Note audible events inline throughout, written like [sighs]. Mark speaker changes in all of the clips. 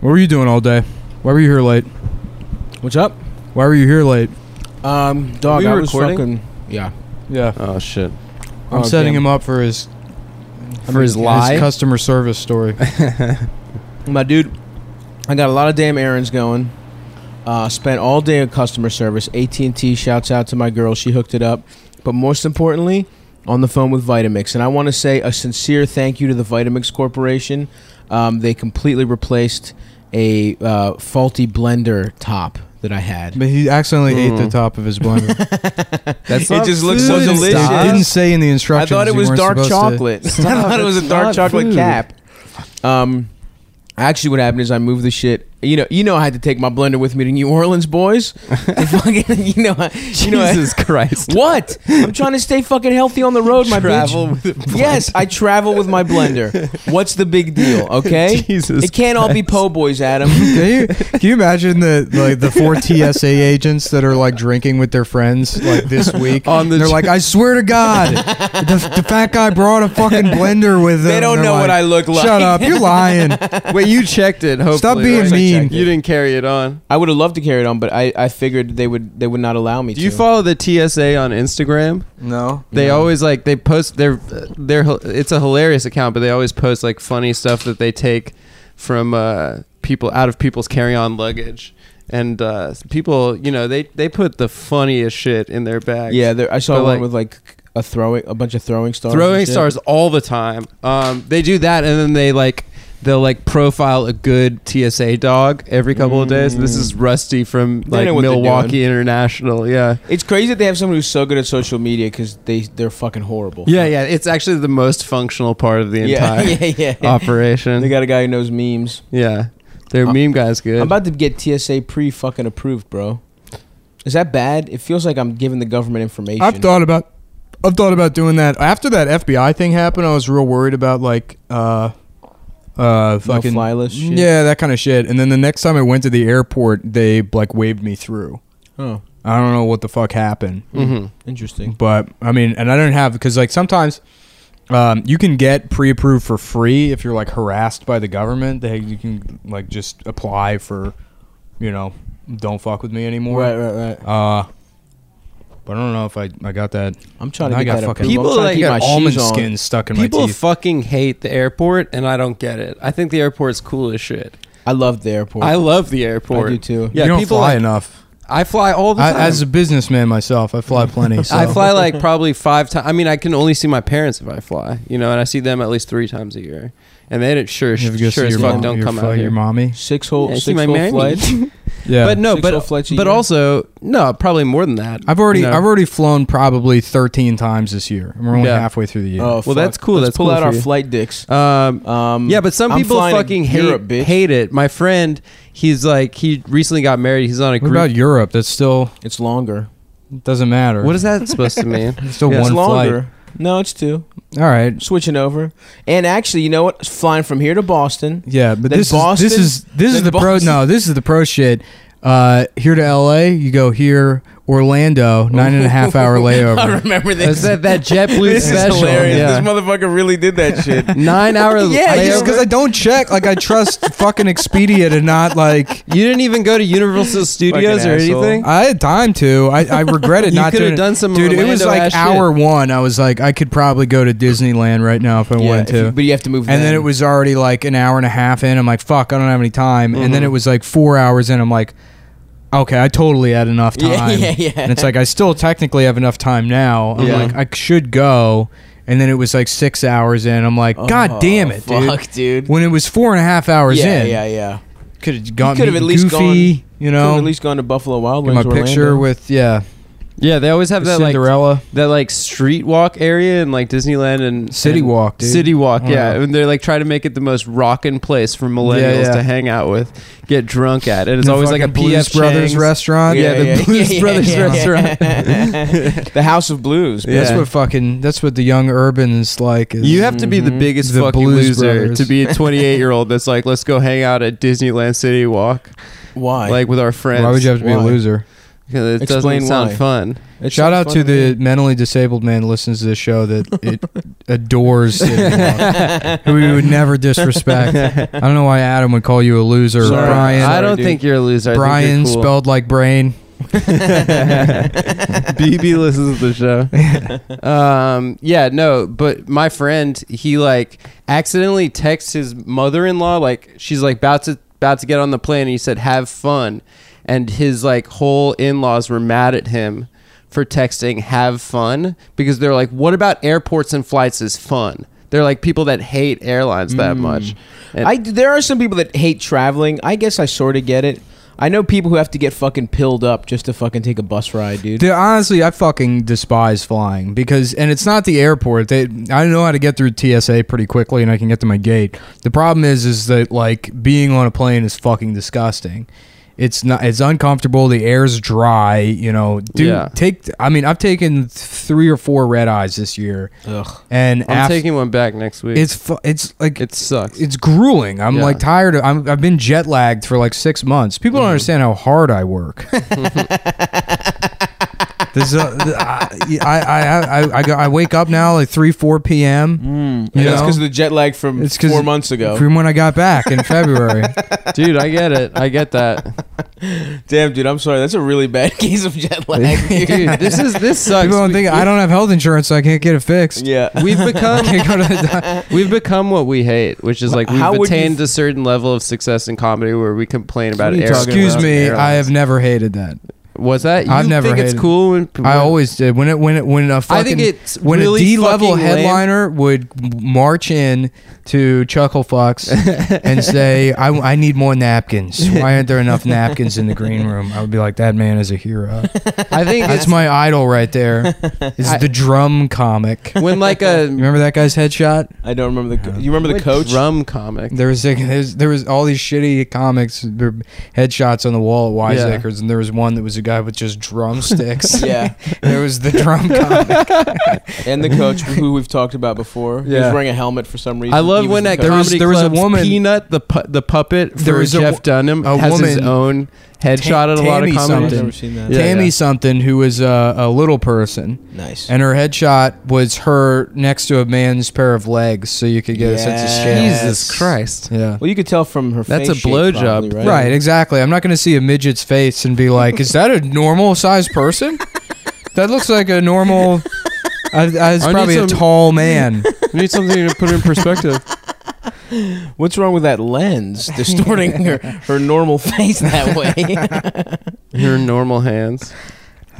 Speaker 1: What were you doing all day? Why were you here late?
Speaker 2: What's up?
Speaker 1: Why were you here late?
Speaker 2: Um, dog,
Speaker 3: we
Speaker 2: I was
Speaker 3: recording?
Speaker 2: fucking. Yeah.
Speaker 1: Yeah,
Speaker 3: Oh shit.
Speaker 1: I'm
Speaker 2: Oh,
Speaker 1: setting
Speaker 2: damn.
Speaker 1: him up for his
Speaker 2: For his lie?
Speaker 1: customer service
Speaker 2: [laughs]
Speaker 1: story.
Speaker 2: My dude, I got a lot of damn errands going. Uh, spent all day in customer service. AT and T shouts out to my girl; she hooked it up. But most importantly, on the phone with Vitamix, and I want to say a sincere thank you to the Vitamix Corporation. Um, they completely replaced a uh, faulty blender top that I had.
Speaker 1: but he accidentally ate the
Speaker 3: Mm.
Speaker 1: top of his
Speaker 2: [laughs]
Speaker 1: blender.
Speaker 3: That's
Speaker 2: It just looks so
Speaker 1: It didn't-
Speaker 2: delicious.
Speaker 1: It didn't say in the
Speaker 2: I
Speaker 1: instructions.
Speaker 2: thought it
Speaker 1: you
Speaker 2: was
Speaker 1: weren't
Speaker 2: dark
Speaker 1: supposed to-
Speaker 3: [laughs]
Speaker 2: chocolate. [laughs] I thought it was a
Speaker 3: it's
Speaker 2: dark
Speaker 3: not
Speaker 2: chocolate
Speaker 3: food.
Speaker 2: cap. Um, actually, what happened is I moved the shit. You know, you know, I had to take my blender with me to New Orleans,
Speaker 3: [laughs]
Speaker 2: boys. [laughs] To fucking, you know, I- you know, I-
Speaker 3: Jesus Christ.
Speaker 2: what? I'm trying to stay fucking healthy on the road, my
Speaker 3: Travel
Speaker 2: bitch.
Speaker 3: with a blender.
Speaker 2: Yes, I travel with my blender. What's the big
Speaker 3: [laughs]
Speaker 2: deal? Okay,
Speaker 3: Jesus
Speaker 2: it can't all be po' boys,
Speaker 3: [laughs]
Speaker 1: [laughs]
Speaker 2: Adam.
Speaker 1: Can you, can you imagine the like the
Speaker 2: [laughs]
Speaker 1: four TSA agents that are like drinking with their friends like
Speaker 2: [laughs]
Speaker 1: this week?
Speaker 3: On the
Speaker 1: they're
Speaker 3: ch-
Speaker 1: like, I swear to God, the, the fat guy brought a fucking blender with him.
Speaker 2: They don't
Speaker 1: They're
Speaker 2: know what I
Speaker 1: like,
Speaker 2: look like.
Speaker 1: Shut up, you're lying.
Speaker 3: [laughs] Wait, you checked it. Hopefully,
Speaker 1: Stop being
Speaker 3: right?
Speaker 1: mean.
Speaker 3: You didn't carry it on.
Speaker 2: [laughs] I would have loved to carry it on, but I, I figured they would they would not allow me
Speaker 3: Do
Speaker 2: to.
Speaker 3: you follow the TSA on Instagram?
Speaker 1: No.
Speaker 3: They
Speaker 2: No.
Speaker 3: always like they post their their it's a hilarious account, but they always post like funny stuff that they take from uh, people out of people's carry-on luggage. And uh, people, you know, they they put the funniest shit in their bags.
Speaker 2: Yeah, there, I saw
Speaker 3: But,
Speaker 2: one
Speaker 3: like-
Speaker 2: with like a throwing, a bunch of throwing stars. and
Speaker 3: throwing
Speaker 2: shit.
Speaker 3: stars all the time. Um, they do that, and then they like they'll like profile a good TSA dog every couple of days. This is Rusty from
Speaker 2: They
Speaker 3: like
Speaker 2: know what they're
Speaker 3: Milwaukee International. Yeah,
Speaker 2: It's crazy that they have someone who's so good at social media because they they're fucking horrible.
Speaker 3: yeah, yeah. It's actually the most functional part of the
Speaker 2: [laughs]
Speaker 3: [laughs]
Speaker 2: yeah,
Speaker 3: entire
Speaker 2: [laughs]
Speaker 3: Ah,
Speaker 2: yeah, yeah.
Speaker 3: operation.
Speaker 2: They got a guy who knows memes.
Speaker 3: yeah, their
Speaker 2: Uh,
Speaker 3: meme guy's good.
Speaker 2: I'm about to get TSA pre fucking approved, bro. Is that bad? It feels like I'm giving the government information.
Speaker 1: I've thought about I've thought about doing that. After that FBI thing happened, I was real worried about like uh uh fucking
Speaker 2: fly list shit?
Speaker 1: Yeah, that kind of shit. And then the next time I went to the airport, they like waved me through.
Speaker 2: Oh,
Speaker 1: I don't know what the fuck happened.
Speaker 2: Mm.
Speaker 3: Mhm.
Speaker 2: interesting.
Speaker 1: But I mean, and I don't have because like sometimes um, you can get pre-approved for free if you're like harassed by the government. They you can like just apply for, you know, don't fuck with me anymore.
Speaker 2: Right, right, right.
Speaker 1: Uh, but I don't know if I, I got that.
Speaker 2: I'm trying
Speaker 1: I
Speaker 2: to
Speaker 1: got
Speaker 2: get that
Speaker 1: fucking-
Speaker 2: approved.
Speaker 3: People,
Speaker 2: I'm trying
Speaker 3: like,
Speaker 2: to keep
Speaker 3: got
Speaker 2: my
Speaker 1: Almond
Speaker 2: shoes on.
Speaker 1: skin stuck in my
Speaker 3: People
Speaker 1: teeth.
Speaker 3: fucking hate the airport, and I don't get it. I think the airport's cool as shit.
Speaker 2: I love the airport.
Speaker 3: I love the airport.
Speaker 2: I do too.
Speaker 3: Yeah,
Speaker 1: you don't
Speaker 3: people
Speaker 1: fly
Speaker 3: like-
Speaker 1: enough.
Speaker 3: I fly all the
Speaker 1: I,
Speaker 3: time.
Speaker 1: as a businessman myself, I fly
Speaker 3: [laughs]
Speaker 1: plenty. So.
Speaker 3: I
Speaker 1: [laughs]
Speaker 3: fly like probably five times. I mean, I can only see my parents if I fly, you know, and I see them at least three times a year. And they didn't sure,
Speaker 1: You ever go
Speaker 3: sure
Speaker 1: see
Speaker 3: as
Speaker 1: your
Speaker 3: fuck
Speaker 1: mom-
Speaker 3: don't
Speaker 1: your
Speaker 3: come
Speaker 1: fu-
Speaker 3: out
Speaker 1: Your
Speaker 3: here.
Speaker 1: mommy.
Speaker 2: Six whole,
Speaker 3: Yeah, see
Speaker 2: six
Speaker 3: my
Speaker 2: whole
Speaker 3: mammy. [laughs]
Speaker 2: flights.
Speaker 1: Yeah,
Speaker 3: But no,
Speaker 2: Six whole
Speaker 3: but
Speaker 2: flights a
Speaker 3: but
Speaker 2: year.
Speaker 3: also no, probably more than that.
Speaker 1: I've already
Speaker 3: you know.
Speaker 1: I've already flown probably 13 times this year. and We're only
Speaker 3: Yeah.
Speaker 1: halfway through the year.
Speaker 2: Oh, fuck.
Speaker 3: that's cool.
Speaker 2: Let's
Speaker 3: That's
Speaker 2: pull
Speaker 3: cool
Speaker 2: out
Speaker 3: for
Speaker 2: our
Speaker 3: you.
Speaker 2: flight dicks.
Speaker 3: Um,
Speaker 2: Um,
Speaker 3: yeah, but some
Speaker 2: I'm
Speaker 3: people
Speaker 2: flying to
Speaker 3: fucking hate
Speaker 2: Europe, bitch.
Speaker 3: hate it. My friend, he's like he recently got married. He's on a
Speaker 1: what
Speaker 3: group.
Speaker 1: about Europe? That's still
Speaker 2: It's longer.
Speaker 1: doesn't matter.
Speaker 3: What is that supposed
Speaker 1: [laughs]
Speaker 3: to mean?
Speaker 1: It's still
Speaker 3: Yeah.
Speaker 1: one
Speaker 2: it's longer.
Speaker 1: flight.
Speaker 2: No, it's two.
Speaker 1: All right.
Speaker 2: Switching over. And actually, you know what? Flying from here to Boston.
Speaker 1: Yeah, but
Speaker 2: Then
Speaker 1: this
Speaker 2: Boston-
Speaker 1: is this is this is
Speaker 2: then
Speaker 1: the pro.
Speaker 2: Boston.
Speaker 1: No, this is the pro shit. Uh, here to L.A. You go here, Orlando, nine and a half
Speaker 3: [laughs]
Speaker 1: hour
Speaker 2: [laughs] I
Speaker 1: layover.
Speaker 2: remember this.
Speaker 3: Is that that JetBlue
Speaker 2: [laughs] this
Speaker 3: special?
Speaker 2: is hilarious.
Speaker 3: Yeah.
Speaker 2: This motherfucker really did that shit.
Speaker 3: Nine hour.
Speaker 1: [laughs]
Speaker 2: Yeah,
Speaker 1: I just
Speaker 3: layover?
Speaker 1: because I don't check, like I trust fucking Expedia to not like.
Speaker 3: you didn't even go to Universal Studios or
Speaker 2: asshole.
Speaker 3: anything.
Speaker 1: I had time to. I, I regretted
Speaker 3: You
Speaker 1: not
Speaker 3: could
Speaker 1: doing
Speaker 3: have
Speaker 1: it.
Speaker 3: done some
Speaker 1: Dude, it was
Speaker 3: Orlando ass
Speaker 1: like
Speaker 3: shit.
Speaker 1: hour one. I was like, I could probably go to Disneyland right now if I
Speaker 2: Yeah,
Speaker 1: wanted
Speaker 2: if
Speaker 1: to.
Speaker 2: you- but you have to move.
Speaker 1: And then it was already like an hour and a half in. I'm like, fuck, I don't have any time. And
Speaker 2: Mm-hmm.
Speaker 1: then it was like four hours in. I'm like, okay, I totally had enough time.
Speaker 2: [laughs] Yeah, yeah, yeah.
Speaker 1: And it's like, I still technically have enough time now. I'm
Speaker 3: Yeah.
Speaker 1: like, I should go. And then it was like six hours in. I'm like, God
Speaker 2: Oh,
Speaker 1: damn it, dude.
Speaker 2: fuck, dude.
Speaker 1: When it was four and a half hours
Speaker 2: yeah,
Speaker 1: in,
Speaker 2: yeah, yeah.
Speaker 1: could have gone
Speaker 2: could've
Speaker 1: meeting
Speaker 2: at least
Speaker 1: goofy, you
Speaker 2: Could
Speaker 1: know.
Speaker 2: have at least gone to Buffalo Wild
Speaker 1: Get
Speaker 2: Wings.
Speaker 1: my picture
Speaker 2: Orlando.
Speaker 1: with, yeah,
Speaker 3: Yeah, they always have
Speaker 1: the
Speaker 3: that like
Speaker 1: Cinderella.
Speaker 3: that like street walk area in like Disneyland and
Speaker 1: City
Speaker 3: and
Speaker 1: Walk, dude.
Speaker 3: City Walk,
Speaker 1: Oh,
Speaker 3: yeah.
Speaker 1: yeah.
Speaker 3: And they're like trying to make it the most rockin' place for millennials
Speaker 1: yeah.
Speaker 3: to hang out with, get drunk at. And it's
Speaker 1: The
Speaker 3: always like a
Speaker 1: fucking Blues
Speaker 3: PF
Speaker 1: Brothers
Speaker 3: Chang's.
Speaker 2: oh,
Speaker 1: restaurant.
Speaker 3: [laughs] Yeah, the Blues Brothers restaurant.
Speaker 2: [laughs] the House of Blues.
Speaker 3: Yeah.
Speaker 1: That's what fucking. That's what the young urbans like. Is
Speaker 3: You have to be the biggest
Speaker 1: Mm-hmm. The
Speaker 3: fucking
Speaker 1: Blues
Speaker 3: loser
Speaker 1: Brothers. [laughs]
Speaker 3: to be a 28 year old that's like, let's go hang out at Disneyland City Walk,
Speaker 2: Why?
Speaker 3: like with our friends.
Speaker 1: Why would you have to be a
Speaker 2: Why?
Speaker 1: loser?
Speaker 3: 'Cause It
Speaker 2: Explain
Speaker 3: doesn't sound
Speaker 2: why.
Speaker 3: fun.
Speaker 2: It's
Speaker 1: Shout
Speaker 2: so
Speaker 1: out
Speaker 2: fun
Speaker 1: to the
Speaker 2: me.
Speaker 1: mentally disabled man who listens to this show
Speaker 3: [laughs]
Speaker 1: that it adores City Walk, who we would never
Speaker 3: [laughs]
Speaker 1: disrespect. I don't know why Adam would call you a loser.
Speaker 2: Sorry.
Speaker 1: Brian,
Speaker 3: I don't
Speaker 2: dude.
Speaker 3: think you're a loser. I think
Speaker 1: Brian
Speaker 3: you're cool.
Speaker 1: spelled like brain.
Speaker 3: BB listens to the
Speaker 1: [laughs]
Speaker 3: show. Um, yeah, no, but my friend, he like accidentally texts his mother-in-law, like she's like about to about to get on the plane, and he said, "Have fun," and his like whole in-laws were mad at him for texting "Have fun" because they're like, "What about airports and flights is fun?" They're like people that hate airlines
Speaker 1: Mm.
Speaker 3: that much. And-
Speaker 2: I there are some people that hate traveling. I guess I sort of get it. I know people who have to get fucking pilled up just to fucking take a bus ride, dude.
Speaker 1: Dude, honestly, I fucking despise flying because, and it's not the airport. They, I know how to get through TSA pretty quickly, and I can get to my gate. The problem is, is that like being on a plane is fucking disgusting. It's not. It's uncomfortable. The air's dry. You know, dude.
Speaker 3: Yeah.
Speaker 1: Take. I mean, I've taken three or four red eyes this year,
Speaker 2: Ugh.
Speaker 1: and
Speaker 3: Uh, I'm
Speaker 1: af-
Speaker 3: taking one back next week.
Speaker 1: It's fu- it's like
Speaker 3: it sucks.
Speaker 1: it's grueling. I'm
Speaker 3: Yeah.
Speaker 1: like tired. Of, I'm, I've been jet lagged for like six months. People
Speaker 2: Mm-hmm.
Speaker 1: don't understand how hard I
Speaker 2: [laughs]
Speaker 1: work. This is, uh, th- I, I, I, I, I, go- I wake up now like 3, 4 p.m.
Speaker 2: Yeah,
Speaker 1: You
Speaker 2: Mm. that's
Speaker 1: know?
Speaker 2: because of the jet lag from
Speaker 1: It's 'cause-
Speaker 2: four months ago.
Speaker 1: From when I got back in February.
Speaker 2: [laughs]
Speaker 3: Dude, I get it. I
Speaker 1: [laughs]
Speaker 3: get that.
Speaker 2: Damn, dude, I'm sorry. That's a really bad [laughs] case of jet lag. dude.
Speaker 3: Dude, this is this sucks.
Speaker 1: People don't think I don't have health insurance, so I can't get it fixed.
Speaker 2: yeah.
Speaker 3: We've
Speaker 2: [laughs]
Speaker 3: become
Speaker 1: I go to the-
Speaker 3: We've become what we hate, which is like we've
Speaker 2: How would you
Speaker 3: attained a certain level of success in comedy where we complain about
Speaker 2: are you
Speaker 3: air.
Speaker 2: talking
Speaker 1: Excuse
Speaker 2: about?
Speaker 1: me,
Speaker 3: airlines.
Speaker 1: I have never hated that.
Speaker 3: Was that? You
Speaker 1: I've never
Speaker 3: think it's
Speaker 1: hated-
Speaker 3: cool when people,
Speaker 1: I always did. When it when it when a fucking
Speaker 3: I think it's
Speaker 1: when
Speaker 3: really
Speaker 1: a D level
Speaker 3: fucking lame.
Speaker 1: headliner would march in to Chuckle Fucks
Speaker 3: [laughs]
Speaker 1: and say, I, I need more napkins. Why aren't there enough napkins in the green room? I would be like, that man is a hero.
Speaker 3: [laughs] I think
Speaker 1: That's
Speaker 3: it's
Speaker 1: my idol right
Speaker 3: [laughs]
Speaker 1: there. Is
Speaker 3: I-
Speaker 1: the drum comic. [laughs] You
Speaker 3: when like a
Speaker 1: remember that guy's headshot?
Speaker 2: I don't remember the. Co- you remember the
Speaker 3: what
Speaker 2: coach?
Speaker 3: drum comic.
Speaker 1: There was, like, there's- there was all these shitty comics, their headshots on the wall at
Speaker 3: Yeah.
Speaker 1: Wiseacres, and there was one that was a guy with just
Speaker 3: [laughs]
Speaker 1: drumsticks.
Speaker 2: Yeah,
Speaker 1: there was the drum comic.
Speaker 2: and the coach who we've talked about before. He was
Speaker 3: Yeah.
Speaker 2: wearing a helmet for some reason.
Speaker 3: I love
Speaker 2: He
Speaker 3: when
Speaker 2: was
Speaker 3: that
Speaker 2: the coach.
Speaker 1: There was-
Speaker 3: comedy
Speaker 1: there was a
Speaker 3: club's
Speaker 1: woman-
Speaker 3: Peanut the pu- the puppet
Speaker 1: There
Speaker 3: for
Speaker 1: was a
Speaker 3: Jeff Dunham
Speaker 1: a
Speaker 3: has his
Speaker 1: woman-
Speaker 3: own headshot at a lot
Speaker 1: Tammy
Speaker 3: of
Speaker 2: I've
Speaker 3: comedy.
Speaker 1: something.
Speaker 2: never seen that.
Speaker 3: Yeah,
Speaker 1: Tammy
Speaker 3: yeah.
Speaker 1: something, who was a, a little person,
Speaker 2: Nice.
Speaker 1: and her headshot was her next to a man's pair of legs, so you could get a sense of scale.
Speaker 2: Yes.
Speaker 3: Jesus Christ!
Speaker 1: [laughs] Yeah.
Speaker 2: well, you could tell from her.
Speaker 3: That's
Speaker 2: face
Speaker 3: a
Speaker 2: shape
Speaker 3: blowjob.
Speaker 2: probably, right?
Speaker 1: Right. exactly. I'm not going to see a midget's face and be like, "Is that a normal sized person? that looks like a normal." I, I, it's
Speaker 3: I need
Speaker 1: probably a
Speaker 3: some-
Speaker 1: tall
Speaker 3: [laughs]
Speaker 1: man.
Speaker 3: I need something to put in perspective.
Speaker 2: What's wrong with that lens distorting her, her normal face that
Speaker 3: [laughs]
Speaker 2: way?
Speaker 3: [laughs] Your normal hands.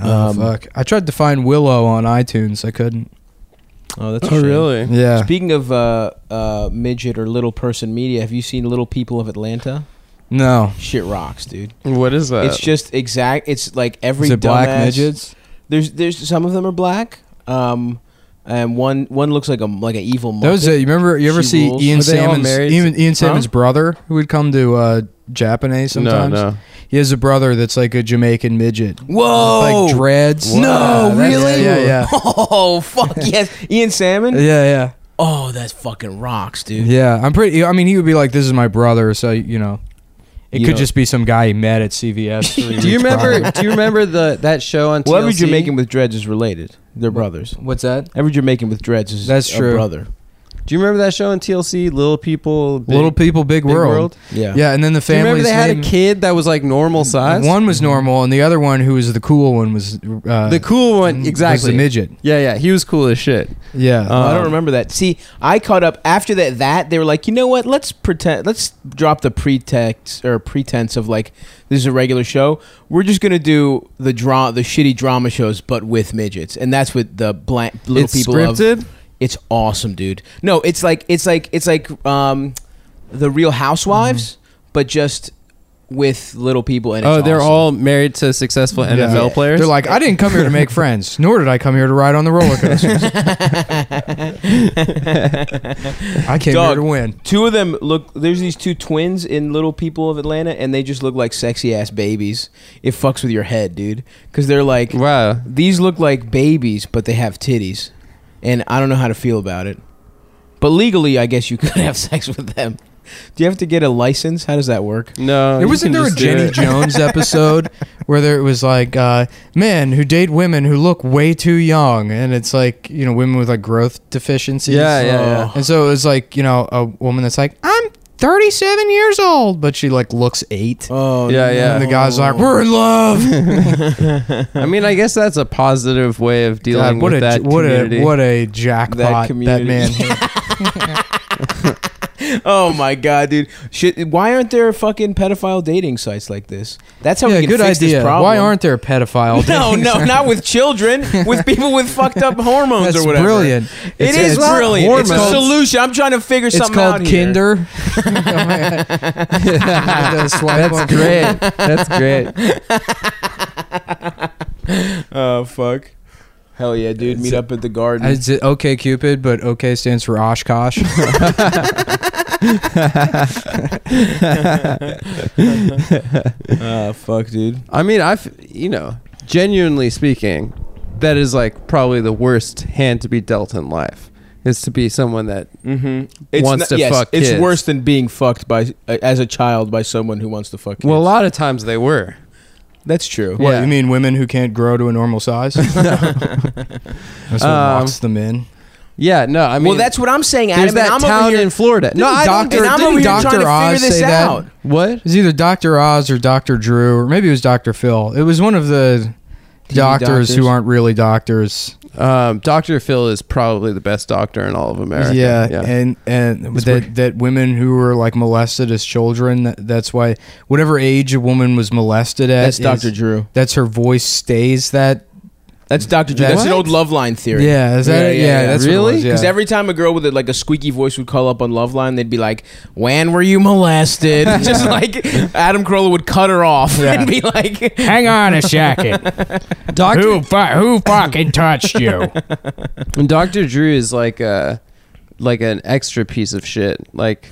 Speaker 1: Oh,
Speaker 2: Um,
Speaker 1: fuck! I tried to find Willow on iTunes. I couldn't.
Speaker 2: oh, that's a
Speaker 3: Oh,
Speaker 2: shame.
Speaker 3: really?
Speaker 1: Yeah.
Speaker 2: Speaking of uh, uh, midget or little person media, have you seen Little People of Atlanta?
Speaker 1: No.
Speaker 2: Shit rocks, dude.
Speaker 3: What is that?
Speaker 2: it's just exact. It's like every
Speaker 1: Uh, Is it black
Speaker 2: dumbass-
Speaker 1: midgets?
Speaker 2: There's there's some of them are black. Um, and one one looks like a like an evil. Muppet.
Speaker 1: That was it. You remember? You ever
Speaker 2: She
Speaker 1: see
Speaker 2: rules.
Speaker 1: Ian
Speaker 3: Are they all
Speaker 1: Salmon's
Speaker 3: married?
Speaker 1: Ian, Ian Salmon's
Speaker 3: Huh?
Speaker 1: brother who would come to uh, Japanese sometimes?
Speaker 3: No, no.
Speaker 1: He has a brother that's like a Jamaican midget.
Speaker 2: Whoa!
Speaker 1: Like dreads.
Speaker 2: no,
Speaker 1: Yeah, that's-
Speaker 2: really?
Speaker 1: Yeah, yeah.
Speaker 2: [laughs] Oh fuck [laughs] yes, Ian Salmon.
Speaker 1: Yeah,
Speaker 2: Oh, that's fucking rocks,
Speaker 1: yeah,
Speaker 2: dude.
Speaker 1: yeah. I'm pretty. I mean, he would be like, "This is my brother," so you know, it
Speaker 2: You
Speaker 1: could
Speaker 2: know-
Speaker 1: just be some guy he met at
Speaker 3: [laughs]
Speaker 1: CVS. three
Speaker 3: Do you
Speaker 1: weeks
Speaker 2: [laughs]
Speaker 3: remember?
Speaker 1: prior.
Speaker 3: [laughs] Do you remember the that show on
Speaker 2: Well,
Speaker 3: TLC?
Speaker 2: every Jamaican with dreads is related. They're brothers.
Speaker 1: What's that?
Speaker 2: Every Jamaican with dreads is
Speaker 1: That's
Speaker 2: a
Speaker 1: true.
Speaker 2: brother.
Speaker 3: Do you remember that show on TLC, Little People, Big,
Speaker 1: Little people, big,
Speaker 3: Big
Speaker 1: world.
Speaker 2: Yeah.
Speaker 1: Yeah, and then the
Speaker 3: Do you
Speaker 1: family.
Speaker 3: remember they had a kid that was like normal size?
Speaker 1: One was normal, and the other one, who was the cool one, was uh,
Speaker 3: the cool one,
Speaker 1: Was the
Speaker 3: exactly.
Speaker 1: midget.
Speaker 3: Yeah, yeah, he was cool as shit.
Speaker 1: Yeah.
Speaker 2: Oh, I
Speaker 3: Um,
Speaker 2: don't remember that. See, I caught up after that. That they were like, you know what? Let's pretend. Let's drop the pretext or pretense of like this is a regular show. We're just gonna do the draw, the shitty drama shows, but with midgets, and that's what the blank little
Speaker 3: it's
Speaker 2: people of-
Speaker 3: scripted.
Speaker 2: It's awesome, dude. No, it's like it's like it's like um, the Real Housewives, but just with little people. And it's
Speaker 3: Mm-hmm. oh, they're
Speaker 2: awesome.
Speaker 3: all married to successful
Speaker 1: Yeah.
Speaker 3: NFL players.
Speaker 1: They're like, I didn't come here to
Speaker 3: [laughs]
Speaker 1: make friends, nor did I come here to ride on the roller coasters.
Speaker 2: [laughs]
Speaker 3: [laughs]
Speaker 1: I came
Speaker 2: Dog.
Speaker 1: here to win.
Speaker 2: Two of them look. There's these two twins in Little People of Atlanta, and they just look like sexy ass babies. It fucks with your head, dude, because they're like
Speaker 3: wow.
Speaker 2: these look like babies, but they have titties, and I don't know how to feel about it. But legally, I guess you [laughs] could have sex with them. Do you have to get a license? How does that work?
Speaker 1: It
Speaker 3: No, Uh, you
Speaker 1: wasn't
Speaker 3: can
Speaker 1: there a
Speaker 3: just do [laughs]
Speaker 1: Jenny
Speaker 3: it.
Speaker 1: Jones episode where there it was like uh, men who date women who look way too young, and it's like you know women with like growth deficiencies. Oh.
Speaker 3: Yeah, yeah, yeah.
Speaker 1: And so it was like you know a woman that's like I'm 37 years old, but she like looks eight.
Speaker 2: Oh
Speaker 3: Yeah, yeah. Oh.
Speaker 1: And the guy's like, "We're in love."
Speaker 3: I mean, I guess that's a positive way of dealing
Speaker 1: God, what
Speaker 3: with
Speaker 1: a
Speaker 3: that
Speaker 1: what
Speaker 3: community.
Speaker 1: a what a jackpot that,
Speaker 2: community.
Speaker 1: man.
Speaker 2: [laughs]
Speaker 3: [laughs]
Speaker 2: Oh my god, dude! Shit, why aren't there fucking pedophile dating sites like this? That's how
Speaker 1: yeah,
Speaker 2: we can
Speaker 1: good
Speaker 2: fix
Speaker 1: idea.
Speaker 2: this problem.
Speaker 1: Why aren't there
Speaker 3: [laughs]
Speaker 1: pedophile?
Speaker 2: [laughs] no,
Speaker 1: dating
Speaker 2: no,
Speaker 1: sites?
Speaker 2: not with children, with people with fucked
Speaker 1: [laughs]
Speaker 2: up hormones
Speaker 1: That's
Speaker 2: or whatever.
Speaker 1: brilliant.
Speaker 2: it's, is
Speaker 1: it's
Speaker 2: brilliant. It's a
Speaker 1: hormones.
Speaker 2: solution. I'm trying to figure
Speaker 1: It's
Speaker 2: something out
Speaker 1: called
Speaker 2: here. [laughs]
Speaker 1: Kinder. That's
Speaker 3: That's great. That's great.
Speaker 2: Oh fuck! Hell yeah, dude! Meet up at the garden.
Speaker 1: [laughs] Is it OK Cupid, but OK stands for [laughs] Oshkosh?
Speaker 2: Ah, fuck, dude.
Speaker 3: I mean, I've you know, genuinely speaking, that is like probably the worst hand to be dealt in life is to be someone that
Speaker 2: Mm-hmm.
Speaker 3: Wants to fuck
Speaker 2: It's
Speaker 3: kids.
Speaker 2: worse than being fucked by uh, as a child by someone who wants to fuck. Kids.
Speaker 3: well, a lot of times they were.
Speaker 2: that's true.
Speaker 1: What
Speaker 3: Yeah.
Speaker 1: you mean, women who can't grow to a normal [laughs] size? That's what
Speaker 3: Um,
Speaker 1: locks them in.
Speaker 3: Yeah, no, I mean,
Speaker 2: well, that's what I'm saying,
Speaker 3: there's
Speaker 2: Adam.
Speaker 3: that
Speaker 2: and I'm
Speaker 3: town
Speaker 2: over here,
Speaker 3: in Florida. No,
Speaker 2: Didn't
Speaker 3: I don't.
Speaker 2: Dr. and I'm
Speaker 1: didn't
Speaker 2: over here trying
Speaker 1: Dr.
Speaker 2: to
Speaker 1: Oz
Speaker 2: figure this
Speaker 1: say that?
Speaker 2: out.
Speaker 3: What?
Speaker 1: It was either Dr. Oz or Dr. Drew, or maybe it was Dr. Phil. It was one of the
Speaker 2: TV
Speaker 1: doctors,
Speaker 2: doctors.
Speaker 1: who aren't really doctors.
Speaker 3: Um, Dr. Phil is probably the best doctor in all of America.
Speaker 1: Yeah, and and
Speaker 3: It's
Speaker 1: that
Speaker 3: weird.
Speaker 1: that women who were like molested as children. That, that's why whatever age a woman was molested at,
Speaker 2: That's Dr.
Speaker 1: is-
Speaker 2: Drew.
Speaker 1: That's her voice stays that.
Speaker 2: That's Dr. Drew.
Speaker 1: That's
Speaker 2: That's an
Speaker 1: what?
Speaker 2: old love line theory.
Speaker 1: Yeah, is that
Speaker 2: Yeah,
Speaker 1: it?
Speaker 2: yeah,
Speaker 1: yeah,
Speaker 2: yeah.
Speaker 1: that's what it
Speaker 3: Really?
Speaker 1: was, yeah.
Speaker 2: Because every time a girl with a, like a squeaky voice would call up on Love Line, they'd be like, "When were
Speaker 1: [laughs]
Speaker 2: you molested?" Just like Adam Carolla would cut her off
Speaker 1: Yeah.
Speaker 2: and be like,
Speaker 1: Hang on a
Speaker 2: [laughs]
Speaker 1: second.
Speaker 3: Doctor
Speaker 1: who fucking touched you?
Speaker 3: And Dr. Drew is like a like an extra piece of shit. Like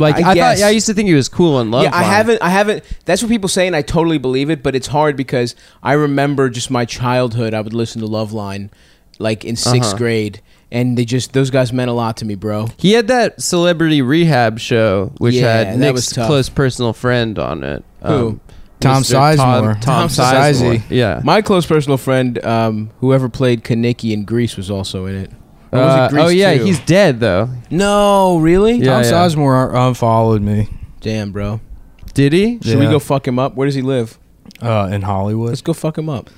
Speaker 3: like
Speaker 2: I
Speaker 3: I,
Speaker 2: guess.
Speaker 3: thought I used to think he was cool and love.
Speaker 2: "Yeah, I haven't, I haven't." That's what people say, and I totally believe it. But it's hard because I remember just my childhood. I would listen to Love Line, like in 6th
Speaker 3: Uh-huh.
Speaker 2: grade, and they just those guys meant a lot to me, bro.
Speaker 3: He had that celebrity rehab show which
Speaker 2: Yeah,
Speaker 3: had
Speaker 2: that
Speaker 3: Nick's
Speaker 2: was tough.
Speaker 3: close personal friend on it.
Speaker 2: Who?
Speaker 1: Tom
Speaker 3: Mr. Tom,
Speaker 1: Sizemore.
Speaker 2: Tom
Speaker 3: Tom Sizemore.
Speaker 1: Sizey.
Speaker 3: Yeah.
Speaker 2: My close personal friend, um, whoever played Kaneki in Greece, was also in it. Or was it
Speaker 3: Uh,
Speaker 2: Grease
Speaker 3: oh yeah,
Speaker 2: too?
Speaker 3: he's dead though.
Speaker 2: No, really?
Speaker 1: Tom
Speaker 3: Yeah, yeah.
Speaker 1: Sizemore unfollowed me
Speaker 2: Damn, bro.
Speaker 3: Did he?
Speaker 2: Should we
Speaker 1: Yeah.
Speaker 2: go fuck him up? Where does he live?
Speaker 1: uh, in Hollywood.
Speaker 2: Let's go fuck him up.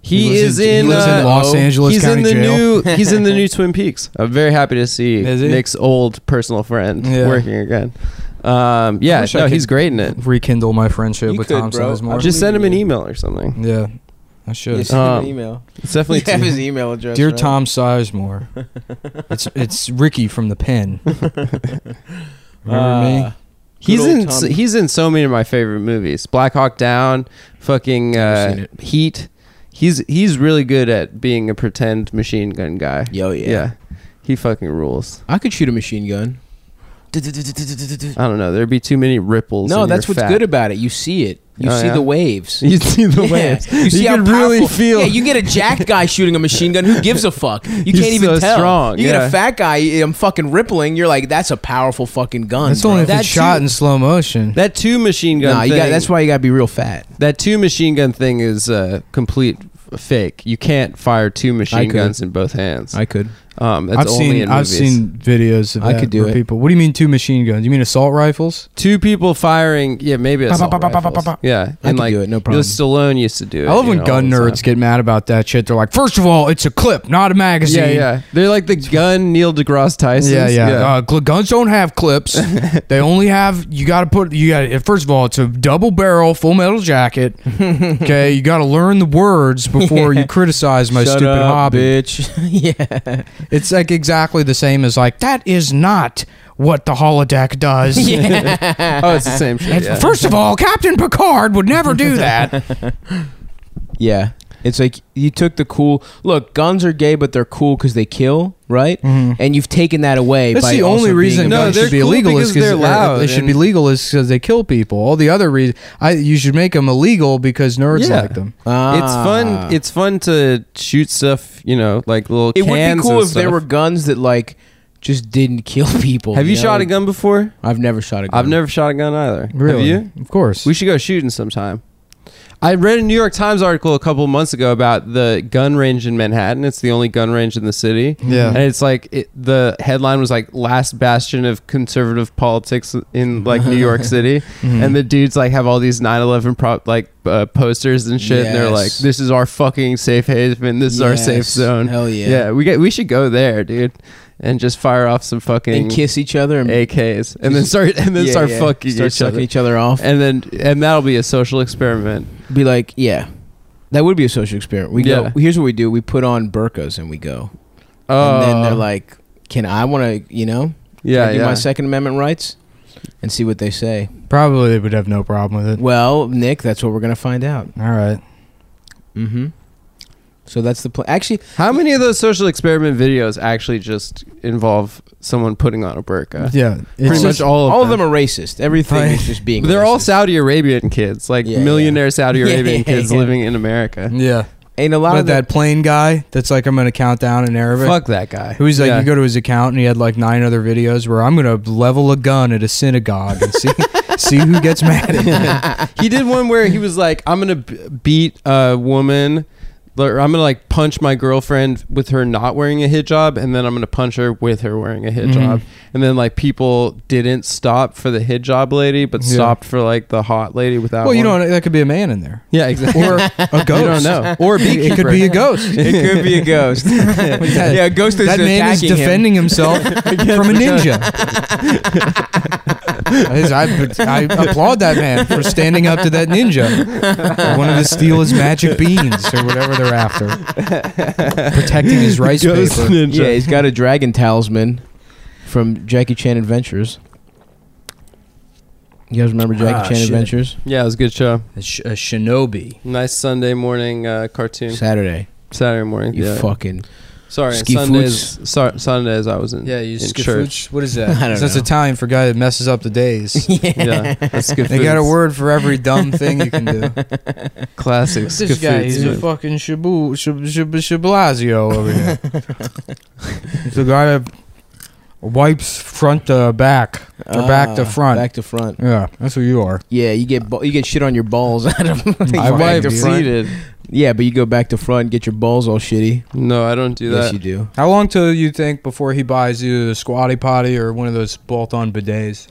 Speaker 3: He,
Speaker 1: lives
Speaker 3: is
Speaker 1: in- he
Speaker 3: in,
Speaker 1: lives in
Speaker 3: uh,
Speaker 1: Los Angeles
Speaker 3: He's
Speaker 1: County
Speaker 3: in the
Speaker 2: [laughs]
Speaker 1: Jail.
Speaker 3: new he's in the new Twin Peaks. I'm very happy to see
Speaker 1: Is he?
Speaker 3: Nick's old personal friend
Speaker 1: Yeah.
Speaker 3: working again. Um, yeah,
Speaker 2: wish I
Speaker 3: no,
Speaker 2: could-
Speaker 3: he's great in it.
Speaker 1: Rekindle my friendship
Speaker 2: You
Speaker 1: with
Speaker 2: could,
Speaker 1: Tom
Speaker 2: bro.
Speaker 1: Sizemore.
Speaker 2: I'll
Speaker 3: Just send him an
Speaker 2: Unbelievable.
Speaker 3: email or something.
Speaker 1: yeah, I should.
Speaker 2: Yes, send him
Speaker 3: Um,
Speaker 2: an
Speaker 3: [laughs]
Speaker 2: email.
Speaker 3: It's definitely
Speaker 2: You have
Speaker 3: too-
Speaker 2: his email address.
Speaker 1: Dear
Speaker 2: right?
Speaker 1: Tom
Speaker 2: [laughs]
Speaker 1: Sizemore, it's it's Ricky from the Pen. Remember
Speaker 2: Uh,
Speaker 1: me?
Speaker 3: He's
Speaker 2: Good old
Speaker 3: in
Speaker 2: Tom.
Speaker 3: he's in so many of my favorite movies. Black Hawk Down, fucking
Speaker 2: Never seen
Speaker 3: uh, Heat. He's he's really good at being a pretend machine gun guy.
Speaker 2: Yo, yeah.
Speaker 3: He fucking rules.
Speaker 2: I could shoot a machine
Speaker 3: [laughs]
Speaker 2: gun.
Speaker 3: I don't know. There'd be too many ripples.
Speaker 2: No,
Speaker 3: and
Speaker 2: that's
Speaker 3: you're
Speaker 2: what's
Speaker 3: fat. [laughs]
Speaker 2: good about it. You see it. You
Speaker 3: Oh,
Speaker 2: see
Speaker 3: [laughs] yeah?
Speaker 2: the waves.
Speaker 3: You see the
Speaker 2: Yeah. [laughs]
Speaker 3: waves.
Speaker 2: You, see how
Speaker 3: can really
Speaker 2: powerful-
Speaker 3: feel.
Speaker 2: Yeah, you get a jacked guy shooting a machine gun. Who gives a fuck?
Speaker 3: [laughs]
Speaker 2: You
Speaker 3: He's
Speaker 2: can't even
Speaker 3: so
Speaker 2: tell.
Speaker 3: strong,
Speaker 2: you get
Speaker 3: yeah.
Speaker 2: a fat guy. I'm fucking rippling. You're like, that's a powerful fucking gun.
Speaker 1: That's
Speaker 2: bro.
Speaker 1: only if
Speaker 3: That
Speaker 1: it's shot
Speaker 3: too-
Speaker 1: in slow motion.
Speaker 3: that two machine gun.
Speaker 2: Nah, you
Speaker 3: thing,
Speaker 2: got, that's why you gotta be real fat.
Speaker 3: that two machine gun thing is uh, complete f- fake. You can't fire two machine
Speaker 2: could.
Speaker 3: guns in both hands.
Speaker 2: I could.
Speaker 3: um, that's
Speaker 1: I've
Speaker 3: only
Speaker 1: seen
Speaker 3: in
Speaker 1: I've
Speaker 3: movies.
Speaker 1: seen videos of
Speaker 2: I
Speaker 1: that
Speaker 2: could do
Speaker 1: where
Speaker 2: it.
Speaker 1: people. What do you mean two machine guns? You mean assault rifles?
Speaker 3: two people firing. Yeah, maybe it's
Speaker 1: Ba- ba- ba- ba- ba- ba- ba-
Speaker 3: Yeah,
Speaker 2: I could do it, no
Speaker 3: you know,
Speaker 2: problem.
Speaker 3: Stallone used to do it.
Speaker 1: I love
Speaker 3: you
Speaker 1: when
Speaker 3: know,
Speaker 1: gun
Speaker 3: all the
Speaker 1: nerds
Speaker 3: time.
Speaker 1: get mad about that shit. They're like, first of all, it's a clip, not a magazine.
Speaker 3: Yeah, yeah. They're
Speaker 1: [laughs]
Speaker 3: like the gun Neil deGrasse Tyson.
Speaker 1: Yeah, yeah. Uh, gl- guns don't have
Speaker 3: [laughs]
Speaker 1: clips. they only have. You got to put. You got. First of all, it's a double barrel Full Metal
Speaker 3: [laughs]
Speaker 1: Jacket. Okay, you got to learn the words before you criticize my stupid hobby.
Speaker 2: bitch. yeah.
Speaker 1: It's like exactly the same as like that is not what the holodeck
Speaker 3: [laughs]
Speaker 1: does.
Speaker 3: oh, it's the same
Speaker 1: [laughs] And
Speaker 3: shit. Yeah.
Speaker 1: First of all, Captain Picard would never do that.
Speaker 2: Yeah. It's like you took the cool look. Guns are gay, but they're cool because they kill, right? And you've taken that away.
Speaker 1: That's
Speaker 2: by
Speaker 1: the
Speaker 2: also
Speaker 1: only
Speaker 2: being
Speaker 1: reason
Speaker 2: a
Speaker 3: No,
Speaker 1: guns
Speaker 3: they're
Speaker 1: should be
Speaker 3: cool
Speaker 1: illegal
Speaker 3: because
Speaker 1: is because
Speaker 3: they're loud
Speaker 1: They should be
Speaker 3: and-
Speaker 1: legal is because they kill people. All the other reasons, I you should make them illegal because nerds
Speaker 3: Yeah.
Speaker 1: like them.
Speaker 3: It's
Speaker 2: Ah.
Speaker 3: fun. It's fun to shoot stuff. You know, like little.
Speaker 2: it would be
Speaker 3: cans
Speaker 2: cool
Speaker 3: and
Speaker 2: if there
Speaker 3: stuff.
Speaker 2: were guns that like just didn't kill [laughs] people.
Speaker 3: Have you
Speaker 2: know?
Speaker 3: shot a gun before?
Speaker 2: I've never shot a gun.
Speaker 3: I've never shot a gun either.
Speaker 1: Really?
Speaker 3: Have you?
Speaker 1: Of course.
Speaker 3: We should go shooting sometime. I read a New York Times article a couple of months ago about the gun range in Manhattan. It's the only gun range in the city.
Speaker 4: Yeah.
Speaker 3: And it's like it, the headline was like last bastion of conservative politics in like
Speaker 2: [laughs]
Speaker 3: New York City.
Speaker 1: Mm-hmm.
Speaker 2: Hmm.
Speaker 3: And the dudes like have all these 9/11 pro- like uh, posters and shit and they're like
Speaker 2: Yes.
Speaker 3: this is our fucking safe haven. This is our safe
Speaker 2: Yes.
Speaker 3: zone.
Speaker 2: Hell yeah.
Speaker 3: Yeah, we get we should go there, dude. And just fire off some fucking
Speaker 2: and kiss each other [laughs] and
Speaker 3: AKs and then start and then
Speaker 2: Yeah,
Speaker 3: start
Speaker 2: yeah.
Speaker 3: fucking
Speaker 2: Start
Speaker 3: each
Speaker 2: sucking
Speaker 3: other.
Speaker 2: each other off.
Speaker 3: And then and that'll be a social experiment.
Speaker 2: be like, yeah, that would be a social experiment. We
Speaker 3: Yeah.
Speaker 2: go. Here's what we do: we put on burqas and we go.
Speaker 3: Oh,
Speaker 2: and then they're like, "Can I want to? You know,
Speaker 3: yeah,
Speaker 2: can I do
Speaker 3: yeah.
Speaker 2: my Second Amendment rights?" And see what they say.
Speaker 1: Probably they would have no problem with it.
Speaker 2: Well, Nick, that's what we're gonna find out.
Speaker 1: All right.
Speaker 2: Mm-hmm. So that's the plan. Actually,
Speaker 3: How many of those social experiment videos actually just involve someone putting on a burqa?
Speaker 1: Yeah.
Speaker 3: Pretty
Speaker 1: It's
Speaker 3: much
Speaker 1: just
Speaker 3: all
Speaker 2: all of them are racist. Everything
Speaker 1: Right.
Speaker 2: is just being.
Speaker 3: They're all
Speaker 2: racist.
Speaker 3: Saudi Arabian kids, like
Speaker 2: Yeah,
Speaker 3: millionaire
Speaker 2: [laughs]
Speaker 3: Saudi
Speaker 2: Yeah,
Speaker 3: Arabian
Speaker 2: yeah,
Speaker 3: kids
Speaker 2: yeah.
Speaker 3: living in
Speaker 2: [laughs]
Speaker 3: America.
Speaker 1: Yeah.
Speaker 2: And a lot
Speaker 1: But
Speaker 2: of
Speaker 1: that plane guy that's like, I'm going to count down in Arabic.
Speaker 3: Fuck that guy.
Speaker 1: Who's like,
Speaker 3: Yeah.
Speaker 1: you go to his account and he had like nine other videos where I'm going to level a gun at a synagogue and
Speaker 3: [laughs]
Speaker 1: see see who gets mad at me.
Speaker 3: he did one where he was like, "I'm gonna b- beat a woman." Or I'm gonna like punch my girlfriend with her not wearing a hijab, and then I'm gonna punch her with her wearing a hijab.
Speaker 1: Mhm.
Speaker 2: Mm-hmm.
Speaker 3: And then like people didn't stop for the hijab lady, but
Speaker 1: Yeah.
Speaker 3: stopped for like the hot lady without.
Speaker 1: Well, you
Speaker 3: one.
Speaker 1: don't know. That could be a man in there.
Speaker 3: Yeah, exactly.
Speaker 1: Or a ghost.
Speaker 3: [laughs] You don't know. Or a
Speaker 1: It could be a
Speaker 3: [laughs]
Speaker 1: ghost.
Speaker 2: [laughs] it could be a ghost. yeah. a ghost is
Speaker 1: that man is
Speaker 2: attacking him.
Speaker 1: defending himself from a ninja. [laughs] I, I applaud that man for standing up to that ninja. I wanted to steal his magic beans or whatever they're after, protecting
Speaker 2: [laughs]
Speaker 1: his rice
Speaker 3: Ghost
Speaker 1: paper.
Speaker 3: ninja.
Speaker 2: Yeah, he's
Speaker 3: [laughs]
Speaker 2: got a dragon talisman from Jackie Chan Adventures. You guys remember Jackie
Speaker 1: Ah,
Speaker 2: Chan
Speaker 1: shit.
Speaker 2: Adventures?
Speaker 3: Yeah, it was a good show.
Speaker 1: A, sh- a shinobi.
Speaker 3: Nice Sunday morning uh, cartoon.
Speaker 2: Saturday.
Speaker 3: Saturday morning.
Speaker 2: You
Speaker 3: yeah.
Speaker 2: fucking
Speaker 3: Sorry,
Speaker 2: Ski
Speaker 3: Sundays. sor- Sundays, I was in.
Speaker 1: Yeah,
Speaker 2: [laughs]
Speaker 1: you
Speaker 3: in
Speaker 1: skifuch.
Speaker 3: church.
Speaker 1: What is that?
Speaker 2: I don't
Speaker 1: That's
Speaker 2: know.
Speaker 1: Italian for guy that messes up the
Speaker 2: [laughs]
Speaker 1: days.
Speaker 3: Yeah, that's good.
Speaker 1: they got a word for every dumb thing you can do.
Speaker 3: Classic.
Speaker 1: What's this guy? He's a fucking shabu shab, shab, shablazio over here. He's the guy that wipes front to back or back to
Speaker 2: Ah,
Speaker 1: front.
Speaker 2: Back to front.
Speaker 1: yeah, that's who you are.
Speaker 2: Yeah, you get ba- you get shit on your balls [laughs] out of.
Speaker 1: I
Speaker 3: I
Speaker 1: wipe
Speaker 3: have
Speaker 1: front.
Speaker 3: seated.
Speaker 2: yeah, but you go back to front and get your balls all shitty.
Speaker 3: No, I don't do
Speaker 2: yes,
Speaker 3: that.
Speaker 2: you do.
Speaker 1: How long till you think before he buys you the squatty potty or one of those bolt-on bidets?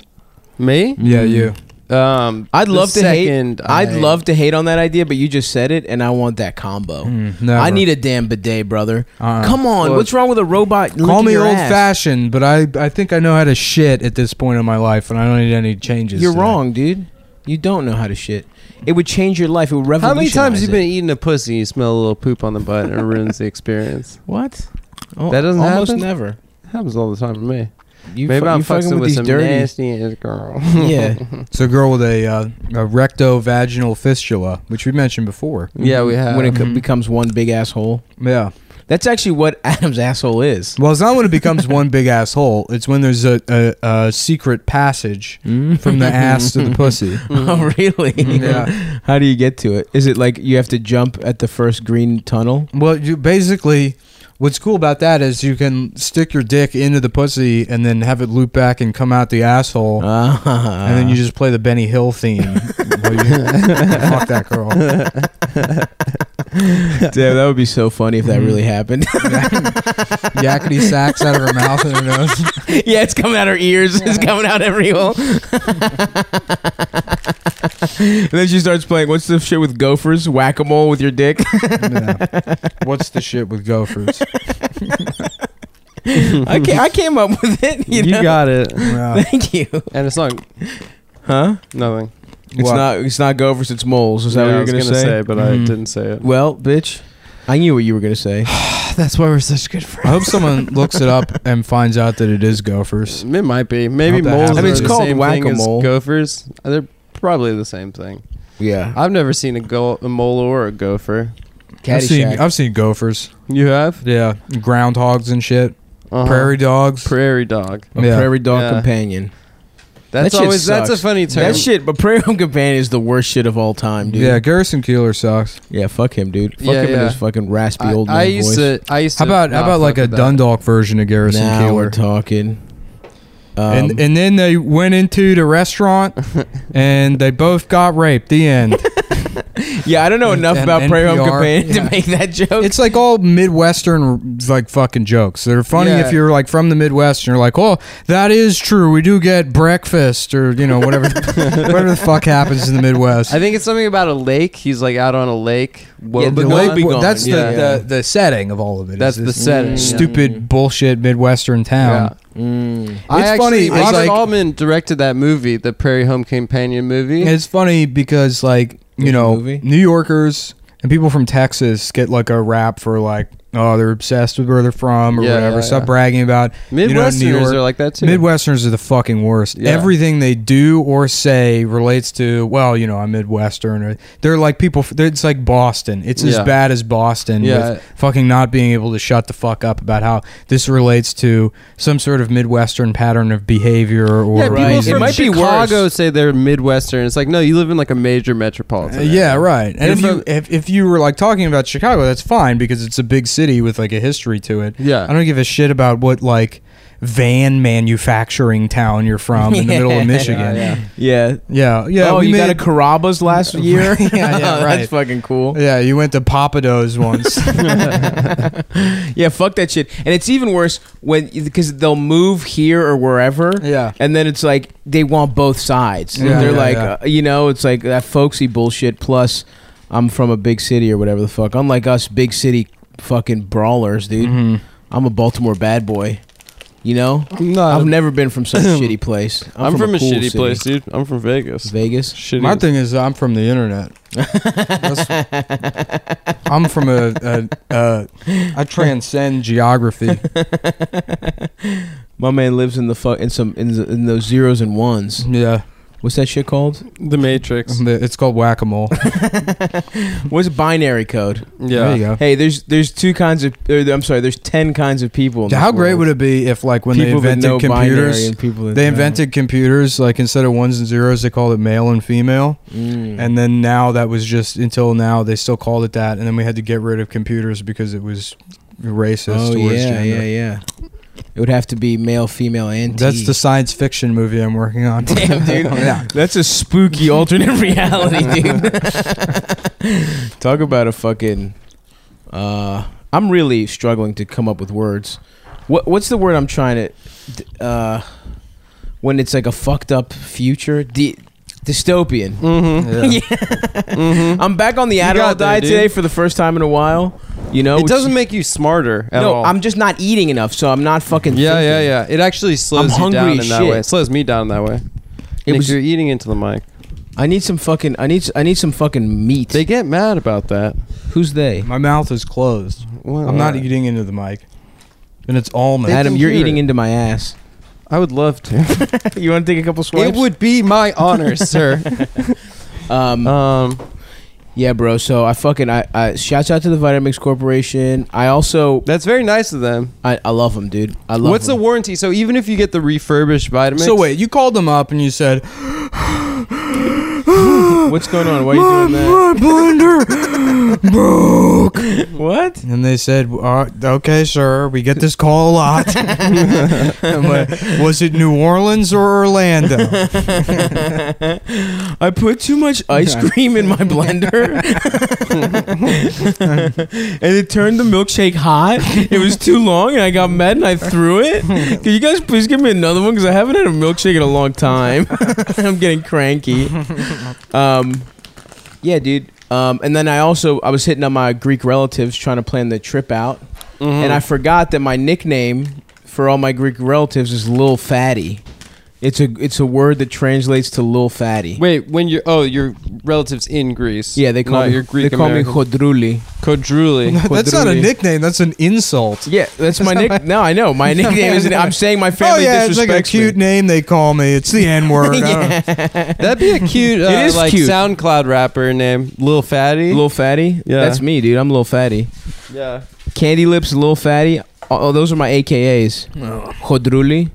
Speaker 3: Me?
Speaker 1: Yeah,
Speaker 2: Mm-hmm.
Speaker 1: you.
Speaker 3: Um,
Speaker 2: I'd
Speaker 3: the
Speaker 2: love to hate-
Speaker 3: second
Speaker 2: I'd
Speaker 3: I-
Speaker 2: love to hate on that idea, but you just said it, and I want that combo.
Speaker 1: Hmm, Mm, never.
Speaker 2: I need a damn bidet, brother.
Speaker 1: Uh,
Speaker 2: Come on,
Speaker 3: Well,
Speaker 2: what's wrong with a robot?
Speaker 1: Call
Speaker 2: licking
Speaker 1: me
Speaker 2: your ass?
Speaker 1: old-fashioned, but I I think I know how to shit at this point in my life, and I don't need any changes.
Speaker 2: You're
Speaker 1: to that.
Speaker 2: wrong, dude. You don't know how to shit. It would change your life. It would
Speaker 3: How many
Speaker 2: revolutionize
Speaker 3: times you
Speaker 2: it.
Speaker 3: been eating a pussy? You smell a little poop on the butt and it ruins
Speaker 2: [laughs]
Speaker 3: the experience.
Speaker 2: What? Oh,
Speaker 3: That doesn't
Speaker 2: almost
Speaker 3: happen?
Speaker 2: never.
Speaker 3: Happens all the time for me.
Speaker 2: You
Speaker 3: Maybe
Speaker 2: fu-
Speaker 3: I'm
Speaker 2: you
Speaker 3: fucking with,
Speaker 2: these
Speaker 3: some
Speaker 2: dirty.
Speaker 3: nasty ass girl.
Speaker 2: [laughs]
Speaker 3: [laughs]
Speaker 2: yeah,
Speaker 1: It's a girl with a uh, a rectovaginal fistula, which we mentioned before.
Speaker 3: yeah, we have.
Speaker 2: when it co-
Speaker 1: Mhm.
Speaker 2: becomes one big asshole.
Speaker 1: Yeah.
Speaker 2: That's actually what [laughs] Adam's asshole is. [laughs]
Speaker 1: Well, it's not when it becomes one big asshole. It's when there's a, a, a secret passage
Speaker 2: Mm.
Speaker 1: from the ass
Speaker 2: [laughs]
Speaker 1: to the pussy.
Speaker 2: oh, really? [laughs]
Speaker 1: Yeah.
Speaker 2: How do you get to it? Is it like you have to jump at the first green tunnel? [laughs]
Speaker 1: Well, you basically, what's cool about that is you can stick your dick into the pussy and then have it loop back and come out the asshole,
Speaker 2: Ah. [laughs]
Speaker 1: and then you just play the Benny Hill theme. while you- [laughs] fuck that girl.
Speaker 2: Damn, that would be so funny if that really happened. [laughs]
Speaker 1: Yakety sacks out of her mouth and her nose.
Speaker 2: yeah, it's coming out her ears. It's coming out every hole. [laughs] and then she starts playing. What's the shit with gophers? Whack a mole with your [laughs] dick.
Speaker 1: Yeah. [laughs] What's the shit with [laughs] gophers?
Speaker 2: I, ca- I came up with it. [laughs] [laughs] You,
Speaker 3: you
Speaker 2: know?
Speaker 3: got it.
Speaker 1: Yeah.
Speaker 2: Thank you.
Speaker 3: And it's not
Speaker 2: Huh?
Speaker 3: nothing.
Speaker 2: It's
Speaker 1: What?
Speaker 2: not. It's not gophers. It's moles. Is that
Speaker 3: Yeah,
Speaker 2: what
Speaker 3: I
Speaker 2: you're
Speaker 3: was
Speaker 2: gonna, say?
Speaker 3: But I
Speaker 1: Mhm.
Speaker 3: didn't say it.
Speaker 2: Well, bitch, I knew what you were gonna [sighs] say.
Speaker 3: That's why we're such good friends.
Speaker 1: I hope someone looks it up and finds out that it is gophers.
Speaker 3: It might be. Maybe
Speaker 1: Hope that
Speaker 3: moles.
Speaker 1: happens.
Speaker 3: I mean, it's called
Speaker 2: whack-a-mole.
Speaker 3: whack-a-mole. Gophers. Uh, They're probably the same thing.
Speaker 2: yeah,
Speaker 3: I've never seen a, go- a mole or a gopher.
Speaker 1: I've seen,
Speaker 2: Caddyshack.
Speaker 1: I've seen gophers.
Speaker 3: You have
Speaker 1: Yeah, groundhogs and shit.
Speaker 3: Uh-huh.
Speaker 1: Prairie dogs.
Speaker 3: prairie dog.
Speaker 2: a
Speaker 1: Yeah.
Speaker 2: prairie dog
Speaker 3: Yeah.
Speaker 2: companion.
Speaker 3: That's
Speaker 2: shit
Speaker 3: always that's a
Speaker 2: sucks.
Speaker 3: funny term.
Speaker 2: That shit, but prairie dog companion is the worst shit of all time, dude.
Speaker 1: Yeah, Garrison Keeler sucks.
Speaker 2: yeah. Fuck him, dude. Fuck
Speaker 3: Yeah,
Speaker 2: him
Speaker 3: yeah.
Speaker 2: and his fucking raspy
Speaker 3: I,
Speaker 2: old man
Speaker 3: I used
Speaker 2: voice.
Speaker 3: to. I used to.
Speaker 1: How about how
Speaker 3: not
Speaker 1: about like
Speaker 3: fuck
Speaker 1: a
Speaker 3: with that.
Speaker 1: Dundalk version of Garrison
Speaker 2: now we're
Speaker 1: Keeler?
Speaker 2: talking. Um,
Speaker 1: and and then
Speaker 2: [laughs]
Speaker 1: they went into the restaurant and they both got raped. The end.
Speaker 2: yeah, I don't know enough
Speaker 1: And
Speaker 2: about Prairie Home
Speaker 1: NPR,
Speaker 2: Companion
Speaker 1: yeah.
Speaker 2: to make that joke.
Speaker 1: It's like all Midwestern like fucking jokes. They're funny
Speaker 3: Yeah.
Speaker 1: if you're like from the Midwest and you're like, "Oh, that is true. We do get breakfast or you know
Speaker 2: [laughs]
Speaker 1: whatever whatever the fuck happens in the Midwest."
Speaker 3: I think it's something about a lake. He's like out on a lake.
Speaker 2: Yeah, the
Speaker 3: Wobegon.
Speaker 2: lake be gone,
Speaker 1: that's the,
Speaker 3: yeah.
Speaker 1: the the setting of all of it. is
Speaker 3: That's the
Speaker 1: this
Speaker 3: setting.
Speaker 2: Mm.
Speaker 1: Stupid bullshit Midwestern town.
Speaker 2: Mm.
Speaker 3: I
Speaker 1: It's
Speaker 3: actually,
Speaker 1: funny, it's
Speaker 3: Robert
Speaker 1: like-
Speaker 3: Altman directed that movie, the Prairie Home Companion movie.
Speaker 1: And It's funny because like you
Speaker 2: There's a
Speaker 1: know
Speaker 2: movie?
Speaker 1: New Yorkers and people from Texas get like a rap for like oh they're obsessed with where they're from or
Speaker 3: Yeah,
Speaker 1: whatever.
Speaker 3: yeah,
Speaker 1: Stop
Speaker 3: yeah.
Speaker 1: bragging about you know,
Speaker 3: Midwesterners
Speaker 1: New York-
Speaker 3: are like that too.
Speaker 1: Midwesterners are the fucking worst.
Speaker 3: Yeah.
Speaker 1: Everything they do or say relates to, well, you know, I'm Midwestern. Or they're like people. They're, it's like Boston. It's
Speaker 3: Yeah.
Speaker 1: as bad as Boston.
Speaker 3: Yeah.
Speaker 1: With fucking not being able to shut the fuck up about how this relates to some sort of Midwestern pattern of behavior or
Speaker 3: yeah, people
Speaker 2: Right.
Speaker 3: from
Speaker 2: It might be worse.
Speaker 3: Chicago say they're Midwestern. It's like, no, you live in like a major metropolitan.
Speaker 1: Uh, yeah, right. And if
Speaker 3: You're
Speaker 1: you
Speaker 3: from-
Speaker 1: if, if you were like talking about Chicago, that's fine because it's a big city with like a history to it.
Speaker 3: Yeah.
Speaker 1: I don't give a shit about what like van manufacturing town you're from in the middle of Michigan.
Speaker 3: yeah.
Speaker 2: Yeah.
Speaker 1: Yeah, yeah.
Speaker 2: oh,
Speaker 1: we
Speaker 2: you
Speaker 1: made,
Speaker 2: got a
Speaker 1: [laughs]
Speaker 2: Carrabba's last year?
Speaker 1: Yeah, yeah,
Speaker 2: [laughs] That's
Speaker 1: right.
Speaker 2: fucking cool.
Speaker 1: [laughs] yeah. You went to Papados once.
Speaker 2: Yeah, fuck that shit. And it's even worse when because they'll move here or wherever.
Speaker 1: [laughs] yeah,
Speaker 2: And then it's like they want both sides.
Speaker 1: Yeah,
Speaker 2: They're
Speaker 1: yeah,
Speaker 2: like,
Speaker 1: yeah.
Speaker 2: uh, you know, it's like that folksy bullshit. Plus, I'm from a big city or whatever the fuck. Unlike us, big city fucking brawlers,
Speaker 1: Mm-hmm.
Speaker 2: dude. I'm a Baltimore bad boy. You know, I've never been
Speaker 1: [clears throat]
Speaker 2: from some shitty place.
Speaker 3: I'm,
Speaker 2: I'm,
Speaker 3: from, a,
Speaker 2: cool
Speaker 3: shitty
Speaker 2: city.
Speaker 3: place, dude. I'm from Vegas.
Speaker 2: Vegas. [laughs]
Speaker 3: Shitty.
Speaker 1: My thing is, I'm from the internet. That's- I'm from a, a, a. I transcend geography.
Speaker 2: My man lives in the fu- in some in, the, in those zeros and ones.
Speaker 1: Yeah,
Speaker 2: What's that shit called?
Speaker 3: the Matrix.
Speaker 1: The- it's called whack a mole.
Speaker 2: What's binary code?
Speaker 1: [laughs] Mm-hmm. There you
Speaker 3: Yeah.
Speaker 1: go.
Speaker 2: Hey, there's there's two kinds of. Or, I'm sorry, there's ten kinds of people. In
Speaker 1: Yeah, how great would it be if, like, when
Speaker 2: people
Speaker 1: they
Speaker 2: that know
Speaker 1: invented
Speaker 2: binary
Speaker 1: computers,
Speaker 2: and people that
Speaker 1: they
Speaker 2: know-
Speaker 1: invented computers like instead of ones and zeros, they called it male and female,
Speaker 2: Mm.
Speaker 1: and then now that was just until now they still called it that, and then we had to get rid of computers because it was racist.
Speaker 2: oh
Speaker 1: towards
Speaker 2: yeah,
Speaker 1: gender.
Speaker 2: yeah, yeah. It would have to be male, female, and
Speaker 1: That's
Speaker 2: T.
Speaker 1: the science fiction movie I'm working on.
Speaker 2: [laughs] Damn, dude.
Speaker 1: yeah.
Speaker 2: That's a spooky alternate [laughs]
Speaker 1: [laughs]
Speaker 2: reality, dude. Talk about a fucking. Uh, I'm really struggling to come up with words. What What's the word I'm trying to? d- Uh, when it's like a fucked up future, D- dystopian.
Speaker 1: [laughs] [laughs]
Speaker 3: Mm-hmm.
Speaker 1: Yeah.
Speaker 2: [laughs] Yeah.
Speaker 3: Mm-hmm.
Speaker 2: I'm back on the
Speaker 3: You
Speaker 2: Adderall
Speaker 3: got there,
Speaker 2: diet
Speaker 3: dude.
Speaker 2: today for the first time in a while. You know,
Speaker 3: [laughs] It doesn't make you smarter at
Speaker 2: No,
Speaker 3: all.
Speaker 2: I'm just not eating enough, so I'm not fucking.
Speaker 3: yeah,
Speaker 2: thinking.
Speaker 3: yeah, yeah. It actually
Speaker 2: I'm
Speaker 3: slows you
Speaker 2: hungry
Speaker 3: down in
Speaker 2: as
Speaker 3: that
Speaker 2: shit.
Speaker 3: way. It slows me down in that way.
Speaker 2: It
Speaker 3: It
Speaker 2: was-
Speaker 3: you're eating into the mic.
Speaker 2: I need some fucking. I need. I need some fucking meat.
Speaker 3: They get mad about that.
Speaker 2: Who's they?
Speaker 1: My mouth is closed.
Speaker 3: Well, uh,
Speaker 1: I'm not e- eating into the mic, and it's all
Speaker 3: They
Speaker 1: me.
Speaker 2: Adam,
Speaker 3: can
Speaker 2: you're
Speaker 3: hear
Speaker 2: eating
Speaker 3: it.
Speaker 2: into my
Speaker 3: [laughs]
Speaker 2: ass.
Speaker 3: I would love to.
Speaker 2: you want to take a couple swipes?
Speaker 3: It would be my [laughs] honor, sir.
Speaker 2: Um,
Speaker 3: Um,
Speaker 2: yeah, bro. So I fucking. I, I shouts out to the Vitamix Corporation. I also.
Speaker 3: that's very nice of them.
Speaker 2: I, I love them, dude. I love.
Speaker 3: What's the warranty? So even if you get the refurbished Vitamix,
Speaker 1: So wait, you called them up and you said,
Speaker 2: the? What's going on? Why are you doing that?
Speaker 1: "My blender
Speaker 2: [laughs]
Speaker 1: broke,"
Speaker 2: What?
Speaker 1: and they said, uh, "Okay, sir, we get this call a lot." I'm like, Was it New Orleans or Orlando?
Speaker 2: I put too much ice cream in my blender, and it turned the milkshake hot. It was too long, and I got mad and I threw it. Can you guys please give me another one? Because I haven't had a milkshake in a long time. [laughs] I'm getting cranky. Um, yeah, dude. Um, and then I also I was hitting on my Greek relatives trying to plan the trip out, and I forgot that my nickname for all my Greek relatives is Lil Fatty. It's a it's a word that translates to Lil Fatty.
Speaker 3: wait when you're oh your relatives in Greece.
Speaker 2: Yeah, they call
Speaker 3: not
Speaker 2: me,
Speaker 3: your Greek.
Speaker 2: They call me Chodruli.
Speaker 1: [laughs]
Speaker 3: Kodruli.
Speaker 1: [laughs] that's not a
Speaker 2: Quadrulli.
Speaker 1: nickname. That's an insult.
Speaker 2: Yeah, that's my nick. No, I know my [laughs] nickname is. I'm saying my
Speaker 1: Oh
Speaker 2: family
Speaker 1: yeah, it's like a
Speaker 2: disrespects
Speaker 1: cute
Speaker 2: [laughs] me.
Speaker 1: name they call me. It's the N
Speaker 2: [laughs]
Speaker 1: word.
Speaker 3: That'd [laughs] be a cute, uh,
Speaker 2: It is
Speaker 3: like
Speaker 2: cute.
Speaker 3: SoundCloud rapper name, Lil [laughs] Fatty.
Speaker 2: Lil Fatty.
Speaker 3: Yeah.
Speaker 2: that's me, dude. I'm Lil Fatty.
Speaker 3: yeah.
Speaker 2: Candy Lips, Lil Fatty. Oh, those are my AKAs. Chodruli,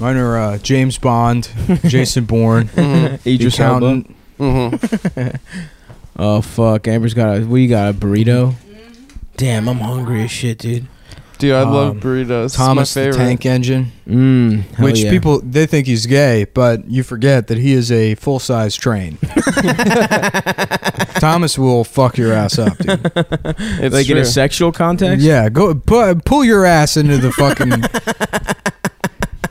Speaker 1: Mine are uh, James
Speaker 2: [laughs]
Speaker 1: Bond, Jason Bourne,
Speaker 2: Idris
Speaker 1: The
Speaker 2: Elba.
Speaker 1: Accountant.
Speaker 3: Mm-hmm.
Speaker 2: Oh fuck, Amber's got a. What you got? A burrito. Damn, I'm hungry as shit, dude.
Speaker 3: Dude, I love
Speaker 1: Um,
Speaker 3: burritos. It's
Speaker 1: Thomas
Speaker 3: my
Speaker 1: the
Speaker 3: favorite.
Speaker 1: Tank Engine,
Speaker 2: Mm, hell
Speaker 1: which
Speaker 2: yeah.
Speaker 1: people they think he's gay, but you forget that he is a full size
Speaker 2: [laughs]
Speaker 1: train. Thomas will fuck your ass up, dude.
Speaker 3: It's
Speaker 2: like in a
Speaker 3: true.
Speaker 2: sexual context.
Speaker 1: Yeah, go pu- pull your ass into the fucking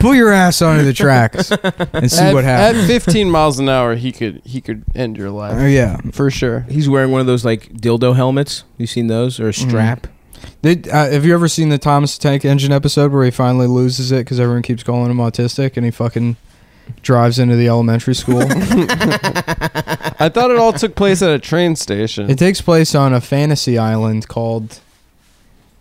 Speaker 1: pull your ass onto the tracks and see
Speaker 3: at,
Speaker 1: what happens.
Speaker 3: At 15 miles an hour, he could he could end your
Speaker 1: Uh,
Speaker 3: life
Speaker 1: yeah,
Speaker 3: for sure.
Speaker 2: He's wearing one of those like dildo helmets. You seen those or a strap?
Speaker 1: They, uh, have you ever seen the Thomas the Tank Engine episode where he finally loses it because everyone keeps calling him autistic and he fucking drives into the elementary school?
Speaker 3: I thought it all took place at a train station.
Speaker 1: it takes place on a fantasy island called.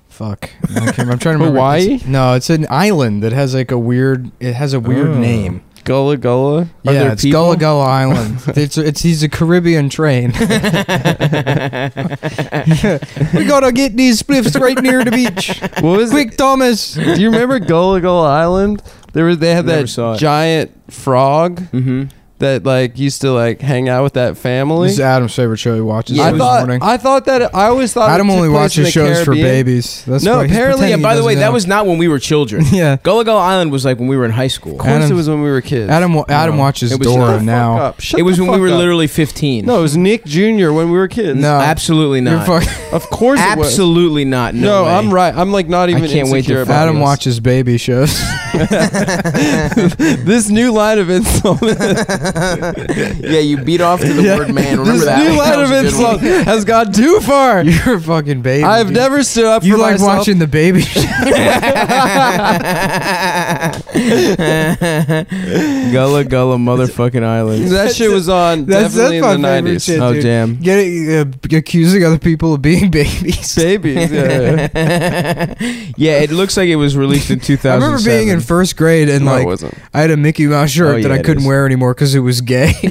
Speaker 1: Fuck, I can't remember. I'm trying to remember.
Speaker 3: Hawaii?
Speaker 1: It's- no, it's an island that has like a weird. It has a weird
Speaker 2: Oh.
Speaker 1: name.
Speaker 3: Gullah Gullah.
Speaker 2: Are
Speaker 1: yeah,
Speaker 2: there
Speaker 1: it's Gullah
Speaker 2: people?
Speaker 1: Gullah
Speaker 2: [laughs]
Speaker 1: Island. it's it's he's a Caribbean train.
Speaker 2: [laughs]
Speaker 1: we gotta get these spliffs right near the
Speaker 3: [laughs]
Speaker 1: beach.
Speaker 3: What was
Speaker 1: Quick, Thomas.
Speaker 3: it? Do you remember Gullah Gullah Island? There was they had
Speaker 2: Never saw
Speaker 3: that
Speaker 2: it.
Speaker 3: giant frog
Speaker 2: Mm-hmm.
Speaker 3: that like used to like hang out with that family.
Speaker 1: This is Adam's favorite show he watches
Speaker 3: I
Speaker 1: this
Speaker 3: thought
Speaker 1: morning.
Speaker 3: I thought that I always thought it
Speaker 1: Adam
Speaker 3: took
Speaker 1: only
Speaker 3: place in
Speaker 1: watches
Speaker 3: the
Speaker 1: shows for
Speaker 3: Caribbean.
Speaker 1: babies. That's
Speaker 3: No,
Speaker 1: why he's
Speaker 3: apparently-
Speaker 1: pretending
Speaker 2: Yeah.
Speaker 1: he
Speaker 2: By the
Speaker 1: doesn't
Speaker 2: way, that
Speaker 1: know.
Speaker 2: was not when we were
Speaker 3: [laughs]
Speaker 2: children.
Speaker 1: [laughs] yeah.
Speaker 2: Gullah Gullah Island was like when we were in high school.
Speaker 3: Of course,
Speaker 1: Adam-
Speaker 3: it was when we were kids.
Speaker 1: Adam wa- Adam
Speaker 2: No.
Speaker 1: watches
Speaker 2: It was-
Speaker 3: Shut the
Speaker 1: Dora
Speaker 3: fuck
Speaker 1: now.
Speaker 3: up. Shut
Speaker 2: it was
Speaker 3: the
Speaker 2: when we
Speaker 3: fuck
Speaker 2: were
Speaker 3: up.
Speaker 2: literally 15.
Speaker 3: No, it was Nick Jr. when we were kids.
Speaker 1: No.
Speaker 2: absolutely
Speaker 1: You're
Speaker 2: not.
Speaker 1: fucking-
Speaker 3: Of course it was.
Speaker 2: absolutely not. No,
Speaker 3: No,
Speaker 2: way. [laughs]
Speaker 3: I'm right. I'm like not even
Speaker 2: can't wait to
Speaker 3: insecure about
Speaker 1: Adam
Speaker 3: this.
Speaker 1: watches baby shows.
Speaker 3: [laughs]
Speaker 1: [laughs]
Speaker 3: this new line of insult.
Speaker 2: Yeah, you beat off to the word man. Remember
Speaker 3: this
Speaker 2: that?
Speaker 3: new
Speaker 2: That
Speaker 3: line
Speaker 2: was
Speaker 3: of
Speaker 2: a good
Speaker 3: insult
Speaker 2: one.
Speaker 3: has gone too far.
Speaker 1: You're a fucking baby.
Speaker 3: [laughs] I've
Speaker 1: dude.
Speaker 3: never stood up
Speaker 1: You
Speaker 3: for
Speaker 1: like
Speaker 3: myself.
Speaker 1: watching the baby show.
Speaker 2: [laughs] Gullah Gullah motherfucking island.
Speaker 3: [laughs] That shit was on
Speaker 1: That's-
Speaker 3: definitely
Speaker 1: that's
Speaker 3: in the
Speaker 1: my favorite
Speaker 3: nineties.
Speaker 1: shit.
Speaker 2: oh
Speaker 1: dude.
Speaker 2: damn.
Speaker 1: Get it, uh, accusing other people of being [laughs] babies.
Speaker 3: Babies.
Speaker 1: [laughs]
Speaker 3: Yeah, yeah.
Speaker 2: [laughs] yeah, it looks like it was released
Speaker 3: [laughs]
Speaker 2: in 2000.
Speaker 1: I remember being in first grade and
Speaker 3: no, it
Speaker 1: like
Speaker 3: wasn't.
Speaker 1: I had a Mickey Mouse shirt
Speaker 2: Oh,
Speaker 1: that
Speaker 2: yeah,
Speaker 1: I
Speaker 2: it
Speaker 1: couldn't
Speaker 2: is.
Speaker 1: wear anymore because it was gay.
Speaker 2: [laughs]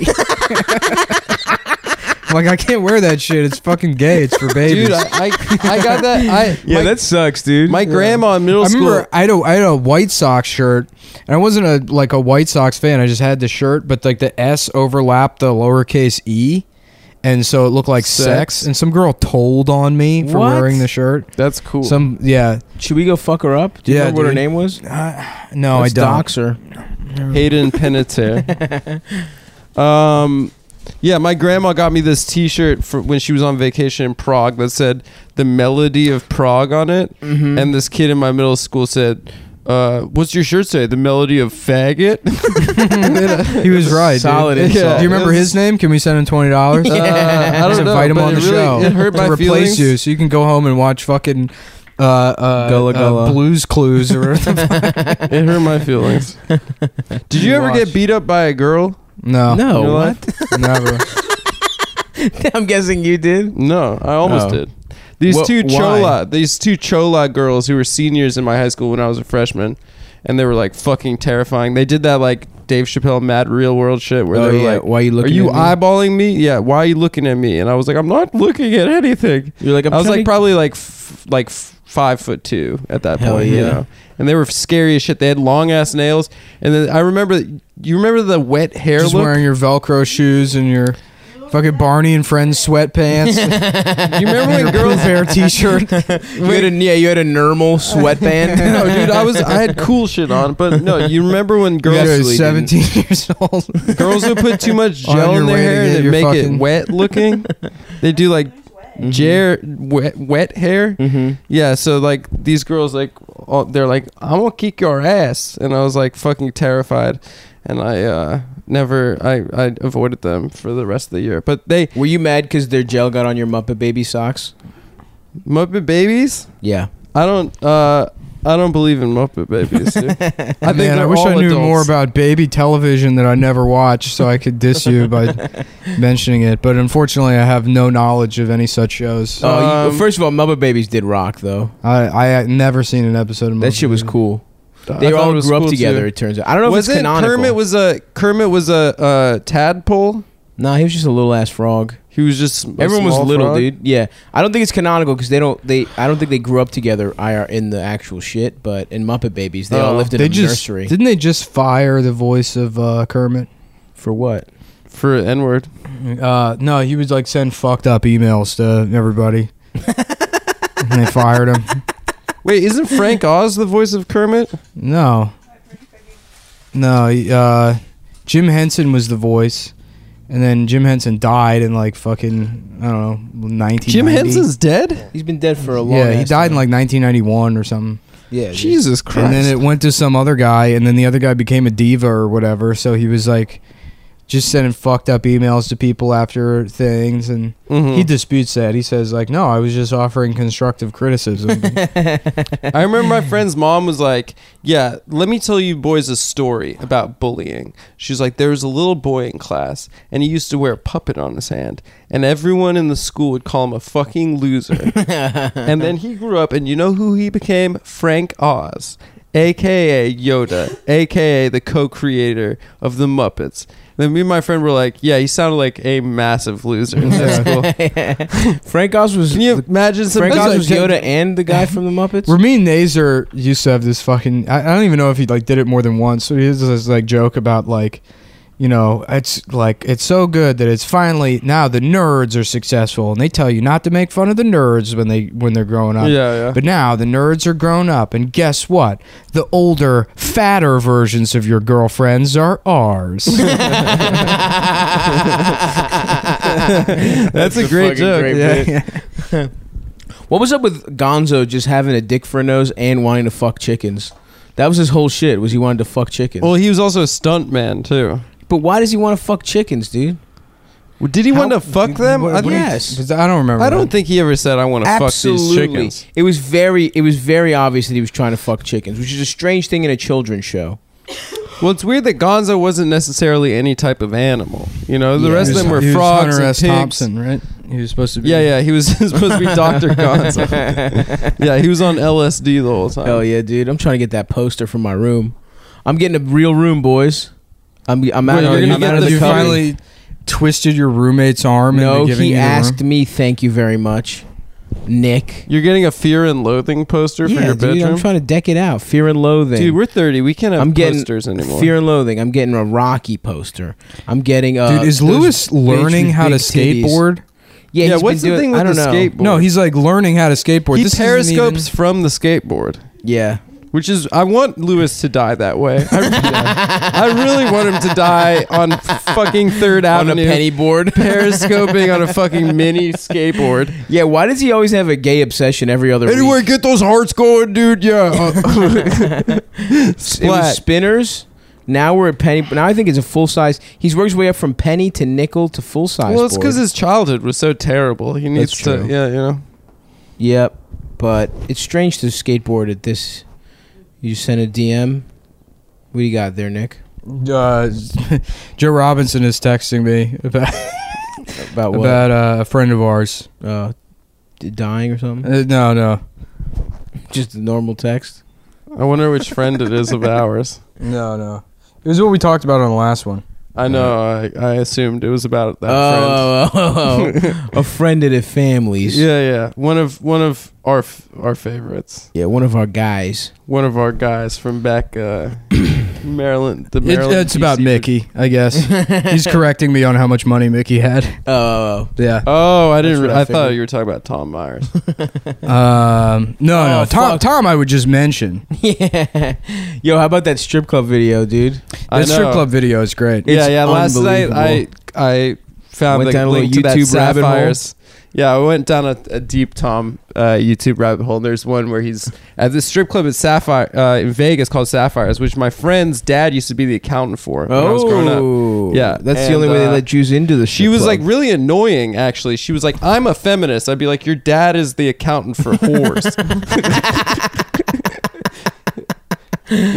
Speaker 1: I'm like I can't wear that shit. It's fucking gay. It's for babies.
Speaker 3: Dude, I, I, I got that.
Speaker 1: [laughs]
Speaker 3: I,
Speaker 2: Yeah,
Speaker 3: my,
Speaker 2: that sucks, dude.
Speaker 3: my grandma in middle
Speaker 1: I
Speaker 3: school.
Speaker 1: remember [laughs] I had, a, I had a White Sox shirt, and I wasn't a like a White Sox fan. I just had the shirt, but like the S overlapped the lowercase e, and so it looked like sex.
Speaker 3: Sex.
Speaker 1: And some girl told on me for
Speaker 2: What?
Speaker 1: wearing the shirt.
Speaker 3: That's cool.
Speaker 1: Some yeah,
Speaker 2: should we go fuck her up? Do you
Speaker 1: Yeah,
Speaker 2: remember what her
Speaker 1: dude.
Speaker 2: name was?
Speaker 1: no,
Speaker 2: Let's
Speaker 1: I don't.
Speaker 2: dox her.
Speaker 3: [laughs] Hayden Panettiere. um, yeah, my grandma got me this T-shirt for when she was on vacation in Prague that said the melody of Prague on it,
Speaker 2: Mm-hmm. Mm.
Speaker 3: and this kid in my middle school said. Uh, what's your shirt say? The melody of faggot. [laughs]
Speaker 1: He was right. dude.
Speaker 2: Solid insult.
Speaker 3: Yeah.
Speaker 1: Do you remember his name? Can we send him twenty dollars?
Speaker 3: Uh, I
Speaker 1: Just
Speaker 3: don't know.
Speaker 1: invite him
Speaker 3: but
Speaker 1: on the
Speaker 3: it really-
Speaker 1: show.
Speaker 3: It hurt
Speaker 1: to
Speaker 3: my
Speaker 1: replace
Speaker 3: feelings.
Speaker 1: you, so you can go home and watch fucking uh, uh,
Speaker 2: Gullah
Speaker 1: uh,
Speaker 2: Gullah.
Speaker 1: Blues Clues or whatever.
Speaker 3: [laughs]
Speaker 1: the fuck.
Speaker 3: It hurt my feelings. Did you ever get beat up by a girl?
Speaker 1: no,
Speaker 2: no,
Speaker 3: You know
Speaker 2: what?
Speaker 1: never.
Speaker 2: [laughs] I'm guessing you did.
Speaker 3: No, I almost
Speaker 2: Oh.
Speaker 3: did. These
Speaker 2: Wha-
Speaker 3: two
Speaker 2: why?
Speaker 3: chola, these two chola girls who were seniors in my high school when I was a freshman, and they were like fucking terrifying. They did that like Dave Chappelle Mad Real World shit [laughs] where
Speaker 2: Oh,
Speaker 3: they were
Speaker 2: yeah.
Speaker 3: like,
Speaker 2: Why you
Speaker 3: "Are
Speaker 2: looking
Speaker 3: you
Speaker 2: at me?"
Speaker 3: eyeballing me? Yeah, why are you looking at me?" And I was like, "I'm not looking at anything."
Speaker 2: You're like, I'm
Speaker 3: i was
Speaker 2: trying
Speaker 3: like
Speaker 2: to-
Speaker 3: probably like f- like f- five foot two at that
Speaker 2: Hell
Speaker 3: point,
Speaker 2: yeah.
Speaker 3: you know. And they were scary as shit. They had long ass nails, and then I remember you remember the wet hair
Speaker 1: Just
Speaker 3: look.
Speaker 1: wearing your Velcro shoes and your fucking Barney and Friends sweatpants.
Speaker 3: [laughs] you remember
Speaker 1: and
Speaker 3: when
Speaker 1: your
Speaker 3: girls
Speaker 1: girls hair
Speaker 3: [laughs]
Speaker 1: T-shirt.
Speaker 2: You had a, yeah, you had a
Speaker 1: [laughs]
Speaker 2: normal sweatband.
Speaker 3: no, dude, I was I had cool shit on, but no, you remember when
Speaker 1: Girls
Speaker 3: [laughs] girls
Speaker 1: seventeen [laughs] years old.
Speaker 3: girls would put too much
Speaker 1: [laughs] On
Speaker 3: gel
Speaker 1: your
Speaker 3: in their
Speaker 1: way to
Speaker 3: hair
Speaker 1: get
Speaker 3: and
Speaker 1: your
Speaker 3: it'd make
Speaker 1: fucking- Mm-hmm.
Speaker 3: it wet looking.
Speaker 1: [laughs]
Speaker 3: they do like jer wet wet hair.
Speaker 2: Mm-hmm.
Speaker 3: Yeah, so like these girls like all, they're like I'm gonna kick your ass, and I was like fucking terrified, and I uh never I I avoided them for the rest of the year. But they
Speaker 2: Were you mad because their gel got on your Muppet Baby socks?
Speaker 3: Muppet Babies.
Speaker 2: Yeah.
Speaker 3: I don't uh I don't believe in Muppet
Speaker 1: [laughs]
Speaker 3: Babies. Dude. I think
Speaker 1: Man, I
Speaker 3: they're
Speaker 1: wish I
Speaker 3: all
Speaker 1: knew more
Speaker 3: adults.
Speaker 1: about baby television that I never watched, so I could diss you by mentioning it. But unfortunately, I have no knowledge of any such shows.
Speaker 2: Oh, you-
Speaker 3: Um,
Speaker 2: first of all, Muppet Babies did rock though.
Speaker 1: I I had never seen an episode of
Speaker 2: That shit was
Speaker 1: Muppet
Speaker 2: cool.
Speaker 3: I
Speaker 2: They
Speaker 3: thought
Speaker 2: all
Speaker 3: it
Speaker 2: grew
Speaker 3: was
Speaker 2: up
Speaker 3: cool,
Speaker 2: together.
Speaker 3: too.
Speaker 2: It turns out. I don't know
Speaker 3: was
Speaker 2: if it's
Speaker 3: it
Speaker 2: canonical.
Speaker 3: Kermit was a Kermit was a uh, tadpole?
Speaker 2: nah, he was just a little ass frog.
Speaker 3: He was just a
Speaker 2: Everyone was
Speaker 3: small
Speaker 2: little,
Speaker 3: frog?
Speaker 2: dude. Yeah, I don't think it's canonical because they don't. They I don't think they grew up together. IR in the actual shit, but in Muppet Babies, Uh, they all
Speaker 3: Oh,
Speaker 2: lived in
Speaker 1: they
Speaker 2: a
Speaker 1: just
Speaker 2: nursery.
Speaker 1: didn't they just fire the voice of uh, Kermit?
Speaker 2: For what?
Speaker 3: for N word.
Speaker 1: Uh, no, he was [laughs] like send fucked up emails to everybody, and they fired him.
Speaker 3: Wait,
Speaker 2: [laughs]
Speaker 3: isn't Frank Oz the voice of Kermit?
Speaker 1: No. No, uh, Jim Henson was the voice, and then Jim Henson died in like fucking I don't know nineteen.
Speaker 3: Jim Henson's dead?
Speaker 2: He's been dead for a long.
Speaker 1: yeah, he
Speaker 2: ass
Speaker 1: died in
Speaker 2: time.
Speaker 1: like nineteen ninety one or something.
Speaker 2: yeah. dude.
Speaker 3: Jesus Christ.
Speaker 1: And then it went to some other guy, and then the other guy became a diva or whatever. So he was like, just sending fucked up emails to people after things, and
Speaker 3: Mhm.
Speaker 1: he disputes that. He says like, no, I was just offering constructive
Speaker 3: [laughs]
Speaker 1: criticism.
Speaker 3: I remember
Speaker 2: [laughs]
Speaker 3: my friend's mom was like, Yeah, let me tell you boys a story about bullying. She was like, There was a little boy in class, and he used to wear a puppet on his hand, and everyone in the school would call him a fucking
Speaker 2: [laughs]
Speaker 3: loser. and then he grew up, and you know who he became? Frank Oz, aka Yoda, aka the co creator of The Muppets. Then me and my friend were like, Yeah, he sounded like a massive loser. in that school."
Speaker 2: Frank Oz was
Speaker 3: Can you imagine some
Speaker 2: Frank
Speaker 1: That's
Speaker 2: Oz
Speaker 1: like
Speaker 2: was
Speaker 1: ten-
Speaker 2: Yoda and the guy from the Muppets. [laughs]
Speaker 1: Ramin Nazer used to have this fucking. I, I don't even know if he like did it more than once. So he has this like joke about like, you know, it's like it's so good that it's finally now the nerds are successful and they tell you not to make fun of the nerds when they when they're growing
Speaker 3: Yeah,
Speaker 1: up.
Speaker 3: yeah.
Speaker 1: But now the nerds are grown up, and guess what? The older, fatter versions of your girlfriends are
Speaker 3: [laughs]
Speaker 1: ours.
Speaker 3: That's,
Speaker 2: That's
Speaker 3: a
Speaker 2: a fucking
Speaker 3: great joke.
Speaker 2: great
Speaker 3: yeah.
Speaker 2: bit.
Speaker 1: [laughs]
Speaker 2: What was up with Gonzo just having a dick for a nose and wanting to fuck chickens? That was his whole shit. Was he wanted to fuck chickens?
Speaker 3: Well, he was also a stunt man too.
Speaker 2: but why does he want to fuck chickens, dude?
Speaker 3: Well, did he
Speaker 1: How-
Speaker 3: want to fuck them?
Speaker 1: What-
Speaker 3: I,
Speaker 1: what do you-
Speaker 2: Yes.
Speaker 1: Because I don't remember.
Speaker 3: I don't
Speaker 1: that.
Speaker 3: think he ever said, "I want to fuck these chickens."
Speaker 2: It was very it was very obvious that he was trying to fuck chickens, which is a strange thing in a children's show.
Speaker 3: Well, it's weird that Gonzo wasn't necessarily any type of animal. You know, the
Speaker 2: Yeah.
Speaker 3: rest
Speaker 1: He
Speaker 3: of
Speaker 1: was-
Speaker 3: them were
Speaker 1: he was
Speaker 3: frogs
Speaker 1: Hunter
Speaker 3: and
Speaker 1: S.
Speaker 3: pigs.
Speaker 1: Thompson, right? He was supposed to be.
Speaker 3: Yeah, yeah, he was [laughs] supposed to be Doctor Gonzo. yeah, he was on LSD the whole time.
Speaker 1: Um,
Speaker 2: Hell yeah, dude! I'm trying to get that poster from my room. I'm getting a real room, boys. I'm I'm out
Speaker 3: Wait,
Speaker 2: of
Speaker 3: you're
Speaker 2: the,
Speaker 3: gonna
Speaker 2: I'm
Speaker 3: get
Speaker 2: out of
Speaker 3: the
Speaker 2: the
Speaker 1: you
Speaker 3: cover?
Speaker 2: cupboard.
Speaker 1: finally twisted your roommate's arm.
Speaker 2: No,
Speaker 1: into giving
Speaker 2: he
Speaker 1: you the room?
Speaker 2: asked me, "Thank you very much, Nick."
Speaker 3: You're getting a Fear and Loathing poster for
Speaker 2: yeah,
Speaker 3: your
Speaker 2: dude, I'm
Speaker 3: bedroom,
Speaker 2: trying to deck it out. Fear and Loathing.
Speaker 3: dude. We're 30. We can't have
Speaker 2: I'm getting
Speaker 3: posters anymore.
Speaker 2: Fear and Loathing. I'm getting a Rocky poster. I'm getting uh, a.
Speaker 1: Dude, is Lewis learning how to skateboard?
Speaker 2: Yeah,
Speaker 3: Yeah,
Speaker 2: he's
Speaker 3: what's
Speaker 2: been
Speaker 3: the
Speaker 2: doing-
Speaker 3: thing with
Speaker 2: I don't
Speaker 3: the
Speaker 2: know.
Speaker 3: skateboard?
Speaker 1: No, he's like learning how to skateboard.
Speaker 3: he
Speaker 1: this isn't
Speaker 3: periscopes from the skateboard.
Speaker 2: Yeah,
Speaker 3: Which is, I want Lewis to die that way. I, I really want him to die on fucking Third
Speaker 2: on a
Speaker 3: Avenue,
Speaker 2: penny
Speaker 3: [laughs]
Speaker 2: board.
Speaker 3: periscoping on a fucking mini skateboard.
Speaker 2: [laughs] yeah, why does he always have a gay obsession every other
Speaker 3: Anyway,
Speaker 2: week?
Speaker 3: get those hearts going, dude. Yeah.
Speaker 1: [laughs]
Speaker 2: it was
Speaker 3: Splat.
Speaker 2: spinners. Now we're at penny. Now I think it's a full size. He's worked his way up from penny to nickel to full size.
Speaker 3: well, it's
Speaker 2: board.
Speaker 3: because his childhood was so terrible. He needs
Speaker 2: That's
Speaker 3: to,
Speaker 2: true.
Speaker 3: yeah, you know.
Speaker 2: Yep, but it's strange to skateboard at this. You sent a DM. What do you got there, Nick?
Speaker 1: Even, uh, Joe Robinson is texting me about
Speaker 2: About what?
Speaker 1: about uh, a friend of ours.
Speaker 2: uh, d- dying or something?
Speaker 1: Uh, no, no,
Speaker 2: Just the normal text.
Speaker 3: I wonder which friend
Speaker 2: [laughs]
Speaker 3: it is of ours.
Speaker 1: no, no. It was what we talked about on the last one.
Speaker 3: I know. I, I assumed it was about that friend.
Speaker 2: oh, oh, oh, [laughs] oh. a friend of the families.
Speaker 3: Yeah, yeah. One of one of our f- our favorites.
Speaker 2: Yeah, one of our guys.
Speaker 3: One of our guys from back uh, [coughs] Maryland. The
Speaker 1: It,
Speaker 3: Maryland.
Speaker 1: it's about
Speaker 3: DC
Speaker 1: Mickey, I [laughs] guess. He's correcting me on how much money Mickey had.
Speaker 2: Oh,
Speaker 1: Yeah.
Speaker 3: Oh, I
Speaker 2: That's
Speaker 3: didn't.
Speaker 2: what
Speaker 3: Re-
Speaker 2: I
Speaker 3: I, thought
Speaker 2: figured.
Speaker 3: you were talking about Tom
Speaker 2: [laughs]
Speaker 3: Myers.
Speaker 1: Um, no,
Speaker 2: Oh,
Speaker 1: no. Tom,
Speaker 2: fuck.
Speaker 1: Tom, I would just mention.
Speaker 2: [laughs] yeah. Yo, how about that strip club video, dude?
Speaker 3: I
Speaker 1: That strip
Speaker 3: know.
Speaker 1: club video is great.
Speaker 3: yeah,
Speaker 2: It's
Speaker 3: yeah. Last night I I found
Speaker 2: Went
Speaker 3: the
Speaker 2: down a
Speaker 3: link
Speaker 2: little
Speaker 3: to that
Speaker 2: YouTube rabbit hole.
Speaker 3: Sapphires. Yeah, I went down a, a deep Tom uh, YouTube rabbit hole. There's one where he's at this strip club at Sapphire uh, in Vegas called Sapphires, which my friend's dad used to be the accountant for when I was growing
Speaker 2: Oh.
Speaker 3: up. Yeah,
Speaker 2: that's the
Speaker 3: Oh. and,
Speaker 2: only way they
Speaker 3: uh,
Speaker 2: let Jews into the.
Speaker 3: She
Speaker 2: strip
Speaker 3: was
Speaker 2: club.
Speaker 3: like really annoying, actually. She was like, I'm a feminist. I'd be like, Your dad is the accountant for whores.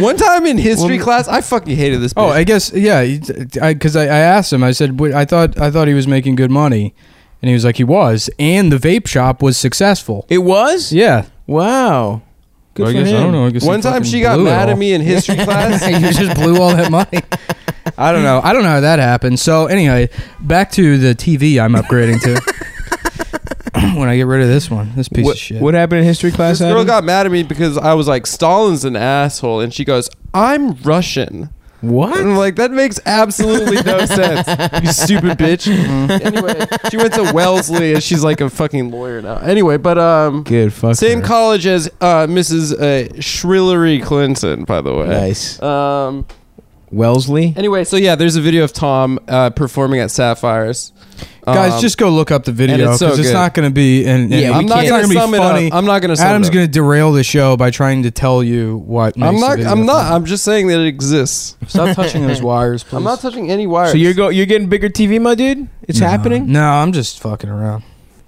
Speaker 3: [laughs] One time in history class, I fucking hated this.
Speaker 1: Oh,
Speaker 3: bitch.
Speaker 1: I guess yeah, because I, I, asked him. I said "Wait, I thought I thought he was making good money, and he was like he was, and the vape shop was successful.
Speaker 2: it was.
Speaker 1: Yeah,
Speaker 2: Wow.
Speaker 1: I
Speaker 2: Good for
Speaker 1: guess
Speaker 2: him.
Speaker 1: I don't know. I guess
Speaker 3: One
Speaker 1: he
Speaker 3: time
Speaker 1: fucking
Speaker 3: she got
Speaker 1: blew it
Speaker 3: mad
Speaker 1: all. [laughs]
Speaker 3: at me in history class.
Speaker 1: you [laughs] just blew all that money. I don't know. I don't know how that happened. So anyway, back to the TV I'm upgrading to. [laughs] [coughs] when I get rid of this one, this piece
Speaker 2: What,
Speaker 1: of shit.
Speaker 2: what happened in history class?
Speaker 3: This girl
Speaker 2: Adam?
Speaker 3: got mad at me because I was like, Stalin's an asshole. And she goes, I'm Russian.
Speaker 1: [laughs]
Speaker 2: What?
Speaker 3: And I'm like, that makes absolutely no sense. You stupid bitch.
Speaker 1: Mm-hmm.
Speaker 3: Anyway, she went to Wellesley and she's like a fucking lawyer now. Anyway, but um,
Speaker 2: Good. Fuck.
Speaker 3: same
Speaker 2: her.
Speaker 3: college as uh, Mrs. Uh, Shrillery Clinton, by the way.
Speaker 2: Nice.
Speaker 3: Um.
Speaker 2: Wellesley.
Speaker 3: Anyway, so yeah, there's a video of Tom uh, performing at Sapphires.
Speaker 1: Guys,
Speaker 3: Um,
Speaker 1: just go look up the video
Speaker 3: and it's
Speaker 1: because
Speaker 3: so
Speaker 1: it's,
Speaker 3: good.
Speaker 1: not going to be. And, and
Speaker 2: Yeah,
Speaker 3: I'm
Speaker 2: we
Speaker 3: not
Speaker 2: can't-
Speaker 3: gonna
Speaker 1: it's not gonna
Speaker 3: sum
Speaker 1: be
Speaker 3: it
Speaker 1: funny.
Speaker 3: up. I'm not gonna. Sum
Speaker 1: Adam's
Speaker 3: it up.
Speaker 1: going to derail the show by trying to tell you what. Makes
Speaker 3: I'm
Speaker 1: the
Speaker 3: not.
Speaker 1: video
Speaker 3: I'm not.
Speaker 1: funny.
Speaker 3: I'm just saying that it exists.
Speaker 1: Stop touching [laughs] those wires, please.
Speaker 3: I'm not touching any wires.
Speaker 2: So you're go. You're getting bigger TV, my dude. It's
Speaker 1: No.
Speaker 2: happening.
Speaker 1: No, I'm just fucking around.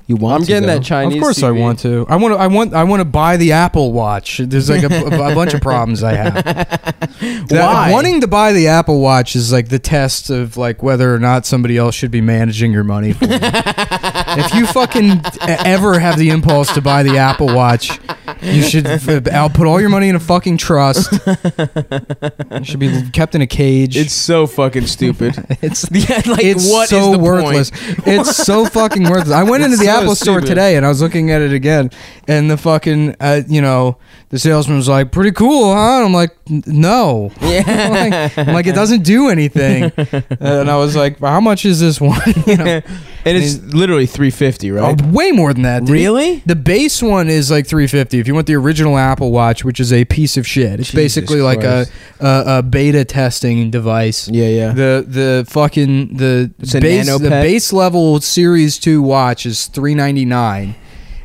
Speaker 2: You want?
Speaker 3: I'm
Speaker 2: to,
Speaker 3: getting
Speaker 2: though.
Speaker 3: that Chinese.
Speaker 1: of course, I
Speaker 3: TV.
Speaker 1: want to. I want to. I want. I want to buy the Apple Watch. There's like a,
Speaker 2: [laughs]
Speaker 1: a bunch of problems I have. That-
Speaker 2: Why?
Speaker 1: wanting to buy the Apple Watch is like the test of like whether or not somebody else should be managing your money. For you. if you fucking e- ever have the impulse to buy the Apple Watch, you should f- I'll put all your money in a fucking trust. It should be kept in a cage.
Speaker 2: It's so fucking
Speaker 3: [laughs]
Speaker 2: stupid.
Speaker 1: it's
Speaker 2: [laughs] yeah, like
Speaker 1: it's
Speaker 2: what is
Speaker 1: so
Speaker 2: the
Speaker 1: worthless.
Speaker 2: point? [laughs]
Speaker 1: It's so fucking worthless. I went into
Speaker 3: It's
Speaker 1: the
Speaker 3: so
Speaker 1: Apple store
Speaker 3: stupid.
Speaker 1: today and I was looking at it again, and the fucking uh, you know the salesman was like, "Pretty cool, huh?" And I'm like, "N- "No." [laughs]
Speaker 2: [laughs]
Speaker 3: [laughs]
Speaker 2: Yeah.
Speaker 1: like, I'm like, it doesn't do
Speaker 2: [laughs]
Speaker 1: anything. and I was like, how much is this one? [laughs] you know,
Speaker 2: and it's literally 350, right?
Speaker 1: oh, way more than that. dude.
Speaker 2: really?
Speaker 1: The base one is like 350. If you want the original Apple Watch, which is a piece of shit, it's
Speaker 2: Jesus
Speaker 1: basically like a,
Speaker 2: Christ.
Speaker 1: a a beta testing device.
Speaker 2: Yeah, yeah.
Speaker 1: The the fucking the
Speaker 2: It's a
Speaker 1: base
Speaker 2: nano
Speaker 1: the
Speaker 2: pet?
Speaker 1: base level Series 2 watch is 399.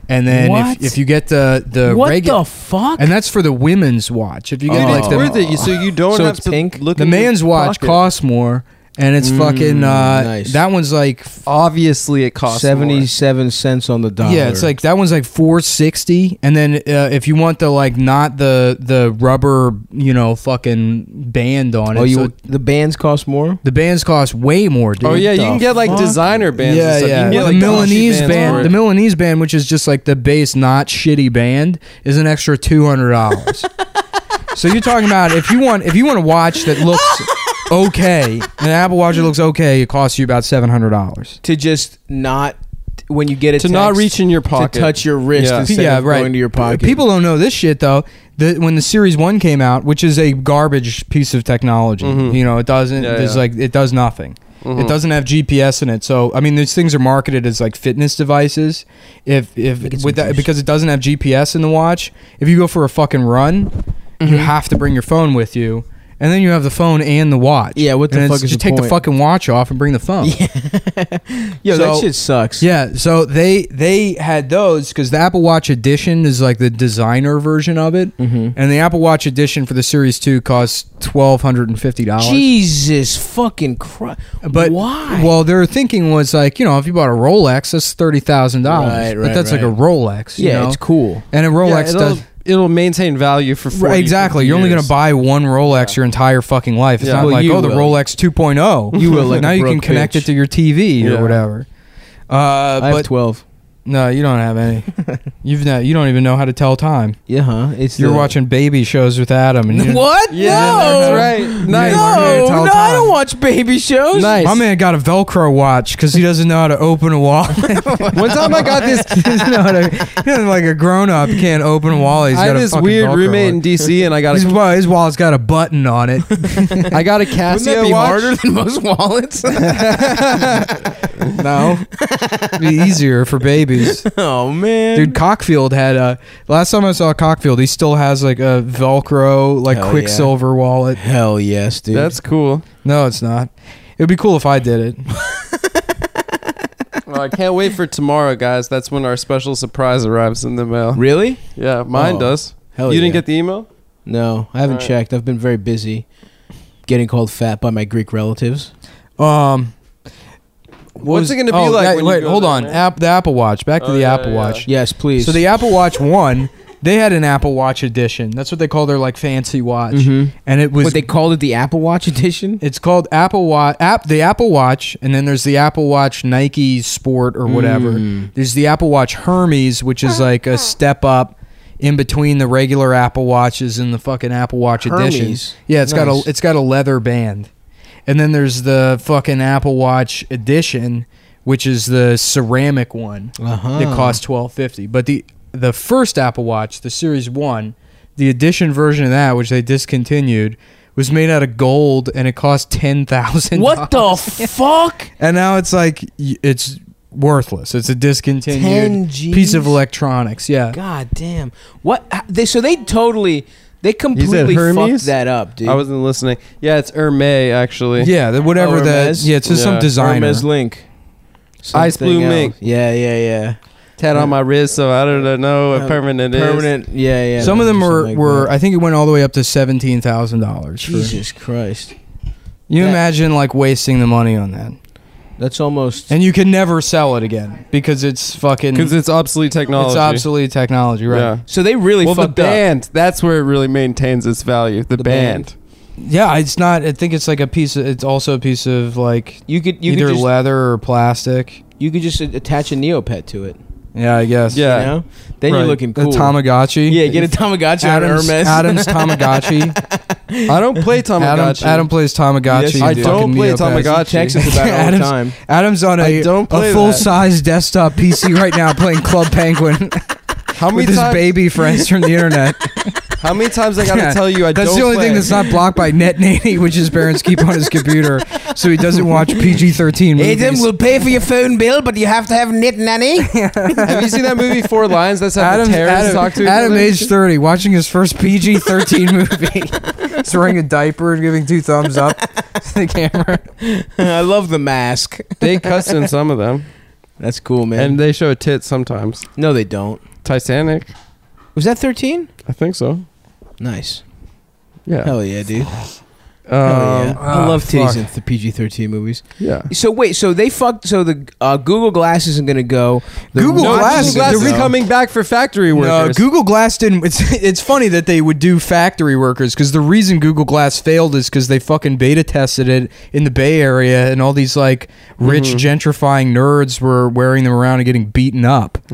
Speaker 1: And then
Speaker 2: What?
Speaker 1: if, if you get the the
Speaker 2: what
Speaker 1: regular
Speaker 2: the fuck?
Speaker 1: and that's for the women's watch. If you
Speaker 3: Dude,
Speaker 1: get
Speaker 2: Oh.
Speaker 1: like
Speaker 3: it's
Speaker 1: the
Speaker 3: worth it. You, so you don't
Speaker 2: So
Speaker 3: have
Speaker 2: it's
Speaker 3: to
Speaker 2: pink?
Speaker 3: look.
Speaker 1: the
Speaker 3: in your
Speaker 1: man's watch
Speaker 3: pocket.
Speaker 1: costs more and it's
Speaker 3: Mm,
Speaker 1: fucking uh
Speaker 2: nice.
Speaker 1: that one's like
Speaker 3: Obviously, it costs more.
Speaker 2: 77 cents on the dollar.
Speaker 1: yeah it's like that one's like 460 and then uh, if you want the like not the the rubber you know fucking band on it
Speaker 2: oh, you
Speaker 1: so
Speaker 2: the bands cost more.
Speaker 1: the bands cost way more dude
Speaker 3: Oh yeah, you
Speaker 2: the
Speaker 3: can get like
Speaker 2: fuck?
Speaker 3: designer bands. and
Speaker 1: yeah,
Speaker 3: stuff. You
Speaker 1: yeah.
Speaker 3: can get,
Speaker 1: the
Speaker 3: like,
Speaker 1: Milanese
Speaker 3: Gucci bands
Speaker 1: band,
Speaker 3: for
Speaker 1: the
Speaker 3: it.
Speaker 1: Milanese band, which is just like the base, not shitty band, is an extra two hundred
Speaker 3: [laughs]
Speaker 1: dollars. so you're talking about if you want if you want a watch that looks okay, an Apple Watch that looks okay, it costs you about seven hundred dollars.
Speaker 2: To just not when you get it
Speaker 3: to not reach in your
Speaker 2: to
Speaker 3: pocket.
Speaker 2: touch your wrist
Speaker 3: Yeah.
Speaker 2: instead of going to your pocket.
Speaker 1: People don't know this shit though. The, when the Series One came out, which is a garbage piece of technology,
Speaker 2: Mm-hmm.
Speaker 3: Mhm.
Speaker 1: you know, it doesn't.
Speaker 3: Yeah,
Speaker 1: there's
Speaker 3: yeah.
Speaker 1: like it does nothing. It
Speaker 3: Mhm.
Speaker 1: doesn't have GPS in it. So I mean, these things are marketed as like fitness devices. If
Speaker 2: Think
Speaker 1: if
Speaker 2: it's
Speaker 1: with that
Speaker 2: juice.
Speaker 1: because it doesn't have GPS in the watch, if you go for a fucking run,
Speaker 2: Mm-hmm.
Speaker 1: you have to bring your phone with you. And then you have the phone and the watch.
Speaker 2: Yeah, what the
Speaker 1: And
Speaker 2: fuck
Speaker 1: it's-
Speaker 2: is
Speaker 1: just
Speaker 2: the
Speaker 1: take the
Speaker 2: point?
Speaker 1: fucking watch off and bring the
Speaker 2: [laughs]
Speaker 1: phone.
Speaker 2: Yo, that
Speaker 1: So-
Speaker 2: shit sucks.
Speaker 1: Yeah, so they they had those because the Apple Watch Edition is like the designer version of it,
Speaker 2: Mhm.
Speaker 1: and the Apple Watch Edition for the Series Two costs twelve hundred and fifty dollars.
Speaker 2: Jesus fucking Christ.
Speaker 1: But
Speaker 2: why?
Speaker 1: Well, their thinking was like, you know, if you bought a Rolex, that's thirty thousand
Speaker 2: Right,
Speaker 1: dollars,
Speaker 2: right,
Speaker 1: but that's like
Speaker 2: right.
Speaker 1: a Rolex, you
Speaker 2: yeah,
Speaker 1: know?
Speaker 2: it's cool.
Speaker 1: and a
Speaker 3: Yeah,
Speaker 1: Rolex
Speaker 3: it'll,
Speaker 1: does.
Speaker 3: it'll maintain value for 40,
Speaker 1: Right, exactly.
Speaker 3: 50
Speaker 1: You're only going
Speaker 3: years.
Speaker 1: to buy one Rolex your entire fucking life. It's
Speaker 3: Yeah.
Speaker 1: not
Speaker 2: Well,
Speaker 1: like,
Speaker 2: you
Speaker 1: oh, the
Speaker 2: will.
Speaker 1: Rolex 2.0.
Speaker 2: You will
Speaker 1: [laughs]
Speaker 2: like
Speaker 1: now
Speaker 2: a
Speaker 1: you can
Speaker 2: broke
Speaker 1: connect
Speaker 2: bitch.
Speaker 1: it to your TV
Speaker 3: Yeah.
Speaker 1: or whatever. Uh,
Speaker 2: I have
Speaker 1: but
Speaker 2: 12.
Speaker 1: no, you don't have [laughs] any. You've not, you don't even know how to tell time.
Speaker 2: Yeah, huh? It's
Speaker 1: You're
Speaker 2: the- [laughs]
Speaker 1: watching baby shows with Adam. And you-
Speaker 2: What?
Speaker 3: Yeah,
Speaker 2: no.
Speaker 3: that's right. Nice.
Speaker 1: learn how to
Speaker 2: No,
Speaker 1: tell
Speaker 2: no, I don't
Speaker 1: time.
Speaker 2: watch baby shows.
Speaker 3: Nice.
Speaker 1: My man got a Velcro watch because he doesn't know how to open a [laughs] wallet.
Speaker 3: One time I got
Speaker 1: [laughs]
Speaker 3: this.
Speaker 1: he doesn't know how to, he doesn't- like a grown up can't open a wallet. He's
Speaker 3: I
Speaker 1: got
Speaker 3: had
Speaker 1: a
Speaker 3: this
Speaker 1: fucking
Speaker 3: weird
Speaker 1: Velcro
Speaker 3: roommate in
Speaker 1: watch.
Speaker 3: DC, and I [laughs] got
Speaker 1: His,
Speaker 3: a,
Speaker 1: wa- his wallet's got a button on it.
Speaker 3: [laughs] I got a Casio
Speaker 2: Wouldn't that be
Speaker 3: watch.
Speaker 2: harder than most [laughs]
Speaker 3: [laughs]
Speaker 2: wallets?
Speaker 1: [laughs] no, It'd be easier for babies.
Speaker 2: oh man,
Speaker 1: Dude, Cockfield had a. Last time I saw Cockfield, he still has like a Velcro, like
Speaker 2: Hell yeah.
Speaker 1: Quicksilver wallet.
Speaker 2: Hell yes, dude.
Speaker 3: That's cool.
Speaker 1: No, it's not. It would be cool if I did it.
Speaker 3: Well, I can't wait for tomorrow, guys. That's when our special surprise arrives in the mail.
Speaker 2: really
Speaker 3: Yeah, mine
Speaker 2: Oh,
Speaker 3: does.
Speaker 2: hell.
Speaker 3: you
Speaker 2: yeah.
Speaker 3: didn't get the email?
Speaker 2: no. I haven't
Speaker 3: Alright.
Speaker 2: checked. I've been very busy getting called fat by my Greek relatives.
Speaker 1: Um, what
Speaker 3: What's it gonna be like
Speaker 1: that-
Speaker 3: when you
Speaker 1: wait,
Speaker 3: go
Speaker 1: hold
Speaker 3: there,
Speaker 1: on.
Speaker 3: man?
Speaker 1: App, the Apple Watch. Back to
Speaker 3: Oh,
Speaker 1: the
Speaker 3: yeah,
Speaker 1: Apple
Speaker 3: yeah.
Speaker 1: Watch.
Speaker 2: Yes, please.
Speaker 1: So the Apple Watch One, they had an Apple Watch edition. That's what they call their like fancy watch,
Speaker 3: Mm-hmm.
Speaker 2: Mhm.
Speaker 1: and it was.
Speaker 2: what they called it the Apple Watch edition.
Speaker 1: it's called Apple Watch. App the Apple Watch, and then there's the Apple Watch Nike Sport or whatever.
Speaker 2: Mm.
Speaker 1: There's the Apple Watch Hermes, which is like a step up in between the regular Apple Watches and the fucking Apple Watch
Speaker 2: Hermes.
Speaker 1: edition. Yeah, it's
Speaker 2: Nice.
Speaker 1: got a it's got a leather band. And then there's the fucking Apple Watch edition, which is the ceramic one
Speaker 2: Uh-huh.
Speaker 1: that costs twelve fifty. But the the first Apple Watch, the Series One, the edition version of that, which they discontinued, was made out of gold and it cost ten thousand.
Speaker 2: [laughs] [laughs] What the fuck?
Speaker 1: And now it's like y- it's worthless. It's a
Speaker 2: 10
Speaker 1: discontinued
Speaker 2: Gs?
Speaker 1: piece of electronics. Yeah.
Speaker 2: God damn. What? h- They so they totally they completely fucked
Speaker 3: Hermes?
Speaker 2: that up, dude.
Speaker 3: I wasn't listening. Yeah, it's Hermes actually.
Speaker 1: Yeah, that whatever
Speaker 2: Oh,
Speaker 1: that.
Speaker 2: Hermes?
Speaker 1: Yeah, it's just some
Speaker 3: Yeah,
Speaker 1: designer.
Speaker 2: Hermes Link.
Speaker 3: Ice blue
Speaker 2: else.
Speaker 3: mink.
Speaker 2: Yeah, yeah, yeah.
Speaker 3: Tat on my wrist, so I don't know
Speaker 2: Uh,
Speaker 3: what permanent, is.
Speaker 2: Permanent. Yeah, yeah.
Speaker 1: some of them
Speaker 2: Something
Speaker 1: were,
Speaker 2: like
Speaker 1: were
Speaker 2: that.
Speaker 1: I think it went all the way up to seventeen thousand dollars.
Speaker 2: Jesus Christ.
Speaker 1: You
Speaker 2: That-
Speaker 1: imagine like wasting the money on that,
Speaker 2: That's almost.
Speaker 1: and you can never sell it again because it's fucking it's
Speaker 3: Because Mm-hmm. it's obsolete technology.
Speaker 1: obsolete technology, right?
Speaker 3: Yeah.
Speaker 2: so they really
Speaker 3: Well, the
Speaker 2: fucked up.
Speaker 3: band, that's where it really maintains its value. The,
Speaker 2: The band.
Speaker 3: band.
Speaker 1: Yeah, it's not. I think it's like a piece. Of, it's also a piece of like
Speaker 2: You could you
Speaker 1: either
Speaker 2: could just,
Speaker 1: leather or plastic.
Speaker 2: you could just attach a Neopet to it.
Speaker 1: Yeah, I guess.
Speaker 3: Yeah.
Speaker 2: You know? Then
Speaker 1: Right.
Speaker 2: you're looking
Speaker 1: The
Speaker 2: cool.
Speaker 1: Tamagotchi.
Speaker 2: yeah, get a Tamagotchi out of
Speaker 1: Adam's,
Speaker 2: Hermes.
Speaker 1: Adam's Tamagotchi.
Speaker 3: [laughs] I don't play
Speaker 1: Adam,
Speaker 3: Tamagotchi.
Speaker 1: Adam plays Tamagotchi.
Speaker 2: Yes, you
Speaker 1: and
Speaker 3: I
Speaker 2: do.
Speaker 1: fucking
Speaker 3: don't play
Speaker 1: Neopets. [laughs]
Speaker 3: Tamagotchi.
Speaker 2: Texas about it all the
Speaker 1: Adam's-
Speaker 2: time.
Speaker 1: Adam's on
Speaker 3: I
Speaker 1: a,
Speaker 3: don't
Speaker 1: a
Speaker 3: play
Speaker 1: full
Speaker 3: that.
Speaker 1: size desktop PC right now playing Club Penguin [laughs]
Speaker 3: How many
Speaker 1: with his
Speaker 3: times?
Speaker 1: baby friends from the internet.
Speaker 3: How many times I gotta
Speaker 1: Yeah.
Speaker 3: tell you? I
Speaker 1: That's
Speaker 3: don't
Speaker 1: the only
Speaker 3: play.
Speaker 1: thing that's not blocked by Net Nanny, which his parents keep on his computer, so he doesn't watch PG thirteen movies.
Speaker 2: pay for your phone bill, but you have to have Knit Nanny.
Speaker 3: Have you seen that movie Four Lines? That's how
Speaker 1: Adam's-
Speaker 3: the terrorists
Speaker 1: Adam,
Speaker 3: talk to each
Speaker 1: Adam
Speaker 3: other?
Speaker 1: age thirty, watching his first PG
Speaker 3: [laughs]
Speaker 1: thirteen movie, throwing a diaper and giving two thumbs up to the camera.
Speaker 2: [laughs] I love the mask.
Speaker 3: They cuss in some of them,
Speaker 2: That's cool, man.
Speaker 3: and they show a tit sometimes.
Speaker 2: no, they don't.
Speaker 3: Titanic,
Speaker 2: Was that 13?
Speaker 3: I think so.
Speaker 2: Nice.
Speaker 3: Yeah.
Speaker 2: Hell yeah, dude. Hell Oh, yeah.
Speaker 3: Um,
Speaker 2: I
Speaker 1: ah,
Speaker 2: love
Speaker 1: fuck.
Speaker 2: titties in the PG 13 movies.
Speaker 3: yeah.
Speaker 2: So, wait, so they fucked. So, the uh, Google Glass isn't going to go. The
Speaker 1: Google
Speaker 2: watch
Speaker 1: Glass
Speaker 2: isn't
Speaker 1: is
Speaker 2: gonna
Speaker 1: Glass
Speaker 3: They're
Speaker 1: is
Speaker 2: go.
Speaker 3: coming back for factory
Speaker 1: No,
Speaker 3: workers.
Speaker 1: Google Glass didn't. It's [laughs] it's funny that they would do factory workers because the reason Google Glass failed is because they fucking beta tested it in the Bay Area and all these like rich
Speaker 3: Mm-hmm.
Speaker 1: gentrifying nerds were wearing them around and getting beaten
Speaker 3: [laughs]
Speaker 1: up [laughs]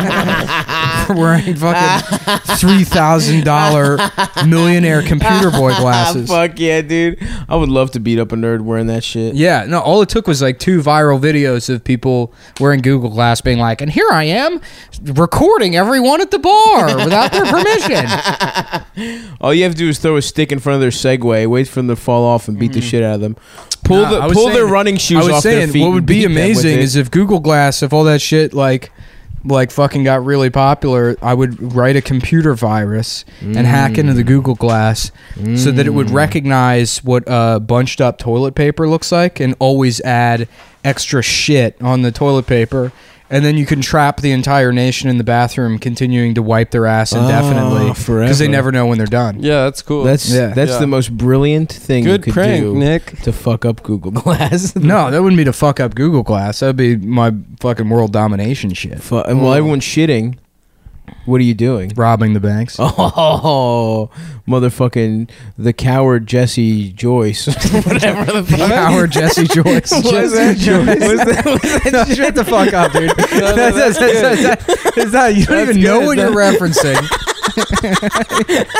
Speaker 1: for wearing fucking three thousand dollar millionaire computer boy
Speaker 3: [laughs]
Speaker 2: Ah,
Speaker 1: glasses.
Speaker 2: fuck yeah, dude. I would love to beat up a nerd wearing that shit.
Speaker 1: Yeah, no, all it took was like two viral videos of people wearing Google Glass being like, and here I am recording everyone at the bar without their permission.
Speaker 2: All you have to do is throw a stick in front of their Segway, wait for them to fall off, and beat the shit out of them. Pull
Speaker 1: Mm-hmm. Nah, I
Speaker 2: the
Speaker 1: was
Speaker 2: pull
Speaker 1: saying-
Speaker 2: their running shoes
Speaker 1: I was
Speaker 2: off
Speaker 1: saying
Speaker 2: their feet.
Speaker 1: what
Speaker 2: and
Speaker 1: would be
Speaker 2: beat them with
Speaker 1: amazing
Speaker 2: it.
Speaker 1: is if Google Glass, if all that shit like like fucking got really popular, I would write a computer virus and hack into
Speaker 2: Mm.
Speaker 1: the Google Glass so that it would recognize what uh, bunched up toilet paper looks like and always add extra shit on the toilet paper. And then you can trap the entire nation in the bathroom, continuing to wipe their ass
Speaker 2: Oh,
Speaker 1: indefinitely because
Speaker 2: forever.
Speaker 1: they never know when they're done.
Speaker 3: Yeah, that's cool.
Speaker 2: That's
Speaker 1: Yeah.
Speaker 2: that's
Speaker 3: Yeah.
Speaker 2: the most brilliant thing
Speaker 3: good
Speaker 2: you could
Speaker 3: prank,
Speaker 2: do
Speaker 3: Nick.
Speaker 2: to fuck
Speaker 1: [laughs]
Speaker 2: up Google Glass.
Speaker 1: No, that wouldn't be to fuck up Google Glass. That would be my fucking world domination shit.
Speaker 2: Fu- and while everyone's shitting, what are
Speaker 1: [laughs]
Speaker 2: you doing?
Speaker 1: Robbing the banks.
Speaker 2: Oh, motherfucking the coward Jesse Joyce. [laughs] Whatever
Speaker 1: [laughs]
Speaker 2: the fuck.
Speaker 1: Howard
Speaker 3: [laughs]
Speaker 1: Jesse Joyce.
Speaker 2: Was
Speaker 1: Jesse Joyce.
Speaker 2: Was
Speaker 1: [laughs]
Speaker 2: that- was that
Speaker 1: No,
Speaker 2: shit?
Speaker 1: shut the fuck up,
Speaker 3: [laughs]
Speaker 1: dude. That's- that's- that's- that's- that's not- you don't
Speaker 2: That's
Speaker 1: even know
Speaker 2: good,
Speaker 1: what you're referencing.
Speaker 3: [laughs]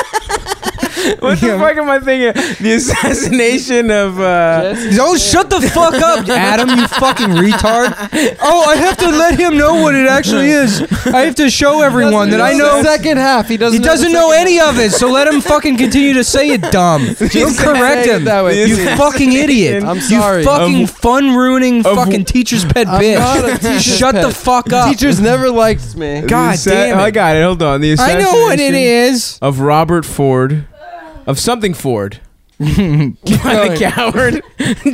Speaker 2: What the fuck am I thinking? The assassination of uh,
Speaker 1: Oh, shut the fuck up, Adam, you fucking retard. Oh, I have to let him know what it actually is. I have to show everyone that I know.
Speaker 3: The second half. He doesn't.
Speaker 1: He doesn't
Speaker 3: the
Speaker 1: know
Speaker 3: second
Speaker 1: any of it, so let him
Speaker 3: [laughs]
Speaker 1: fucking continue to say it, dumb. Don't correct
Speaker 3: saying it
Speaker 1: him.
Speaker 3: that way.
Speaker 1: You
Speaker 3: Yes.
Speaker 1: fucking idiot.
Speaker 3: I'm
Speaker 1: You
Speaker 3: sorry.
Speaker 1: fucking fun ruining
Speaker 2: of-
Speaker 1: fucking teacher's pet
Speaker 3: I'm not a
Speaker 1: bitch.
Speaker 3: teacher's
Speaker 1: Shut the
Speaker 3: pet.
Speaker 1: fuck up. [laughs]
Speaker 3: Teachers never liked me.
Speaker 1: God
Speaker 2: the
Speaker 1: damn
Speaker 2: oh, I
Speaker 1: it.
Speaker 2: got it. Hold on. The
Speaker 1: I
Speaker 2: assassination
Speaker 1: know what it is.
Speaker 2: of Robert Ford, of
Speaker 1: [laughs]
Speaker 2: something Ford. by the
Speaker 1: going. [laughs]
Speaker 2: coward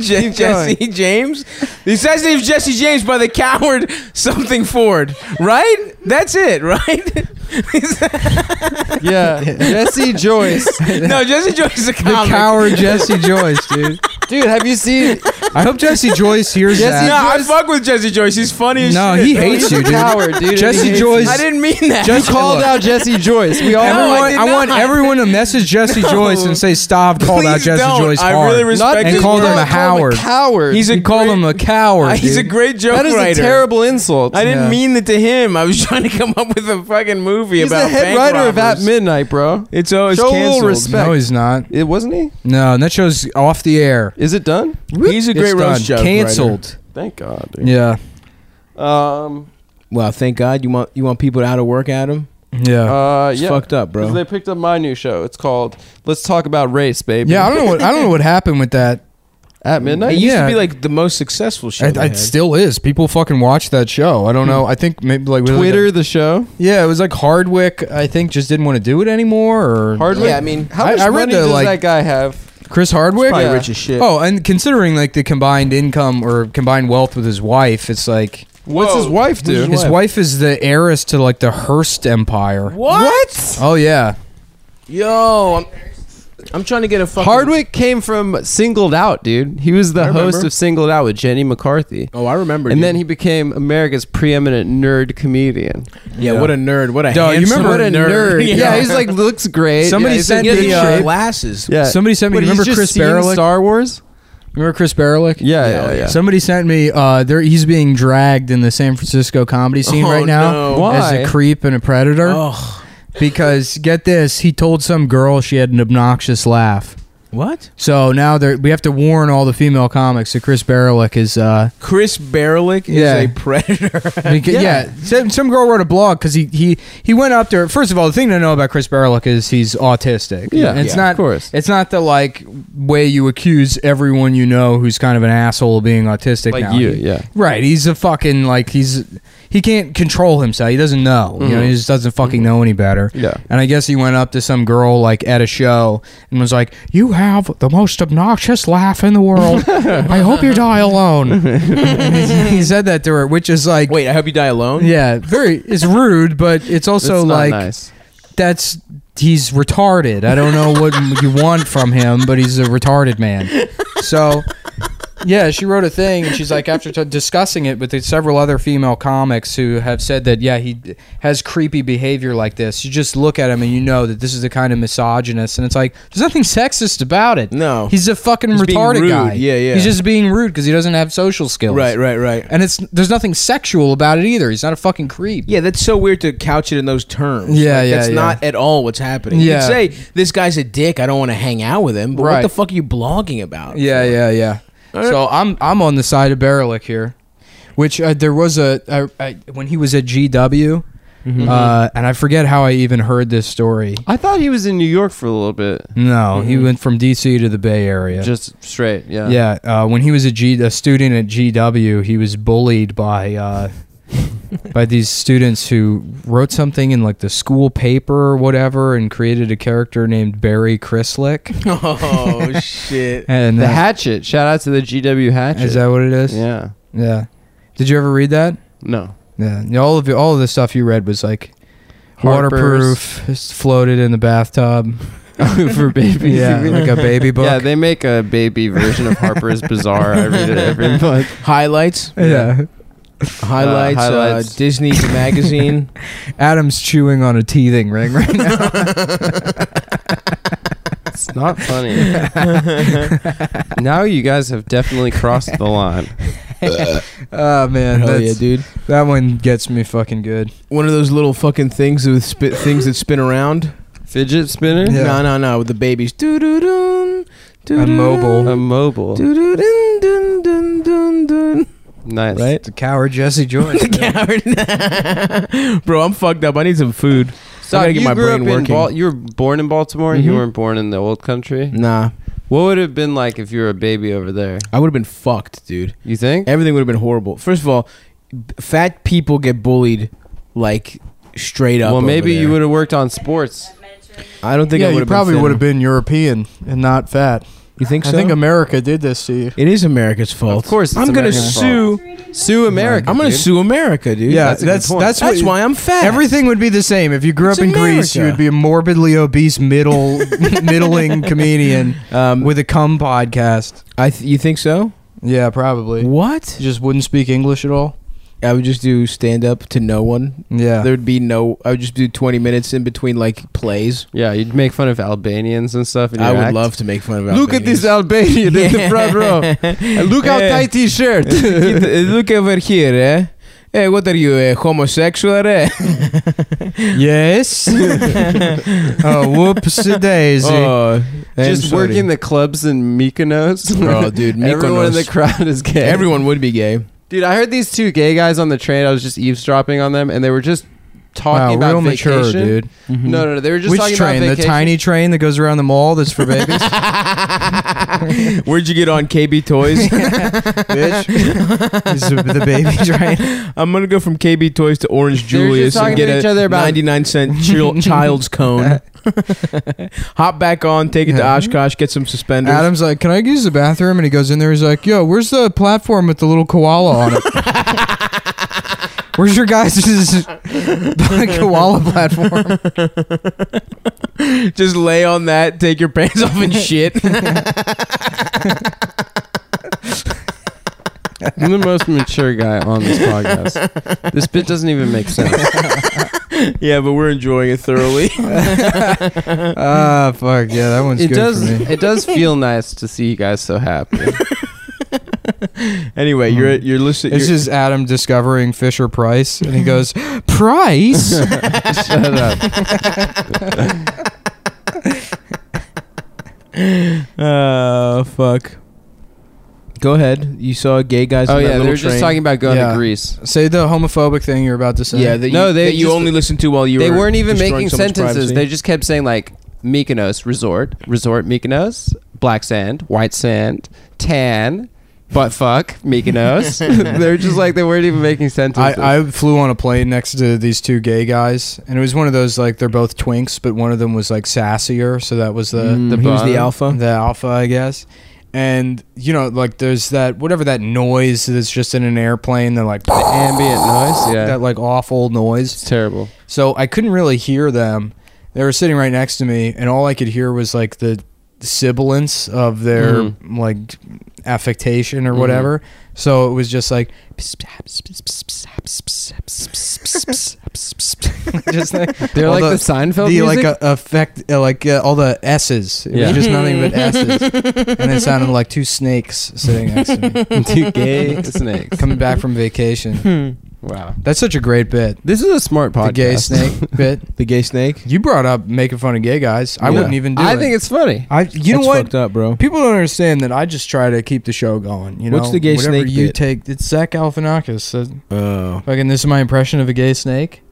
Speaker 2: Je- Jesse James. The assassination of Jesse James by the coward something Ford. Right? That's it, right? [laughs]
Speaker 3: Yeah, Jesse Joyce.
Speaker 2: no, Jesse Joyce is a
Speaker 1: The
Speaker 2: comic.
Speaker 1: coward Jesse Joyce, dude.
Speaker 3: Dude, have you seen?
Speaker 1: I hope Jesse Joyce hears
Speaker 3: Jesse
Speaker 2: No,
Speaker 1: that.
Speaker 2: I
Speaker 3: Joyce-
Speaker 2: fuck with Jesse Joyce. He's funny as
Speaker 1: No,
Speaker 2: shit.
Speaker 1: he
Speaker 2: bro.
Speaker 1: hates
Speaker 3: He's
Speaker 1: you,
Speaker 2: [laughs]
Speaker 3: a
Speaker 1: dude.
Speaker 3: coward, dude. and he
Speaker 1: Jesse
Speaker 3: hates
Speaker 1: Joyce-
Speaker 3: you.
Speaker 2: I didn't mean that.
Speaker 3: Just called
Speaker 1: Look.
Speaker 3: out Jesse Joyce. We all
Speaker 2: No,
Speaker 1: everyone,
Speaker 2: did
Speaker 1: I, want
Speaker 2: not.
Speaker 1: everyone to message Jesse Joyce and say stop. Call out
Speaker 2: Please
Speaker 1: Jesse
Speaker 2: don't.
Speaker 1: Joyce
Speaker 2: I
Speaker 1: hard.
Speaker 2: really respect
Speaker 1: and
Speaker 2: his
Speaker 1: called
Speaker 2: work.
Speaker 1: him a
Speaker 2: Call
Speaker 3: Call
Speaker 1: Howard.
Speaker 3: coward.
Speaker 2: He's a
Speaker 1: You called
Speaker 2: great-
Speaker 1: him a coward.
Speaker 3: [laughs]
Speaker 2: He's a
Speaker 1: dude.
Speaker 2: great joke
Speaker 3: that is
Speaker 2: writer.
Speaker 3: a terrible insult.
Speaker 2: I didn't
Speaker 1: Yeah.
Speaker 2: mean that to him. I was [laughs] trying to come up with a fucking movie
Speaker 3: He's
Speaker 2: about
Speaker 3: the head
Speaker 2: bank
Speaker 3: writer of At
Speaker 2: robbers.
Speaker 3: Midnight, bro.
Speaker 2: It's always
Speaker 3: Show a little
Speaker 2: canceled.
Speaker 3: respect.
Speaker 1: No, he's not.
Speaker 3: It wasn't he?
Speaker 1: No, and that show's off the air.
Speaker 3: Is it done?
Speaker 2: He's a great
Speaker 1: it's
Speaker 2: roast
Speaker 1: done.
Speaker 2: joke writer.
Speaker 1: Cancelled.
Speaker 3: Thank God. Dude.
Speaker 1: Yeah.
Speaker 3: Um.
Speaker 2: Well, thank God you want you want people out of work, Adam.
Speaker 1: Yeah.
Speaker 3: Uh,
Speaker 2: It's
Speaker 3: yeah.
Speaker 2: fucked up, bro.
Speaker 3: 'Cause They picked up my new show. It's called Let's Talk About Race, baby.
Speaker 1: yeah, I don't know what I don't know what happened with that.
Speaker 3: At midnight.
Speaker 2: It used
Speaker 1: Yeah.
Speaker 2: to be like the most successful show.
Speaker 1: It,
Speaker 2: they
Speaker 1: it
Speaker 2: had.
Speaker 1: still is. People fucking watch that show. I don't know. I think maybe like was it like-
Speaker 3: Twitter the show.
Speaker 1: yeah, it was like Hardwick. I think just didn't want to do it anymore. Or
Speaker 3: Hardwick.
Speaker 2: Yeah, I mean-
Speaker 3: how
Speaker 1: I-
Speaker 3: much
Speaker 1: I read
Speaker 3: money
Speaker 1: that,
Speaker 3: does
Speaker 1: like-
Speaker 3: that guy have?
Speaker 1: Chris Hardwick.
Speaker 2: probably
Speaker 3: Yeah.
Speaker 2: rich as shit.
Speaker 1: Oh, and considering like the combined income or combined wealth with his wife, it's like
Speaker 3: What's
Speaker 2: Whoa.
Speaker 3: his wife do?
Speaker 1: his wife is the heiress to like the Hearst empire.
Speaker 2: What?
Speaker 1: Oh yeah,
Speaker 2: Yo, I'm, I'm trying to get a fucking
Speaker 3: Hardwick came from Singled Out, dude. He was
Speaker 2: I
Speaker 3: the
Speaker 2: remember.
Speaker 3: host of Singled Out with Jenny McCarthy.
Speaker 2: Oh, I remember.
Speaker 3: And
Speaker 2: dude.
Speaker 3: then he became America's preeminent nerd comedian.
Speaker 2: yeah,
Speaker 1: Yeah.
Speaker 2: what a nerd. What a
Speaker 1: Yo, you
Speaker 2: handsome
Speaker 1: remember
Speaker 3: what a nerd.
Speaker 2: yeah,
Speaker 3: [laughs] Yeah, he's like looks great.
Speaker 1: Somebody
Speaker 3: yeah, he's
Speaker 1: sent
Speaker 3: in
Speaker 1: me,
Speaker 3: good
Speaker 1: uh,
Speaker 3: shape.
Speaker 2: glasses.
Speaker 3: yeah.
Speaker 1: somebody sent me.
Speaker 3: What, he's
Speaker 1: remember
Speaker 3: just
Speaker 1: Chris
Speaker 3: seen
Speaker 1: Berelick?
Speaker 3: Star Wars?
Speaker 1: remember Chris Berelick?
Speaker 3: Yeah,
Speaker 2: Yeah,
Speaker 3: yeah, yeah.
Speaker 1: Somebody sent me. Uh, there he's being dragged in the San Francisco comedy scene
Speaker 2: Oh,
Speaker 1: right now
Speaker 2: no.
Speaker 1: as
Speaker 3: Why?
Speaker 1: a creep and a predator.
Speaker 2: Oh,
Speaker 1: Because get this, he told some girl she had an obnoxious laugh.
Speaker 2: what?
Speaker 1: So now they're- we have to warn all the female comics that Chris Berelick is. Uh,
Speaker 2: Chris Berelick is
Speaker 1: Yeah.
Speaker 2: a predator. [laughs]
Speaker 1: beca- yeah, Some, some girl wrote a blog because he, he he went up there. First of all, the thing to know about Chris Berelick is he's autistic.
Speaker 3: Yeah,
Speaker 1: And it's
Speaker 2: yeah,
Speaker 1: not
Speaker 3: of course.
Speaker 1: it's not the like way you accuse everyone you know who's kind of an asshole of being autistic.
Speaker 3: Like
Speaker 1: now.
Speaker 3: you,
Speaker 1: He-
Speaker 3: yeah.
Speaker 1: Right. He's a fucking like he's he can't control himself. He doesn't know. You know,
Speaker 3: Mhm.
Speaker 1: he just doesn't fucking know any better.
Speaker 3: Yeah.
Speaker 1: And I guess he went up to some girl like at a show and was like, "You have the most obnoxious laugh in the world. I hope you die alone." And he, he said that to her, which is like,
Speaker 2: Wait, I hope you die alone.
Speaker 1: yeah, very. It's rude, but it's
Speaker 3: That's
Speaker 1: also
Speaker 3: not
Speaker 1: like
Speaker 3: nice.
Speaker 1: that's he's retarded. I don't know what you want from him, but he's a retarded man. So, yeah, she wrote a thing, and she's like, after t- discussing it with the several other female comics who have said that, yeah, he d- has creepy behavior like this. You just look at him and you know that this is the kind of misogynist, and it's like there's nothing sexist about it.
Speaker 2: No.
Speaker 1: he's a fucking
Speaker 2: He's being
Speaker 1: retarded
Speaker 2: rude.
Speaker 1: guy.
Speaker 2: Yeah, yeah.
Speaker 1: He's just being rude because he doesn't have social skills.
Speaker 2: Right, right, right.
Speaker 1: And it's there's nothing sexual about it either. He's not a fucking creep.
Speaker 2: Yeah, that's so weird to couch it in those terms.
Speaker 1: Yeah,
Speaker 2: like,
Speaker 1: yeah,
Speaker 2: That's
Speaker 1: yeah.
Speaker 2: not at all what's happening. You
Speaker 1: Yeah.
Speaker 2: could say this guy's a dick. I don't want to hang out with him. But what
Speaker 1: Right.
Speaker 2: the fuck are you blogging about?
Speaker 1: Yeah, yeah, yeah. So I'm I'm on the side of Berelick here, which uh, there was a, a, a when he was at GW,
Speaker 3: Mm-hmm.
Speaker 1: uh, and I forget how I even heard this story.
Speaker 3: I thought he was in New York for a little bit.
Speaker 1: No, he went from DC to the Bay Area.
Speaker 3: Mm-hmm. Just straight, yeah.
Speaker 1: yeah, uh, when he was a, G, a student at GW, he was bullied by
Speaker 3: [laughs]
Speaker 1: uh, by these students who wrote something in like the school paper or whatever, and created a character named Barry
Speaker 3: [laughs]
Speaker 1: Chrislick.
Speaker 2: [laughs] Oh
Speaker 1: [laughs]
Speaker 2: shit.
Speaker 1: And
Speaker 3: The
Speaker 1: uh,
Speaker 3: Hatchet. Shout out to the GW Hatchet.
Speaker 1: is that what it is?
Speaker 3: yeah.
Speaker 1: yeah. Did you ever read that?
Speaker 3: No.
Speaker 1: Yeah, and all of you, all of the stuff you read was like
Speaker 3: Harper's.
Speaker 1: waterproof, just floated in the bathtub
Speaker 3: For babies.
Speaker 1: Yeah, [laughs] like a baby book.
Speaker 3: Yeah, they make a baby version of Harper's Bazaar. I read
Speaker 1: [laughs]
Speaker 3: it every month.
Speaker 2: Highlights.
Speaker 1: yeah.
Speaker 2: Highlights. Uh,
Speaker 3: highlights.
Speaker 1: [laughs]
Speaker 2: Disney magazine.
Speaker 1: Adam's chewing on a teething ring right now.
Speaker 3: It's not funny. now you guys have definitely crossed the line.
Speaker 1: oh man,
Speaker 2: Hell
Speaker 1: that's,
Speaker 2: yeah, dude.
Speaker 1: that one gets me fucking good.
Speaker 2: One of those little fucking things with spit things that spin around.
Speaker 3: Fidget spinner?
Speaker 1: Yeah.
Speaker 2: No, no, no. With the babies. Doo doo doo.
Speaker 1: A mobile.
Speaker 3: A mobile.
Speaker 2: Doo doo dun dun dun dun dun. [laughs]
Speaker 3: Nice.
Speaker 2: Right?
Speaker 1: The coward Jesse
Speaker 2: [laughs]
Speaker 1: Joyce.
Speaker 2: Coward. [laughs] Bro, I'm fucked up. I need some food.
Speaker 3: So
Speaker 2: I gotta
Speaker 3: you
Speaker 2: get my
Speaker 3: grew
Speaker 2: brain
Speaker 3: up in
Speaker 2: working.
Speaker 3: Bal- you were born in Baltimore. You
Speaker 2: Mhm.
Speaker 3: weren't born in the old country.
Speaker 2: Nah,
Speaker 3: What would it have been like if you were a baby over there?
Speaker 2: I would have been fucked, dude.
Speaker 3: You think?
Speaker 2: Everything would have been horrible. First of all, b- fat people get bullied like straight up.
Speaker 3: Well,
Speaker 2: over
Speaker 3: maybe you
Speaker 2: there.
Speaker 3: would have worked on sports.
Speaker 2: I don't think I would have
Speaker 1: been European and not fat.
Speaker 2: You think so?
Speaker 1: America did this to you.
Speaker 2: it is America's fault.
Speaker 3: Of course, it's
Speaker 2: I'm gonna
Speaker 3: America's
Speaker 2: sue.
Speaker 3: Sue America.
Speaker 2: I'm gonna
Speaker 3: dude.
Speaker 2: sue America, dude.
Speaker 1: Yeah,
Speaker 3: that's
Speaker 1: that's
Speaker 3: a good
Speaker 1: that's,
Speaker 3: point.
Speaker 1: that's,
Speaker 2: that's
Speaker 1: what-
Speaker 2: why I'm fat.
Speaker 1: Everything would be the same if you grew
Speaker 2: It's
Speaker 1: up in Greece. You
Speaker 2: America.
Speaker 1: would be a morbidly obese middle middling comedian
Speaker 2: Um,
Speaker 1: with a cum podcast.
Speaker 2: I th- you think so?
Speaker 1: Yeah, probably.
Speaker 2: What?
Speaker 1: You just wouldn't speak English at all.
Speaker 2: I would just do stand up to no one.
Speaker 1: Yeah,
Speaker 2: There'd be no. I would just do 20 minutes in between like plays.
Speaker 3: Yeah, you'd make fun of Albanians and stuff. in
Speaker 2: I
Speaker 3: your
Speaker 2: would
Speaker 3: act.
Speaker 2: love to make fun of.
Speaker 3: Look at this Albanian in the front
Speaker 2: [laughs]
Speaker 3: row. And look how tight his shirt.
Speaker 2: Look over here, eh? Hey, what are you, a homosexual, eh?
Speaker 1: [laughs]
Speaker 3: [laughs]
Speaker 1: yes. oh, whoops, daisy.
Speaker 2: Oh, I'm
Speaker 3: Just
Speaker 2: sorry.
Speaker 3: working the clubs in Mykonos. [laughs]
Speaker 2: Bro, dude,
Speaker 3: Everyone in the
Speaker 2: Mykonos.
Speaker 3: crowd is gay. [laughs]
Speaker 2: Everyone would be gay.
Speaker 3: Dude, I heard these two gay guys on the train. I was just eavesdropping on them, and they were just
Speaker 1: Wow,
Speaker 3: talking about
Speaker 1: real
Speaker 3: vacation.
Speaker 1: mature, dude.
Speaker 3: No, no, no. They were just
Speaker 1: Which
Speaker 3: talking
Speaker 1: train?
Speaker 3: about
Speaker 1: The
Speaker 3: vacation.
Speaker 1: tiny train that goes around the mall that's for
Speaker 3: [laughs]
Speaker 1: babies,
Speaker 2: Where'd you get on KB
Speaker 3: [laughs]
Speaker 2: Toys?
Speaker 1: bitch. Is the the baby
Speaker 3: [laughs]
Speaker 1: train.
Speaker 2: I'm gonna go from KB Toys to Orange
Speaker 3: They're just
Speaker 2: Julius and
Speaker 3: talking
Speaker 2: get
Speaker 3: to
Speaker 2: a
Speaker 3: each other about-
Speaker 2: 99 cent
Speaker 3: [laughs]
Speaker 2: chil- child's cone. Hop back on, take it to
Speaker 1: Yeah.
Speaker 2: Oshkosh, get some suspenders.
Speaker 1: Adam's like, "Can I use the bathroom?" And he goes in there. He's like, "Yo, where's the platform with the little koala on
Speaker 3: [laughs]
Speaker 1: it? where's your guys'
Speaker 3: [laughs]
Speaker 1: [laughs] koala platform?"
Speaker 2: just lay on that, take your pants off
Speaker 3: [laughs]
Speaker 2: and shit.
Speaker 3: [laughs] I'm the most mature guy on
Speaker 1: [laughs]
Speaker 3: this podcast. This bit doesn't even make sense.
Speaker 2: yeah, but we're enjoying it
Speaker 3: [laughs]
Speaker 2: thoroughly.
Speaker 1: Ah, fuck yeah, that one's
Speaker 3: it
Speaker 1: good
Speaker 3: does.
Speaker 1: for me.
Speaker 3: It does feel nice to see you guys so happy.
Speaker 1: [laughs]
Speaker 2: anyway, you're you're listening.
Speaker 1: It's just Adam discovering Fisher Price, and he goes,
Speaker 2: [laughs]
Speaker 1: "Price."
Speaker 3: Shut up.
Speaker 2: uh, fuck. Go ahead. You saw gay guys.
Speaker 3: Oh
Speaker 2: on that
Speaker 3: yeah, they
Speaker 2: little
Speaker 3: were just
Speaker 2: train.
Speaker 3: talking about going
Speaker 1: Yeah.
Speaker 3: to Greece.
Speaker 1: Say the homophobic thing you're about to say.
Speaker 2: Yeah, that
Speaker 3: No,
Speaker 2: you,
Speaker 3: they
Speaker 2: that you
Speaker 3: just-
Speaker 2: only listened to while you
Speaker 3: they
Speaker 2: were.
Speaker 3: weren't even
Speaker 2: destroying
Speaker 3: making
Speaker 2: someone's
Speaker 3: sentences.
Speaker 2: privacy.
Speaker 3: They just kept saying like Mykonos resort, resort Mykonos, black sand, white sand, tan, butt fuck
Speaker 1: [laughs]
Speaker 3: Mykonos. [laughs] They're just like they weren't even making sentences.
Speaker 1: I, I flew on a plane next to these two gay guys, and it was one of those like they're both twinks, but one of them was like sassier, so that was the
Speaker 2: Mm,
Speaker 3: the
Speaker 2: he was the
Speaker 3: bun.
Speaker 2: alpha.
Speaker 1: the alpha, I guess. And you know, like there's that whatever that noise that's just in an airplane, they're like
Speaker 3: ambient noise. Yeah,
Speaker 1: that like awful noise.
Speaker 3: it's terrible.
Speaker 1: So I couldn't really hear them. They were sitting right next to me, and all I could hear was like the sibilance of their like affectation or
Speaker 3: Mhm.
Speaker 1: whatever. So it was just like [laughs] just like
Speaker 3: They're
Speaker 1: all
Speaker 3: like the,
Speaker 1: the-
Speaker 3: Seinfeld
Speaker 1: the
Speaker 3: music.
Speaker 1: like uh, effect uh, like uh, all the s's it
Speaker 3: Yeah.
Speaker 1: was just nothing [laughs] but s's
Speaker 3: [laughs]
Speaker 1: and it sounded like two snakes sitting next to me
Speaker 3: Two gay
Speaker 1: [laughs]
Speaker 3: snakes.
Speaker 1: coming back from vacation
Speaker 3: Wow.
Speaker 1: that's such a great bit
Speaker 3: This is a smart podcast.
Speaker 1: the gay
Speaker 3: [laughs]
Speaker 1: snake bit
Speaker 2: the gay snake.
Speaker 1: you brought up making fun of gay guys i
Speaker 3: Yeah.
Speaker 1: wouldn't even do
Speaker 3: I
Speaker 1: it
Speaker 3: think it's funny.
Speaker 1: i you know
Speaker 2: That's
Speaker 1: what
Speaker 2: Fucked up, bro.
Speaker 1: people don't understand that i just try to keep the show going you know
Speaker 2: What's the gay
Speaker 1: whatever
Speaker 2: snake
Speaker 1: you
Speaker 2: bit?
Speaker 1: take it's zach galifianakis Uh,
Speaker 2: Oh.
Speaker 1: fucking this is my impression of a gay snake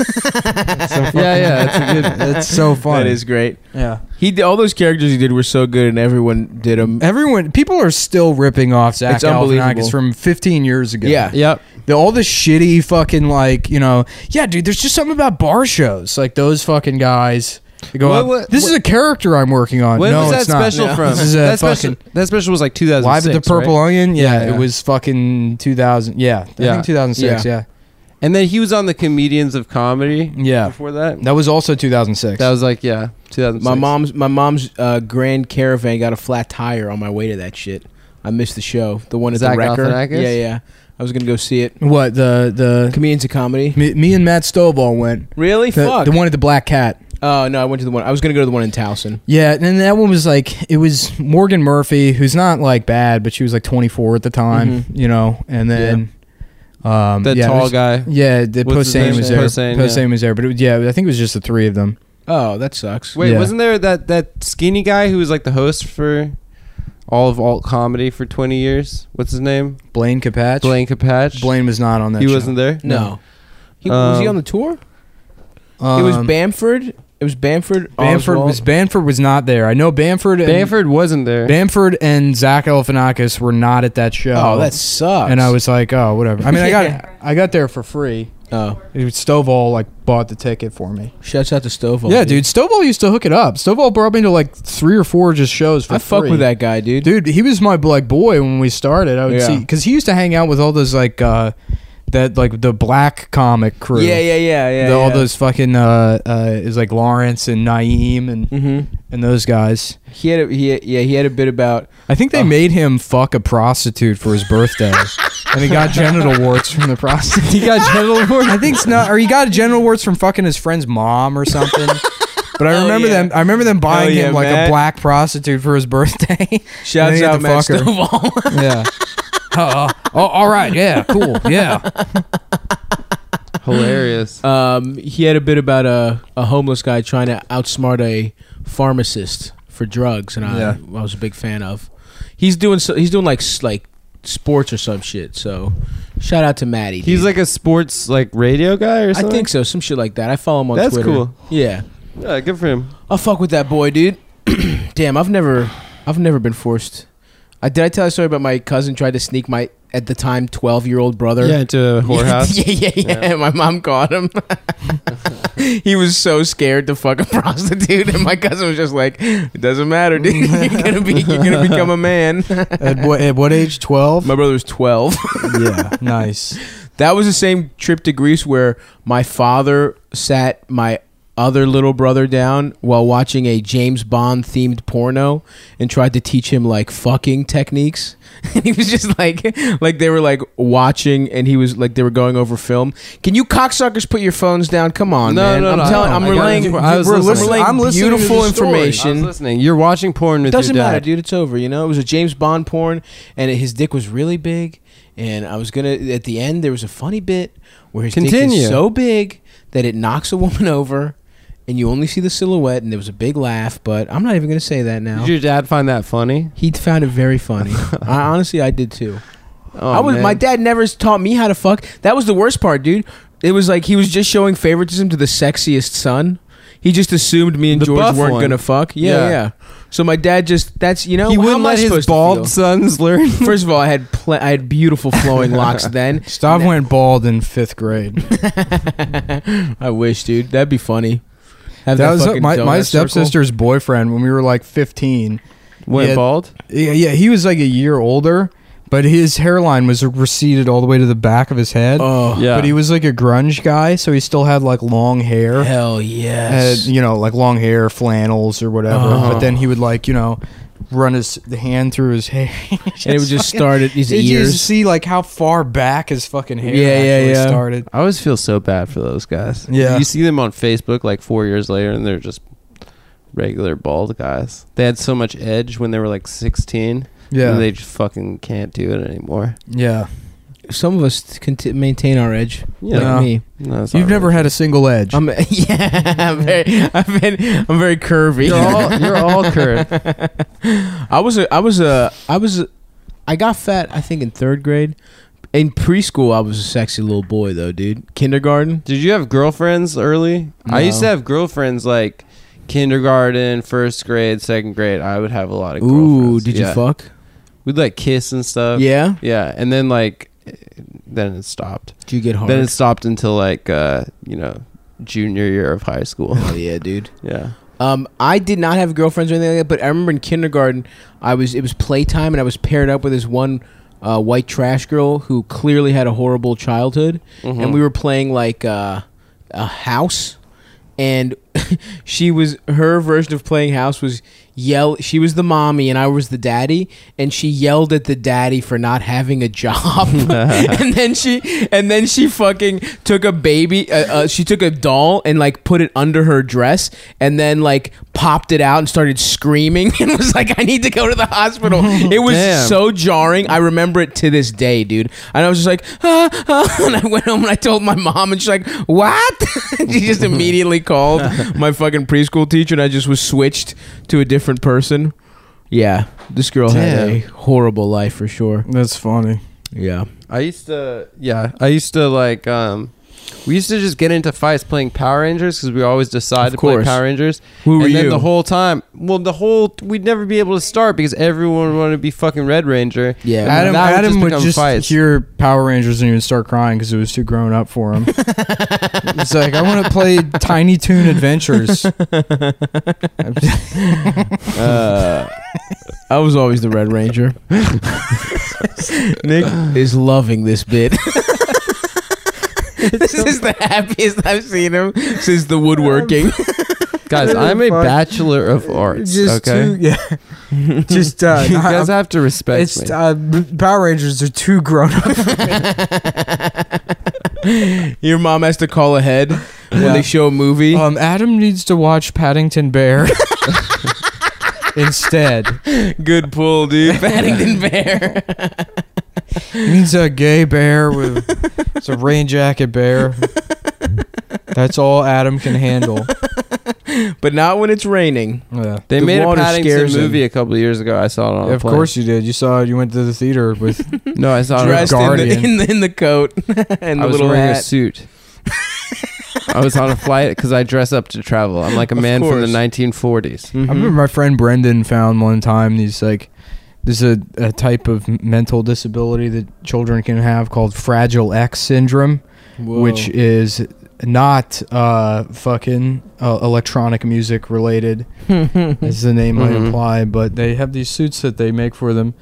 Speaker 3: yeah, yeah, that's a good.
Speaker 1: that's [laughs] so funny
Speaker 2: That is great.
Speaker 1: yeah
Speaker 2: He did, all those characters he did were so good, and everyone did them.
Speaker 1: Everyone, people are still ripping off Zach
Speaker 2: It's unbelievable.
Speaker 1: Galifianakis from 15 years ago.
Speaker 2: Yeah.
Speaker 3: Yep.
Speaker 1: the, all the shitty fucking like you know, yeah, dude. There's just something about bar shows, like those fucking guys. that Go
Speaker 3: What-
Speaker 1: up,
Speaker 3: what-
Speaker 1: this is a character I'm working on.
Speaker 3: When
Speaker 1: uh, no,
Speaker 3: was that
Speaker 1: it's not.
Speaker 3: special
Speaker 2: No.
Speaker 3: from?
Speaker 1: This is a
Speaker 3: that
Speaker 1: fucking
Speaker 3: special. That special was like 2006.
Speaker 1: Live at the Purple
Speaker 3: right?
Speaker 1: Onion. Yeah,
Speaker 2: Yeah, yeah.
Speaker 1: it was fucking 2000. Yeah, I
Speaker 3: Yeah.
Speaker 1: think 2006. Yeah.
Speaker 3: And then he was on the Comedians of Comedy.
Speaker 1: yeah,
Speaker 3: Before that,
Speaker 1: That was also 2006.
Speaker 3: that was like yeah, 2006.
Speaker 2: My mom's my mom's uh, grand caravan got a flat tire on my way to that shit. I missed the show. The one at
Speaker 3: Zach
Speaker 2: the wrecker.
Speaker 3: Galifianakis?
Speaker 2: Yeah, yeah. I was gonna go see it.
Speaker 1: what the the
Speaker 2: Comedians of comedy.
Speaker 1: me, me and Matt Stovall went.
Speaker 2: Really?
Speaker 1: The,
Speaker 2: Fuck.
Speaker 1: the one at the Black Cat.
Speaker 2: oh no, I went to the one. I was gonna go to the one in Towson.
Speaker 1: Yeah, and that one was like it was Morgan Murphy, who's not like bad, but she was like 24 at the time,
Speaker 2: Mhm.
Speaker 1: you know. And then, um,
Speaker 3: Mm-hmm. that
Speaker 1: yeah,
Speaker 3: tall
Speaker 1: there's-
Speaker 3: guy.
Speaker 1: yeah, the
Speaker 3: What's his
Speaker 1: Posehn
Speaker 2: name?
Speaker 1: was there.
Speaker 3: Posehn,
Speaker 1: Posehn,
Speaker 3: yeah.
Speaker 1: was there, but it, was- yeah, I think it was just the three of them.
Speaker 2: Oh, that sucks.
Speaker 3: Wait,
Speaker 1: Yeah.
Speaker 3: wasn't there that that skinny guy who was like the host for all of alt comedy for 20 years? What's his name?
Speaker 1: Blaine Capatch.
Speaker 3: Blaine Capatch.
Speaker 1: Blaine was not on that.
Speaker 3: He
Speaker 1: show.
Speaker 3: wasn't there.
Speaker 2: no.
Speaker 1: No.
Speaker 2: He, was he on
Speaker 3: Um,
Speaker 2: the tour?
Speaker 1: Um,
Speaker 2: it was Bamford. It was Bamford.
Speaker 1: Bamford
Speaker 2: Oswald.
Speaker 1: was Bamford was not there. I know Bamford. And,
Speaker 3: Bamford wasn't there.
Speaker 1: Bamford and Zach Galifianakis were not at that show.
Speaker 2: Oh, that sucks.
Speaker 1: And I was like, oh, whatever. I mean,
Speaker 3: [laughs]
Speaker 1: I
Speaker 2: Yeah.
Speaker 1: got I got there for free.
Speaker 2: Oh,
Speaker 1: It was Stovall like bought the ticket for me.
Speaker 2: shouts out to Stovall.
Speaker 1: Yeah, dude. Stovall used to hook it up. Stovall brought me to like three or four just shows for
Speaker 2: I fuck
Speaker 1: free.
Speaker 2: with that guy, dude.
Speaker 1: dude. He was my like boy when we started. I would
Speaker 2: Yeah.
Speaker 1: see because he used to hang out with all those like uh that like the black comic crew.
Speaker 2: Yeah, yeah, yeah, yeah.
Speaker 1: The-
Speaker 2: yeah.
Speaker 1: all those fucking uh uh is like Lawrence and Naeem and
Speaker 2: Mm-hmm.
Speaker 1: and those guys.
Speaker 2: He had a, he had, yeah he had a bit about
Speaker 1: I think they
Speaker 2: Oh.
Speaker 1: made him fuck a prostitute for his
Speaker 2: [laughs]
Speaker 1: birthday, and he got genital warts from the prostitute. He got [laughs] genital warts. I think it's not, or he got genital warts from fucking his friend's mom or
Speaker 2: [laughs]
Speaker 1: something. But I
Speaker 2: Oh,
Speaker 1: remember
Speaker 2: yeah.
Speaker 1: them. I remember them buying
Speaker 2: yeah,
Speaker 1: him like
Speaker 2: Matt.
Speaker 1: a black prostitute for his birthday. [laughs] And
Speaker 2: shouts
Speaker 1: he had
Speaker 2: out
Speaker 1: to
Speaker 2: Matt
Speaker 1: fuck her.
Speaker 2: Stovall.
Speaker 3: [laughs]
Speaker 1: yeah. [laughs] Uh, oh, all right. Yeah. Cool.
Speaker 2: [laughs]
Speaker 1: Yeah.
Speaker 3: Hilarious.
Speaker 2: um, he had a bit about a a homeless guy trying to outsmart a pharmacist for drugs, and I
Speaker 1: Yeah.
Speaker 2: I was a big fan of. He's doing so, he's doing like s- like sports or some shit. So shout out to Maddie.
Speaker 3: He's
Speaker 2: dude.
Speaker 3: like a sports like radio guy or
Speaker 2: I
Speaker 3: something.
Speaker 2: think so, some shit like that. I follow him on
Speaker 3: That's
Speaker 2: Twitter.
Speaker 3: cool.
Speaker 2: Yeah,
Speaker 3: Yeah, good for him.
Speaker 2: I'll fuck with that boy, dude. [clears throat] Damn, I've never, I've never been forced. I did I tell a story about my cousin tried to sneak my at the time twelve year old brother.
Speaker 3: Yeah, into a
Speaker 2: [laughs]
Speaker 3: whorehouse.
Speaker 2: yeah, yeah, yeah.
Speaker 3: Yeah.
Speaker 2: My mom caught him. [laughs] he was so scared to fuck a [laughs] prostitute, and my cousin was just like, "It doesn't matter, dude. [laughs] You're gonna be, you're gonna become a man." [laughs]
Speaker 1: at what at what age? Twelve.
Speaker 2: my brother was twelve.
Speaker 1: yeah,
Speaker 2: [laughs]
Speaker 1: nice.
Speaker 2: That was the same trip to Greece where my father sat my other little brother down while watching a James Bond themed porno and tried to teach him like fucking techniques. [laughs] And he was just like like they were like watching and he was like they were going over film. Can you cocksuckers put your phones down? Come on,
Speaker 3: No,
Speaker 2: man.
Speaker 3: no,
Speaker 2: I'm
Speaker 3: no,
Speaker 2: telling
Speaker 3: no,
Speaker 2: I'm
Speaker 3: I got
Speaker 2: relaying,
Speaker 3: you. I was
Speaker 2: we're
Speaker 3: listening.
Speaker 2: relaying
Speaker 1: I'm listening to
Speaker 2: beautiful
Speaker 1: the story. I was
Speaker 3: I was
Speaker 2: information.
Speaker 3: listening. You're watching porn with
Speaker 2: Doesn't
Speaker 3: your dad.
Speaker 2: matter, dude. It's over. You know, it was a James Bond porn, and it- his dick was really big. And I was gonna at the end there was a funny bit where his dick
Speaker 3: Continue.
Speaker 2: is so big that it knocks a woman [laughs] over, and you only see the silhouette. And there was a big laugh, but I'm not even gonna say that now.
Speaker 3: Did your dad find that funny?
Speaker 2: He found it very
Speaker 3: [laughs]
Speaker 2: funny. I, honestly, I did too.
Speaker 3: Oh,
Speaker 2: I was
Speaker 3: man.
Speaker 2: my dad never taught me how to fuck. That was the worst part, dude. It was like he was just showing favoritism to the sexiest son. He just assumed me and
Speaker 3: The
Speaker 2: George
Speaker 3: buff
Speaker 2: weren't
Speaker 3: one.
Speaker 2: gonna fuck. Yeah, yeah,
Speaker 3: Yeah.
Speaker 2: So my dad just that's you know
Speaker 3: He
Speaker 2: how
Speaker 3: wouldn't
Speaker 2: am I
Speaker 3: let his
Speaker 2: supposed to
Speaker 3: bald [laughs] sons learn.
Speaker 2: feel? [laughs] First of all, I had pl- I had beautiful flowing
Speaker 3: [laughs]
Speaker 2: locks then.
Speaker 1: Stav went bald in fifth grade.
Speaker 2: [laughs] I wish, dude. That'd be funny. Have
Speaker 1: That was
Speaker 2: fucking
Speaker 1: my my
Speaker 2: donut circle.
Speaker 1: stepsister's boyfriend when we were like fifteen.
Speaker 3: Went
Speaker 1: Yeah.
Speaker 3: bald.
Speaker 1: Yeah, yeah, he was like a year older, but his hairline was receded all the way to the back of his head.
Speaker 2: Oh
Speaker 3: Yeah.
Speaker 1: But he was like a grunge guy, so he still had like long hair.
Speaker 2: hell
Speaker 1: had,
Speaker 2: yes.
Speaker 1: you know, like long hair, flannels or whatever.
Speaker 2: Oh.
Speaker 1: But then he would like, you know, run his the hand through his hair. [laughs]
Speaker 2: and it would just start at his
Speaker 1: Did you just
Speaker 2: ears.
Speaker 1: see like how far back his fucking hair
Speaker 2: Yeah, yeah,
Speaker 1: actually
Speaker 2: yeah.
Speaker 1: started?
Speaker 3: I always feel so bad for those guys.
Speaker 1: Yeah.
Speaker 3: You see them on Facebook like four years later and they're just regular bald guys. They had so much edge when they were like 16.
Speaker 1: Yeah,
Speaker 3: And they just fucking can't do it anymore.
Speaker 1: yeah.
Speaker 2: Some of us conti- maintain our edge,
Speaker 3: Yeah.
Speaker 2: like
Speaker 1: No.
Speaker 2: me.
Speaker 3: No, it's
Speaker 1: You've
Speaker 3: not
Speaker 1: never
Speaker 3: really-
Speaker 1: had a single edge.
Speaker 2: I'm [laughs] yeah, I'm very, I've been, I'm very curvy.
Speaker 3: You're all,
Speaker 2: [laughs]
Speaker 3: you're all curved.
Speaker 2: I was a, I was a, I was, a, I got fat. I think in third grade. In preschool, I was a sexy little boy though, dude. Kindergarten.
Speaker 3: Did you have girlfriends early? I used
Speaker 2: No.
Speaker 3: to have girlfriends like kindergarten, first grade, second grade. I would have a lot of
Speaker 2: Ooh,
Speaker 3: girlfriends.
Speaker 2: did
Speaker 3: Yeah. Uh,
Speaker 2: you fuck?
Speaker 3: We'd like kiss and stuff.
Speaker 2: yeah.
Speaker 3: Yeah. And then like, then it stopped.
Speaker 2: Did you get hard?
Speaker 3: Then it stopped until like uh, you know junior year of high school.
Speaker 2: Hell Oh, yeah, dude.
Speaker 3: [laughs] yeah.
Speaker 2: Um, I did not have girlfriends or anything like that, but I remember in kindergarten, I was it was playtime and I was paired up with this one uh, white trash girl who clearly had a horrible childhood, and we were playing like uh, a house, and [laughs] she was her version of playing house was yell. She was the mommy and I was the daddy, and she yelled at the daddy for not having a job, [laughs] and then she and then she fucking took a baby. Uh, uh, she took a doll and like put it under her dress, and then like popped it out and started screaming [laughs] and was like, "I need to go to the hospital." It was
Speaker 3: Damn.
Speaker 2: so so jarring. I remember it to this day, dude. And I was just like, ah, ah, [laughs] and I went home and I told my mom, and she's like, what? [laughs] she just immediately called my fucking preschool teacher, and I just was switched to a different person. Yeah, this girl had a
Speaker 3: Damn.
Speaker 2: horrible life for sure.
Speaker 1: That's funny.
Speaker 2: Yeah.
Speaker 3: I used to yeah, I used to like um we used to just get into fights playing Power Rangers because we always decide
Speaker 2: Of
Speaker 3: to play
Speaker 2: course.
Speaker 3: Power Rangers.
Speaker 2: Who were
Speaker 3: and then
Speaker 2: you?
Speaker 3: the whole time, well, the whole we'd never be able to start because everyone wanted to be fucking Red Ranger.
Speaker 2: Yeah.
Speaker 3: And
Speaker 1: Adam,
Speaker 3: that
Speaker 1: Adam would
Speaker 3: become
Speaker 1: just hear Power Rangers and he would start crying because it was too grown up for
Speaker 3: [laughs]
Speaker 1: him. He's like, I want to play Tiny Toon
Speaker 3: [laughs]
Speaker 1: Adventures.
Speaker 2: Uh, [laughs] I was always the Red [laughs] Ranger. Nick is loving this bit. [laughs] this is the happiest I've seen him since the woodworking.
Speaker 3: Guys, I'm a bachelor of arts. okay,
Speaker 1: yeah,
Speaker 3: [laughs]
Speaker 1: just uh,
Speaker 3: you guys have to respect me.
Speaker 1: It's uh, b- Power Rangers are too grown up.
Speaker 2: Your mom has to call ahead when
Speaker 1: Yeah.
Speaker 2: they show a movie.
Speaker 1: Um, Adam needs to watch Paddington Bear [laughs] instead.
Speaker 2: Good pull, dude. Paddington Bear.
Speaker 1: He needs a gay bear with
Speaker 3: [laughs]
Speaker 1: it's a rain jacket bear. That's all Adam can handle.
Speaker 2: [laughs] but not when it's raining.
Speaker 1: Yeah.
Speaker 3: They
Speaker 2: The
Speaker 3: made a
Speaker 2: water
Speaker 3: Paddington
Speaker 2: scares him.
Speaker 3: movie a couple years ago. I saw it on. a
Speaker 1: Of
Speaker 3: plane.
Speaker 1: course you did. You saw you went to the theater with
Speaker 3: No, I saw it. On,
Speaker 2: Dressed in the,
Speaker 1: Guardian.
Speaker 2: in, the, in the coat [laughs] and
Speaker 3: Uh, I
Speaker 2: the
Speaker 3: was
Speaker 2: little
Speaker 3: wearing a
Speaker 2: hat.
Speaker 3: suit. I was on
Speaker 2: [laughs]
Speaker 3: a flight because I dress up to travel. I'm like a
Speaker 2: Of
Speaker 3: man from the
Speaker 2: course.
Speaker 3: 1940s.
Speaker 1: I remember my friend Brendan found one time these like there's a, a type of mental disability that children can have called fragile X syndrome, which is not uh, fucking uh, electronic music related, as the name might
Speaker 3: Mhm.
Speaker 1: imply. But Mm-hmm. they have these suits that they make for them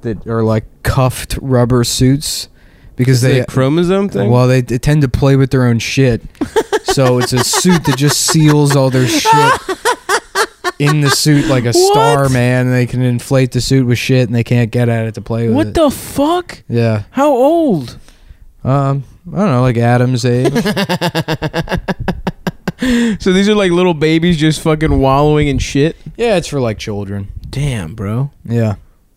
Speaker 1: that are like cuffed rubber suits because
Speaker 3: Is it
Speaker 1: they
Speaker 3: a chromosome thing?
Speaker 1: well they, they tend to play with their own shit, so it's a suit that just seals all their shit. In the suit, like a star man, and they can inflate the suit with shit, and they can't get at it to play with
Speaker 2: [laughs] what
Speaker 1: it.
Speaker 2: the fuck?
Speaker 1: yeah,
Speaker 2: How old?
Speaker 1: um, I don't know, like Adam's age.
Speaker 2: [laughs] so these are like little babies just fucking wallowing in shit.
Speaker 1: yeah, it's for like children.
Speaker 2: Damn, bro,
Speaker 1: Yeah,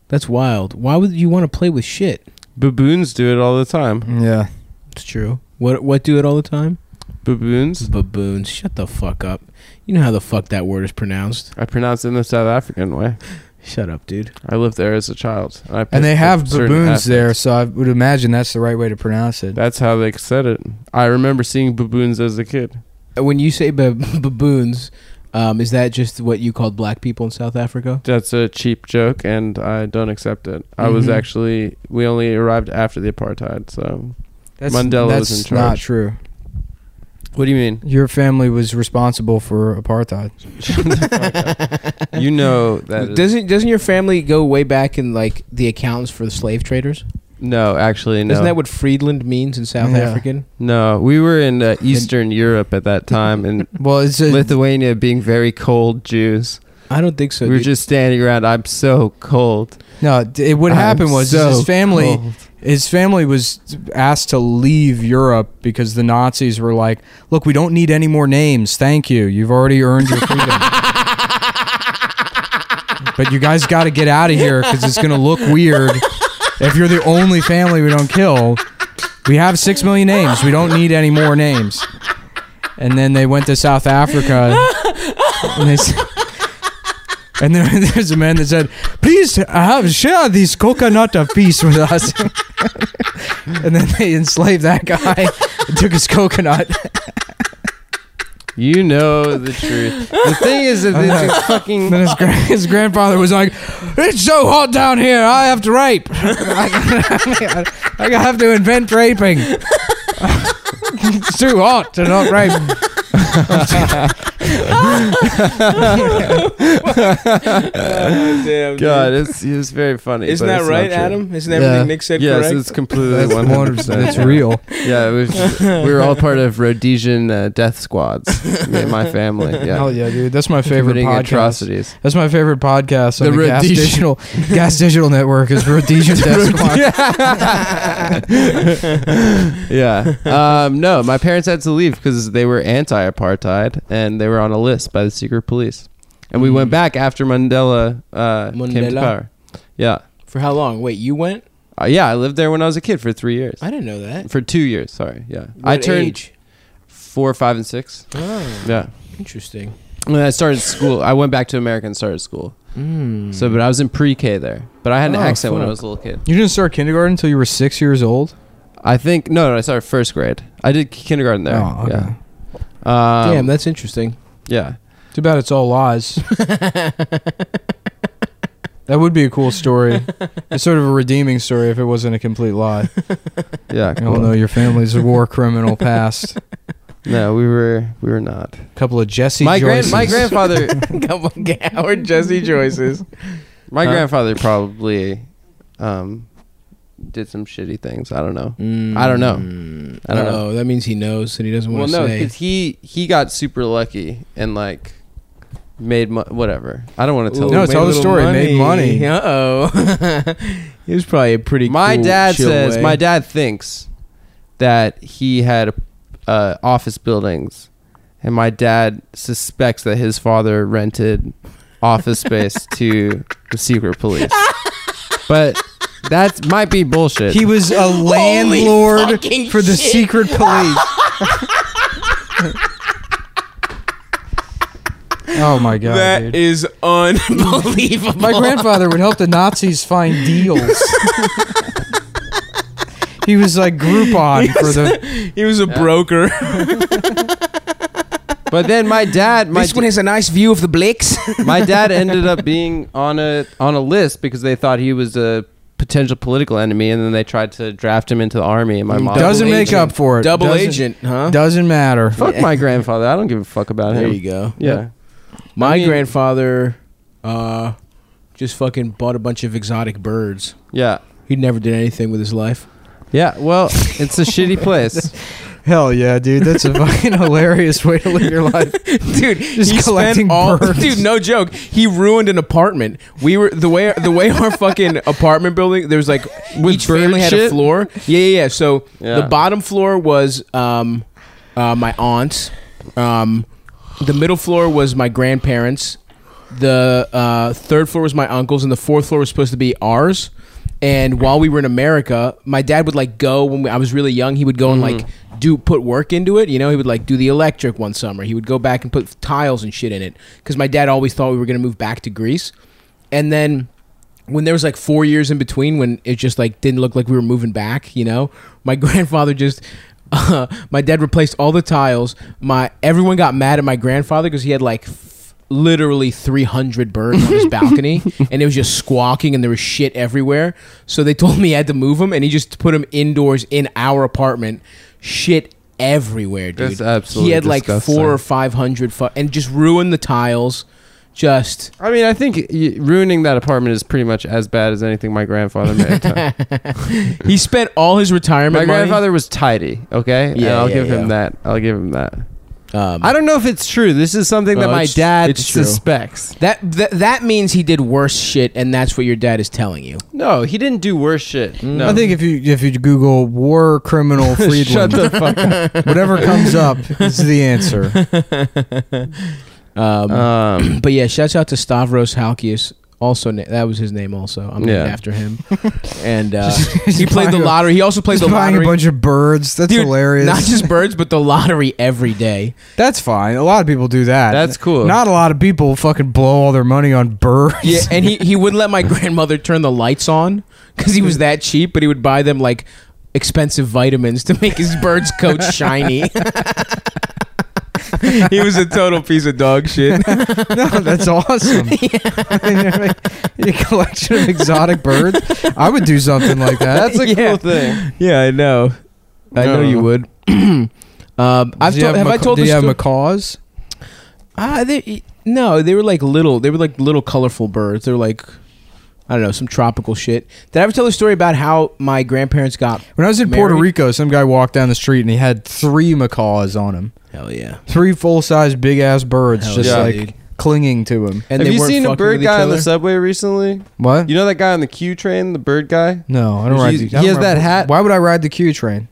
Speaker 2: that's wild. Why would you want to play with shit?
Speaker 3: Baboons do it all the time.
Speaker 1: yeah.
Speaker 2: It's true. What what do it all the time?
Speaker 3: Baboons.
Speaker 2: Baboons. Shut the fuck up. You know how the fuck that word is pronounced.
Speaker 3: I pronounce it in the South African way.
Speaker 2: Shut up, dude.
Speaker 3: I lived there as a child. I
Speaker 1: And
Speaker 3: picked
Speaker 1: they
Speaker 3: up
Speaker 1: have
Speaker 3: certain
Speaker 1: baboons there,
Speaker 3: aspects.
Speaker 1: so I would imagine that's the right way to pronounce it.
Speaker 3: That's how they said it. I remember seeing baboons as a kid.
Speaker 2: When you say bab- [laughs] baboons, um, is that just what you called black people in South Africa?
Speaker 3: That's a cheap joke, and I don't accept it. I was
Speaker 1: Mm-hmm.
Speaker 2: Mhm.
Speaker 3: actually we only arrived after the apartheid. So
Speaker 1: That's,
Speaker 3: Mandela was
Speaker 1: that's
Speaker 3: in charge.
Speaker 1: not true.
Speaker 3: what do you mean?
Speaker 1: Your family was responsible for apartheid.
Speaker 3: you
Speaker 1: [laughs]
Speaker 3: know that is-
Speaker 2: doesn't doesn't your family go way back in like the accounts for the slave traders?
Speaker 3: no, actually no.
Speaker 2: Isn't that what Friedland means in South
Speaker 1: Yeah.
Speaker 2: African?
Speaker 3: no, we were in uh, Eastern Europe at that time, and
Speaker 1: [laughs] Well, it's a,
Speaker 3: Lithuania being very cold Jews.
Speaker 2: I don't think so.
Speaker 3: we were
Speaker 2: dude. [laughs]
Speaker 3: just [laughs] standing around. I'm so cold.
Speaker 1: no. d- It, what
Speaker 3: I'm
Speaker 1: happened was is
Speaker 3: so
Speaker 1: his family,
Speaker 3: cold.
Speaker 1: his family was asked to leave Europe because the Nazis were like, "Look, we don't need any more names. Thank you. You've already earned your
Speaker 3: [laughs]
Speaker 1: freedom." but you guys got to get out of here because it's gonna look weird if you're the only family we don't kill. We have six million names. We don't need any more names. And then they went to South Africa, and they. s- And there, [laughs] there's a man that said, "Please have share this coconut of peace with us." [laughs] and then they enslaved that guy and took his [laughs] coconut. [laughs]
Speaker 3: You know the truth. The thing is that
Speaker 1: I
Speaker 3: they
Speaker 1: know.
Speaker 3: just fucking
Speaker 1: And then his, gran- his grandfather was like, "It's so hot down here, I have to rape. [laughs] I I have to invent raping. [laughs] it's too hot to not rape."
Speaker 2: Damn, dude.
Speaker 3: God, it's it's very funny.
Speaker 2: Isn't
Speaker 3: but
Speaker 2: that
Speaker 3: it's
Speaker 2: right,
Speaker 3: not true.
Speaker 2: Adam? Isn't
Speaker 1: Yeah.
Speaker 2: everything Nick said
Speaker 3: Yes,
Speaker 2: correct?
Speaker 3: it's completely
Speaker 1: That's
Speaker 3: one hundred percent.
Speaker 1: That's real.
Speaker 3: Yeah, it was, we were all part of Rhodesian uh, death squads. me and my family.
Speaker 1: [laughs]
Speaker 3: Yeah,
Speaker 1: Hell yeah, dude. That's my favorite
Speaker 3: Committing
Speaker 1: podcast.
Speaker 3: atrocities.
Speaker 1: That's my favorite podcast on
Speaker 3: The
Speaker 1: the, Gas
Speaker 3: Rhodesian-
Speaker 1: Digital Gas Digital Network is
Speaker 3: [laughs]
Speaker 1: Rhodesian Death Squad. [laughs]
Speaker 2: [laughs]
Speaker 3: [laughs] yeah. Um, no, my parents had to leave because they were anti-apartheid and they were on a list by the secret police. And we
Speaker 1: Mm.
Speaker 3: went back after Mandela, uh, came to
Speaker 2: Mandela?
Speaker 3: power. Yeah,
Speaker 2: For how long? Wait, you went?
Speaker 3: uh, yeah. I lived there when I was a kid for three years.
Speaker 2: I didn't know that.
Speaker 3: For two years, sorry. Yeah, I
Speaker 2: What
Speaker 3: turned
Speaker 2: age?
Speaker 3: four, five, and six.
Speaker 2: Oh,
Speaker 3: Yeah.
Speaker 2: interesting.
Speaker 3: When I started school, I went back to America and started school.
Speaker 2: Mm.
Speaker 3: So, but I was in pre-K there. But I had an
Speaker 1: Oh,
Speaker 3: accent when I
Speaker 1: fuck.
Speaker 3: was a little kid.
Speaker 1: You didn't start kindergarten until you were six years old.
Speaker 3: I think no, no, I started first grade. I did kindergarten there.
Speaker 1: Oh, okay.
Speaker 3: Yeah. Um,
Speaker 2: Damn, that's
Speaker 3: [laughs]
Speaker 2: interesting.
Speaker 3: yeah.
Speaker 1: Too bad it's all
Speaker 3: [laughs]
Speaker 1: lies. that would be a cool story. It's sort of a redeeming story if it wasn't a complete lie.
Speaker 3: Yeah.
Speaker 1: I don't know your family's a war criminal past.
Speaker 3: No, we were we were not.
Speaker 1: couple of Jesse
Speaker 3: my
Speaker 1: Joyces.
Speaker 3: grand my grandfather
Speaker 2: Come on, Howard Jesse Joyce's.
Speaker 3: my
Speaker 2: Huh?
Speaker 3: grandfather probably um did some shitty things. I don't know. I don't know. I don't know.
Speaker 2: Oh, that means he knows and he doesn't
Speaker 3: Well,
Speaker 2: want to
Speaker 3: no,
Speaker 2: say.
Speaker 3: because he he got super lucky and like made mo- whatever. I don't want to tell.
Speaker 1: No,
Speaker 3: you.
Speaker 1: it's tell the story. Made money.
Speaker 2: Uh oh. [laughs] he was probably a pretty.
Speaker 3: my
Speaker 2: cool,
Speaker 3: dad
Speaker 2: chill
Speaker 3: says
Speaker 2: way. [laughs]
Speaker 3: my dad thinks that he had uh, office buildings and my dad suspects that his father rented office
Speaker 2: [laughs]
Speaker 3: space to the secret police but that might be bullshit
Speaker 1: He was a landlord
Speaker 2: fucking
Speaker 1: for the
Speaker 2: shit.
Speaker 3: [laughs]
Speaker 1: secret police. Oh my god,
Speaker 4: That
Speaker 1: dude.
Speaker 4: is unbelievable.
Speaker 2: [laughs]
Speaker 1: my grandfather would help the Nazis find deals. he was like Groupon for the.
Speaker 4: he was a broker.
Speaker 2: [laughs]
Speaker 3: But then my dad, my
Speaker 2: this one has a nice view of the [laughs] Blakes.
Speaker 3: my dad ended up being on a on a list because they thought he was a potential political enemy, and then they tried to draft him into the army. And my mom
Speaker 1: Doesn't
Speaker 2: Double
Speaker 1: make
Speaker 2: agent.
Speaker 1: up for it.
Speaker 2: Double
Speaker 1: Doesn't-
Speaker 2: agent, huh?
Speaker 1: Doesn't matter.
Speaker 3: fuck my grandfather. I don't give a fuck about
Speaker 2: There
Speaker 3: him.
Speaker 2: you go.
Speaker 3: Yeah,
Speaker 2: My
Speaker 3: I mean-
Speaker 2: grandfather uh, just fucking bought a bunch of exotic birds.
Speaker 3: yeah,
Speaker 2: He never did anything with his life.
Speaker 3: yeah. Well, it's a shitty [laughs] place.
Speaker 1: Hell yeah, dude. That's [laughs] a fucking hilarious way to live your
Speaker 3: [laughs]
Speaker 1: life.
Speaker 2: [laughs] dude.
Speaker 1: Just
Speaker 2: he
Speaker 1: collecting
Speaker 2: spent all, [laughs]
Speaker 1: birds.
Speaker 2: Dude, no joke. He ruined an apartment. We were the way the way our fucking apartment building. There was like each
Speaker 3: bird
Speaker 2: family had a
Speaker 3: shit?
Speaker 2: floor. Yeah, yeah, yeah. So
Speaker 3: Yeah.
Speaker 2: the bottom floor was um, uh, my aunt's. Um, the middle floor was my grandparents. The uh, third floor was my uncle's, and the fourth floor was supposed to be ours. And while we were in America, my dad would like go when we, I was really young. He would go and like do put work into it. You know, he would like do the electric one summer. He would go back and put tiles and shit in it because my dad always thought we were gonna move back to Greece. And then when there was like four years in between when it just like didn't look like we were moving back you know my [laughs] grandfather just uh, my dad replaced all the tiles my everyone got mad at my grandfather because he had like f- literally 300 birds on
Speaker 3: [laughs]
Speaker 2: his balcony and it was just squawking and there was shit everywhere so they told me i had to move him and he just put him indoors in our apartment shit everywhere dude
Speaker 3: That's absolutely
Speaker 2: he had like
Speaker 3: disgusting.
Speaker 2: four or five hundred fu- and just ruined the tiles just
Speaker 3: I mean, I think y- ruining that apartment is pretty much as bad as anything my grandfather may
Speaker 2: [laughs]
Speaker 3: have done.
Speaker 2: he spent all his retirement
Speaker 3: my
Speaker 2: money-
Speaker 3: grandfather was tidy. Okay, And
Speaker 2: Yeah,
Speaker 3: I'll
Speaker 2: yeah,
Speaker 3: give
Speaker 2: yeah.
Speaker 3: him that. I'll give him that.
Speaker 2: Um,
Speaker 3: I don't know if it's true. This is something that
Speaker 2: Oh,
Speaker 3: my
Speaker 2: it's-
Speaker 3: dad
Speaker 2: it's true.
Speaker 3: suspects.
Speaker 2: that, that that means he did worse shit, and that's what your dad is telling you.
Speaker 3: No, he didn't do worse shit.
Speaker 2: Mm.
Speaker 3: No.
Speaker 1: I think if you if you Google war
Speaker 2: [laughs]
Speaker 1: criminal Friedland,
Speaker 3: Shut the fuck up.
Speaker 1: whatever comes up is the answer.
Speaker 2: [laughs] Um,
Speaker 1: Uh.
Speaker 3: Um,
Speaker 2: but yeah, shouts out to Stavros Halkias. Also, na- that was his name. Also, I'm named
Speaker 3: Yeah.
Speaker 1: [laughs]
Speaker 2: after him. and uh,
Speaker 1: just
Speaker 2: he played the
Speaker 1: buying a-
Speaker 2: lottery. He also played
Speaker 1: Just
Speaker 2: the
Speaker 1: buying
Speaker 2: lottery.
Speaker 1: a bunch of birds. That's
Speaker 2: Dude,
Speaker 1: hilarious.
Speaker 2: Not just birds, but the lottery
Speaker 1: [laughs]
Speaker 2: every day.
Speaker 1: That's fine. A lot of people do that.
Speaker 3: [clears throat] That's cool.
Speaker 1: Not a lot of people fucking blow all their money on birds.
Speaker 2: Yeah,
Speaker 1: [laughs]
Speaker 2: and he, he wouldn't let my [laughs] grandmother turn the lights on because he was that cheap, but he would buy them like expensive vitamins to make his bird's
Speaker 1: [laughs]
Speaker 2: coat shiny. [laughs] he was a total piece of dog shit.
Speaker 1: no, that's
Speaker 2: [laughs]
Speaker 1: awesome. [laughs] a collection of exotic birds. I would do something like that.
Speaker 3: that's a
Speaker 2: Yeah.
Speaker 3: cool [laughs] thing.
Speaker 2: Yeah, I know. I know
Speaker 3: No.
Speaker 2: you would. [clears throat] um, [laughs] I've
Speaker 1: Does he
Speaker 2: told, have I
Speaker 1: maca-
Speaker 2: told
Speaker 1: do
Speaker 2: this
Speaker 1: you have
Speaker 2: sto-
Speaker 1: macaws?
Speaker 2: Ah, they, no, they were like little. They were like little colorful birds. They were like, I don't know, some tropical shit. Did I ever tell the story about how my grandparents got?
Speaker 1: When I was in Puerto
Speaker 2: Married?
Speaker 1: Rico, some guy walked down the street and he had three macaws on him.
Speaker 2: Hell yeah!
Speaker 1: Three full size big ass birds
Speaker 2: Hell
Speaker 1: just
Speaker 3: yeah,
Speaker 1: like
Speaker 2: dude.
Speaker 1: clinging to him.
Speaker 2: And
Speaker 3: Have
Speaker 2: they
Speaker 3: you
Speaker 2: weren't
Speaker 3: seen a
Speaker 2: fucking
Speaker 3: bird
Speaker 2: with each
Speaker 3: guy on the
Speaker 2: other?
Speaker 3: subway recently?
Speaker 1: What?
Speaker 3: You know that guy on the Q train, the bird guy?
Speaker 1: no, I don't
Speaker 3: He-
Speaker 1: ride the
Speaker 3: he
Speaker 1: I don't
Speaker 3: has that
Speaker 1: remember-
Speaker 3: hat.
Speaker 1: Why would I ride the Q train?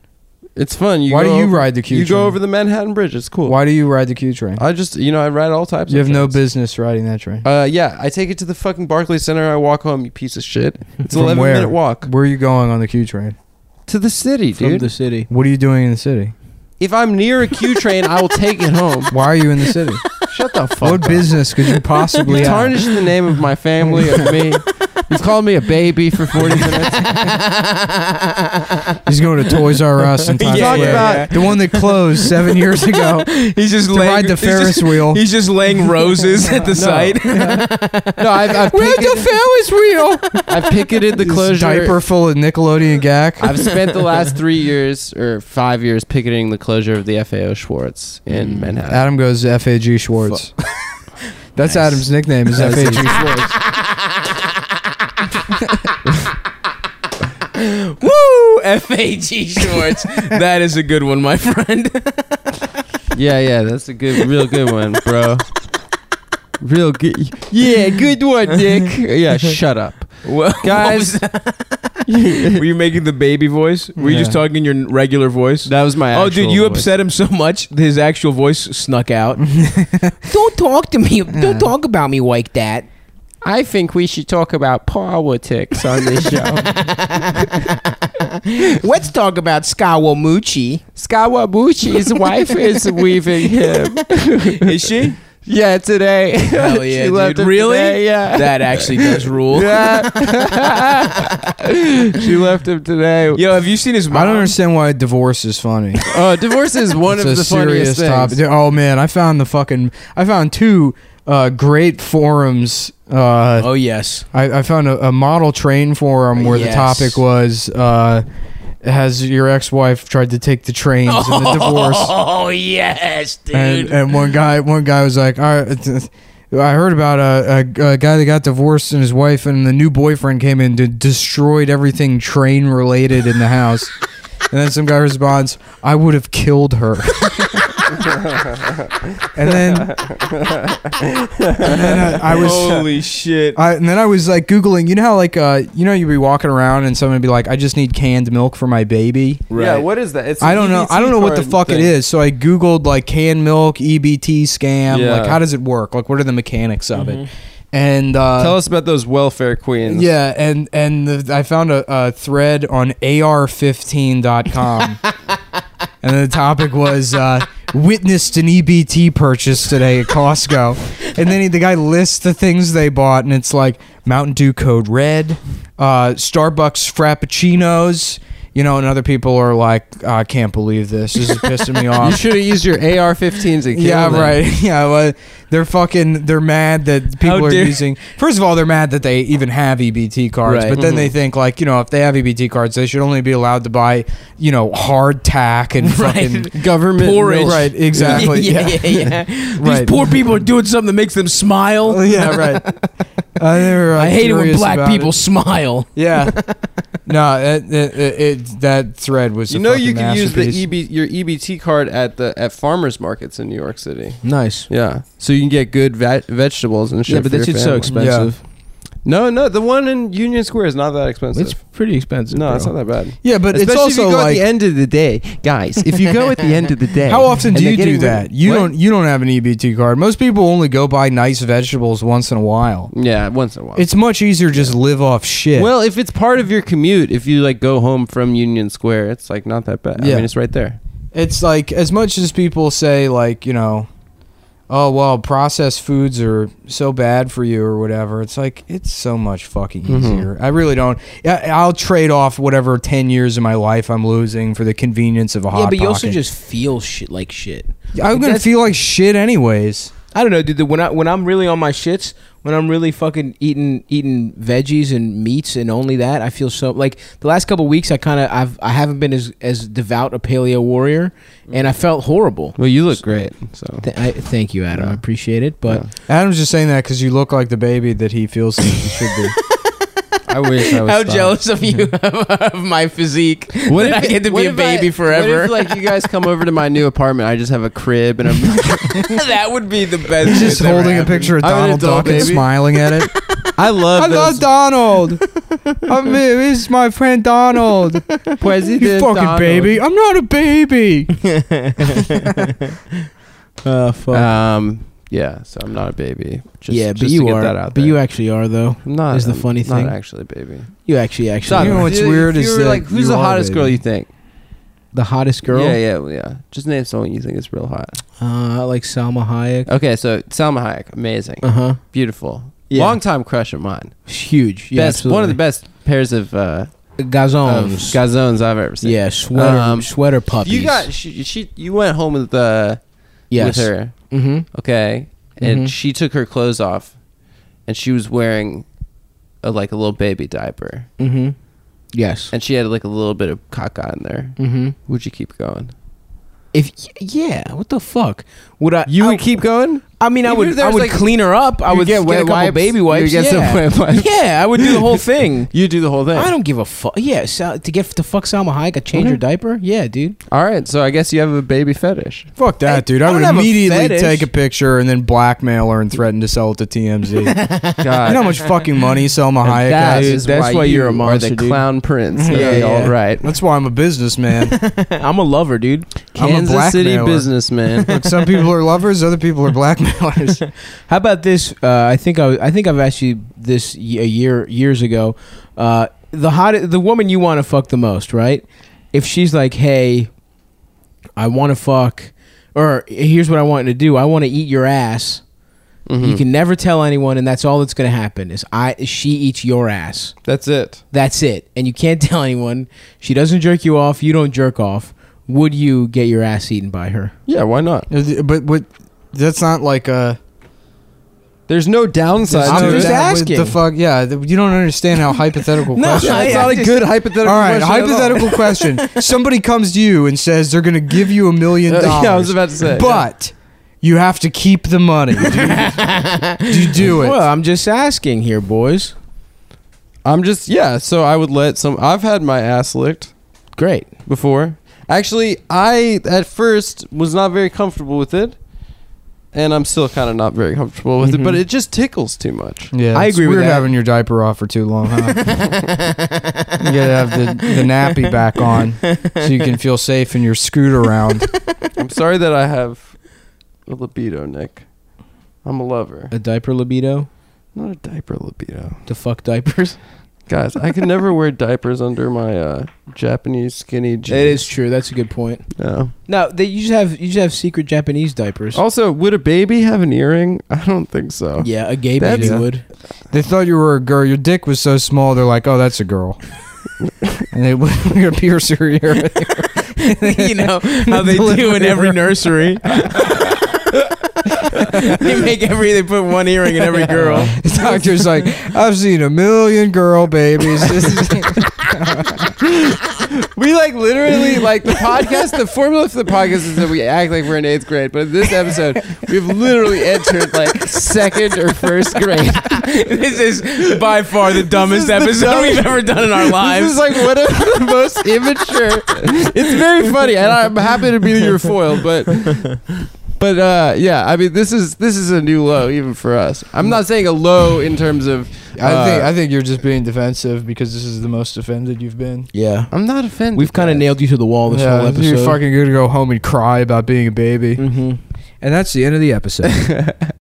Speaker 3: It's fun. You
Speaker 1: Why
Speaker 3: go
Speaker 1: do you
Speaker 3: over-
Speaker 1: ride the Q
Speaker 3: You
Speaker 1: train?
Speaker 3: go over the Manhattan Bridge. It's cool.
Speaker 1: Why do you ride the Q train?
Speaker 3: I just, you know, I ride all types
Speaker 1: You
Speaker 3: of
Speaker 1: have no
Speaker 3: trains.
Speaker 1: business riding that train.
Speaker 3: Uh, yeah, I take it to the fucking Barclays Center. I walk home, you piece
Speaker 1: [laughs]
Speaker 3: of shit. It's an
Speaker 1: From
Speaker 3: 11
Speaker 1: where?
Speaker 3: minute walk
Speaker 1: Where are you going on the Q train?
Speaker 3: to the city,
Speaker 2: from
Speaker 3: dude.
Speaker 2: the city.
Speaker 1: What are you doing in the city?
Speaker 3: if I'm near a Q train, I will take it home.
Speaker 1: [laughs] Why are you in the city?
Speaker 3: [laughs] Shut the fuck
Speaker 1: what
Speaker 3: up.
Speaker 1: business could you
Speaker 3: You
Speaker 1: possibly have?
Speaker 3: tarnished the name of my family, of me. You've called me a baby for
Speaker 1: [laughs]
Speaker 3: 40 minutes.
Speaker 1: He's going to Toys R Us in Times
Speaker 2: Yeah,
Speaker 1: Square.
Speaker 3: yeah, yeah.
Speaker 1: The one that closed seven
Speaker 3: [laughs]
Speaker 1: years ago to
Speaker 2: He's just laying.
Speaker 1: ride the
Speaker 2: he's just-
Speaker 1: Ferris wheel.
Speaker 2: He's just [laughs] laying roses at the site.
Speaker 3: [laughs] No, I've,
Speaker 1: Ride
Speaker 3: I've, picketed,
Speaker 1: the Ferris wheel.
Speaker 3: I've picketed the
Speaker 1: His
Speaker 3: closure.
Speaker 1: diaper full of Nickelodeon gack.
Speaker 3: I've spent
Speaker 1: [laughs]
Speaker 3: the last three years or five years picketing the closure of the FAO Schwartz
Speaker 1: Mm.
Speaker 3: in Manhattan.
Speaker 1: Adam goes to FAG Schwartz. That's Adam's nickname is FAG Schwartz.
Speaker 2: [laughs] Woo! Fag shorts. that is a good one, my [laughs] friend.
Speaker 3: yeah, yeah, that's a good, real good one, bro. Real good. Yeah, good one, Dick.
Speaker 1: [laughs]
Speaker 3: Yeah, shut up,
Speaker 2: Well,
Speaker 3: guys.
Speaker 2: were you making the baby voice? Were you just
Speaker 1: Yeah.
Speaker 2: talking in your regular voice?
Speaker 3: [laughs] That was my.
Speaker 2: Oh, dude,
Speaker 3: actual
Speaker 2: you
Speaker 3: voice.
Speaker 2: upset him so much, his actual voice snuck out. [laughs] Don't talk to me. Don't talk about me like that.
Speaker 3: I think we should talk about politics on this
Speaker 1: [laughs]
Speaker 3: show.
Speaker 2: Let's talk about Skawamuchi.
Speaker 3: Scawabuchi's wife is leaving him.
Speaker 2: [laughs] Is she?
Speaker 3: Yeah, today.
Speaker 2: Hell yeah,
Speaker 3: [laughs] She left
Speaker 2: dude.
Speaker 3: it
Speaker 2: Really?
Speaker 3: today, yeah.
Speaker 2: That actually does rule.
Speaker 3: yeah. [laughs] she left him today.
Speaker 2: Yo, have you seen his
Speaker 1: I don't understand why divorce is funny.
Speaker 3: Uh, divorce is one
Speaker 1: It's
Speaker 3: of
Speaker 1: a
Speaker 3: the funniest
Speaker 1: serious
Speaker 3: things.
Speaker 1: topic. Oh man, I found the fucking I found two uh, great forums. Uh,
Speaker 2: Oh yes.
Speaker 1: I, I found a, a model train forum where
Speaker 2: Yes.
Speaker 1: the topic was uh, has your ex-wife tried to take the trains in
Speaker 3: [laughs]
Speaker 1: the divorce?
Speaker 4: Oh
Speaker 2: [laughs]
Speaker 4: yes, dude.
Speaker 1: and and one guy one guy was like, all right. it's- I heard about a, a, a guy that got divorced and his wife and the new boyfriend came in and destroyed everything train related in the house. and then some guy responds, "I would have killed her." and then, and then I, I was
Speaker 2: uh, Oh. [laughs] shit.
Speaker 1: I, and then I was like googling. You know how like uh, you know you'd be walking around and someone would be like, "I just need canned milk for my baby."
Speaker 3: Yeah, what is that? It's E
Speaker 1: I don't know. I don't know what the fuck it is. So I googled like canned milk EBT scam.
Speaker 3: Yeah. Mm-hmm.
Speaker 1: Like how does it work? Like what are the mechanics of it? And uh,
Speaker 3: Tell us about those welfare queens.
Speaker 1: yeah, and and the, I found a, a thread on ar15.com, and the topic was uh, witnessed an EBT purchase today at Costco, and then he, the guy lists the things they bought, and it's like Mountain Dew Code Red, uh, Starbucks Frappuccinos. You know, and other people are like, I can't believe this. This is pissing me off.
Speaker 3: You should have used your AR-15s [laughs] to kill
Speaker 1: Yeah,
Speaker 3: them.
Speaker 1: right. [laughs] Yeah, well, they're fucking. They're mad that people are
Speaker 2: dare-
Speaker 1: using. First of all, they're mad that they even have EBT cards.
Speaker 2: Right. Mm-hmm.
Speaker 1: But then they think like, you know, if they have EBT cards, they should only be allowed to buy, you know, hard tack
Speaker 2: [laughs]
Speaker 1: and fucking [laughs]
Speaker 3: Government
Speaker 2: Porridge.
Speaker 1: Right. Exactly.
Speaker 2: [laughs] yeah,
Speaker 1: yeah.
Speaker 2: yeah, yeah. yeah.
Speaker 1: Right.
Speaker 2: These poor people are doing something that makes them [laughs] smile.
Speaker 1: Oh, yeah, Right. Uh, they were,
Speaker 2: I
Speaker 1: like,
Speaker 2: hate it when
Speaker 1: curious
Speaker 2: black
Speaker 1: about
Speaker 2: people
Speaker 1: it.
Speaker 2: smile.
Speaker 1: Yeah. no, it, it, it, it- that thread was.
Speaker 3: You
Speaker 1: a
Speaker 3: know you
Speaker 1: fucking
Speaker 3: can use the E
Speaker 1: masterpiece.
Speaker 3: EB, your EBT card at the at farmers markets in New York City.
Speaker 2: Nice.
Speaker 3: Yeah, so you can get good vet- vegetables and shit.
Speaker 2: Yeah, but that
Speaker 3: for your
Speaker 2: shit's so
Speaker 3: family.
Speaker 2: expensive.
Speaker 3: No, no, the one in Union Square is not that expensive.
Speaker 2: It's pretty expensive.
Speaker 3: no,
Speaker 2: bro.
Speaker 3: it's not that bad.
Speaker 1: Yeah, but
Speaker 3: Especially
Speaker 1: it's also
Speaker 3: if you go
Speaker 1: like.
Speaker 3: at the end of the day, guys. If you go at the end of the day,
Speaker 1: [laughs] How often
Speaker 3: and
Speaker 1: do
Speaker 3: they're
Speaker 1: you do
Speaker 3: getting rid
Speaker 1: that?
Speaker 3: of-
Speaker 1: You
Speaker 3: What?
Speaker 1: don't. You don't have an EBT card. Most people only go buy nice vegetables once in a while.
Speaker 3: Yeah, once in a while.
Speaker 1: It's much easier to just live off shit.
Speaker 3: well, if it's part of your commute, if you like go home from Union Square, it's like not that bad. I
Speaker 1: Yeah.
Speaker 3: mean, it's right there.
Speaker 1: it's like as much as people say, like you know, oh well, processed foods are so bad for you or whatever. It's like it's so much fucking
Speaker 2: Mm-hmm.
Speaker 3: Mhm.
Speaker 1: easier. I really don't. I- I'll trade off whatever ten years of my life I'm losing for the convenience of a hot.
Speaker 2: Yeah, but you also
Speaker 1: Pocket.
Speaker 2: just feel shit like shit.
Speaker 1: I'm gonna
Speaker 2: that's-
Speaker 1: feel like shit anyways.
Speaker 2: I don't know, dude. When I when I'm really on my shits, when I'm really fucking eating eating veggies and meats and only that, I feel so like the last couple weeks I kind of I've I haven't been as as devout a paleo warrior, and I felt horrible.
Speaker 3: Well, you look great. So
Speaker 2: Th- I, thank you, Adam. I
Speaker 3: Yeah.
Speaker 2: appreciate it, but
Speaker 3: Yeah.
Speaker 1: Adam's just saying that because you look like the baby that he feels he should be.
Speaker 3: I wish [laughs] I was.
Speaker 2: how
Speaker 3: fat.
Speaker 2: jealous of you [laughs] of my physique
Speaker 3: What
Speaker 2: that I get to
Speaker 3: what
Speaker 2: be a
Speaker 3: if I-
Speaker 2: baby forever.
Speaker 3: What if, like you guys come over to my new apartment, I just have a crib and
Speaker 2: [laughs]
Speaker 3: I'm
Speaker 2: that would be the best.
Speaker 1: He's [laughs]
Speaker 2: shit
Speaker 1: just
Speaker 2: that ever
Speaker 1: holding a
Speaker 2: happened.
Speaker 1: picture of
Speaker 3: I'm an
Speaker 1: Donald
Speaker 3: adult
Speaker 1: Duck and
Speaker 3: baby.
Speaker 1: smiling at it.
Speaker 3: I love
Speaker 1: I love
Speaker 3: those.
Speaker 1: Donald.
Speaker 3: [laughs]
Speaker 1: I'm, this is my friend Donald.
Speaker 3: President
Speaker 1: you fucking
Speaker 3: Donald.
Speaker 1: baby. I'm not a baby.
Speaker 2: [laughs] Oh fuck.
Speaker 3: Um, yeah, so I'm not a baby. Just,
Speaker 2: yeah, but
Speaker 3: just
Speaker 2: you
Speaker 3: to get
Speaker 2: are.
Speaker 3: that out
Speaker 2: but you
Speaker 3: there.
Speaker 2: actually are though.
Speaker 3: I'm not.
Speaker 2: is the
Speaker 3: I'm
Speaker 2: funny
Speaker 3: not
Speaker 2: thing.
Speaker 3: actually a baby.
Speaker 2: You actually actually.
Speaker 1: You know
Speaker 2: are.
Speaker 1: what's
Speaker 3: If
Speaker 1: weird
Speaker 3: if
Speaker 1: is
Speaker 3: you were
Speaker 1: that
Speaker 3: like, who's
Speaker 1: you
Speaker 3: the
Speaker 1: are a
Speaker 3: hottest girl
Speaker 1: baby.
Speaker 3: you think?
Speaker 2: the hottest girl.
Speaker 3: Yeah, yeah, yeah. Just name someone you think is real hot.
Speaker 2: Uh, I like Salma Hayek.
Speaker 3: Okay, so Salma Hayek, amazing,
Speaker 2: Uh huh.
Speaker 3: beautiful,
Speaker 2: Yeah.
Speaker 3: long time crush of mine.
Speaker 2: Huge. Yeah,
Speaker 3: best, one of the best pairs of, uh,
Speaker 2: best
Speaker 3: of
Speaker 2: gazons.
Speaker 3: gazones I've ever seen.
Speaker 2: yeah, sweater
Speaker 3: Um,
Speaker 2: sweater puppies.
Speaker 3: you got she, she. You went home with uh,
Speaker 2: yes.
Speaker 3: with her.
Speaker 2: Mm-hmm.
Speaker 3: okay and
Speaker 2: Mhm.
Speaker 3: she took her clothes off and she was wearing a, like a little baby diaper
Speaker 2: Mm-hmm. Yes.
Speaker 3: and she had like a little bit of caca in there
Speaker 2: Mm-hmm.
Speaker 3: would you keep going
Speaker 2: If y- yeah, what the fuck would I?
Speaker 3: you
Speaker 2: I,
Speaker 3: would keep going
Speaker 2: I mean, I
Speaker 3: even if
Speaker 2: would.
Speaker 3: there
Speaker 2: I
Speaker 3: was,
Speaker 2: would
Speaker 3: like-
Speaker 2: clean her up. I
Speaker 3: You'd
Speaker 2: would
Speaker 3: get
Speaker 2: get,
Speaker 3: wet
Speaker 2: a couple
Speaker 3: wipes?
Speaker 2: baby
Speaker 3: You'd
Speaker 2: wipes.
Speaker 3: get some
Speaker 2: yeah.
Speaker 3: wet wipes?
Speaker 2: Yeah, I would do the
Speaker 3: [laughs]
Speaker 2: whole thing.
Speaker 3: you do the whole thing
Speaker 2: I don't give a fuck. Yeah, Sal, to get to fuck Salma Hayek, I change her
Speaker 3: Okay.
Speaker 2: diaper. Yeah,
Speaker 3: [laughs]
Speaker 2: dude.
Speaker 3: all right so i guess you have a baby fetish
Speaker 1: Fuck
Speaker 2: Hey,
Speaker 1: that, dude.
Speaker 2: I
Speaker 1: I
Speaker 2: don't
Speaker 1: would
Speaker 2: have a
Speaker 1: immediately
Speaker 2: fetish.
Speaker 1: take a picture and then blackmail her and threaten to sell it to TMZ. you know
Speaker 3: god
Speaker 1: how much fucking money Selma
Speaker 3: And
Speaker 1: Hayek
Speaker 3: that
Speaker 1: has?
Speaker 3: is
Speaker 2: That's why you're a
Speaker 3: you
Speaker 2: monster,
Speaker 3: are the
Speaker 2: dude.
Speaker 3: clown prince of
Speaker 2: Yeah,
Speaker 3: the
Speaker 2: yeah.
Speaker 3: alt-right.
Speaker 1: That's why I'm a businessman.
Speaker 2: I'm a lover, dude.
Speaker 1: I'm a
Speaker 3: kansas city
Speaker 1: blackmailer.
Speaker 3: businessman
Speaker 1: Look, [laughs] some people are lovers, other people are blackmailers.
Speaker 2: How about this? Uh, I think I, I think I've asked you this y- a year years ago. Uh, the hot the woman you want to fuck the most, right? If she's like, "Hey, I want to fuck," or here's what I want to do: I want to eat your ass,
Speaker 1: Mm-hmm.
Speaker 2: You can never tell anyone, and that's all that's going to happen is I she eats your ass.
Speaker 3: [laughs] That's it.
Speaker 2: That's it, and you can't [laughs] tell anyone. She doesn't jerk you off. You don't jerk off. Would you get your ass eaten by her?
Speaker 3: Yeah, why not?
Speaker 1: Is- But what? That's not like a.
Speaker 3: There's no downside
Speaker 2: I'm
Speaker 3: to
Speaker 2: just
Speaker 3: it.
Speaker 2: asking.
Speaker 1: what The fuck? Yeah, th- you don't understand how hypothetical.
Speaker 2: No,
Speaker 1: question.
Speaker 3: Yeah, it's
Speaker 2: I-
Speaker 3: not
Speaker 2: I
Speaker 3: a
Speaker 2: just-
Speaker 3: good hypothetical.
Speaker 1: All right,
Speaker 3: question at
Speaker 1: hypothetical question. Somebody comes to you and says they're going to give you a million
Speaker 3: Uh, [laughs] yeah,
Speaker 1: dollars.
Speaker 3: I was about to say,
Speaker 1: But you have to keep the money. Do you, do you do it?
Speaker 2: Well, I'm just asking here, boys.
Speaker 3: I'm just yeah. So I would let some. I've had my ass licked
Speaker 2: Great.
Speaker 3: before. Actually, I at first was not very comfortable with it, and I'm still kind of not very comfortable with it. But it just tickles too much.
Speaker 1: yeah,
Speaker 2: I
Speaker 1: it's
Speaker 2: agree with
Speaker 1: weird
Speaker 2: that.
Speaker 1: having your diaper off for too long, huh?
Speaker 2: [laughs]
Speaker 1: you gotta have the, the nappy back on so you can feel safe in your scoot around.
Speaker 3: I'm sorry that I have a libido, Nick. I'm a lover,
Speaker 2: A diaper libido
Speaker 3: not a diaper libido.
Speaker 2: to fuck diapers.
Speaker 3: Guys, I can never wear diapers under my uh, Japanese skinny
Speaker 2: [laughs]
Speaker 3: jeans.
Speaker 2: It is true. That's a good point.
Speaker 3: No.
Speaker 2: No, they you just have you just have secret Japanese diapers.
Speaker 3: Also, would a baby have an earring? I don't think so.
Speaker 2: Yeah, a gay
Speaker 3: That's-
Speaker 2: baby
Speaker 3: Yeah.
Speaker 2: would.
Speaker 1: They thought you were a girl. Your dick was so small, they're like, oh, that's a girl. and they went [laughs] to pierce her ear.
Speaker 2: [laughs] you know how they do in every nursery. [laughs] they make every they put one earring in every [laughs] girl.
Speaker 1: The doctor's like, I've seen a million girl babies. This is
Speaker 3: We like [laughs] literally like the podcast. The formula for the podcast is that we act like we're in eighth grade, but in this episode, we've literally entered like second or
Speaker 1: [laughs]
Speaker 3: first grade.
Speaker 2: this is by far the dumbest
Speaker 3: the
Speaker 2: episode
Speaker 3: dumbest-
Speaker 2: we've ever done in our
Speaker 3: This
Speaker 2: lives.
Speaker 3: is like one of the most immature. It's very funny, and I'm happy to be your foil, but but uh, yeah, I mean this is this is a new low even for us. I'm not saying a low in terms of.
Speaker 1: I think
Speaker 3: uh,
Speaker 1: I think you're just being defensive because this is the most offended you've been.
Speaker 2: yeah,
Speaker 3: I'm not offended.
Speaker 2: we've kind of
Speaker 3: guys.
Speaker 2: nailed you to the wall this whole episode.
Speaker 1: you're fucking gonna go home and cry about being a baby,
Speaker 2: Mhm.
Speaker 3: uh,
Speaker 1: and that's the end of the episode.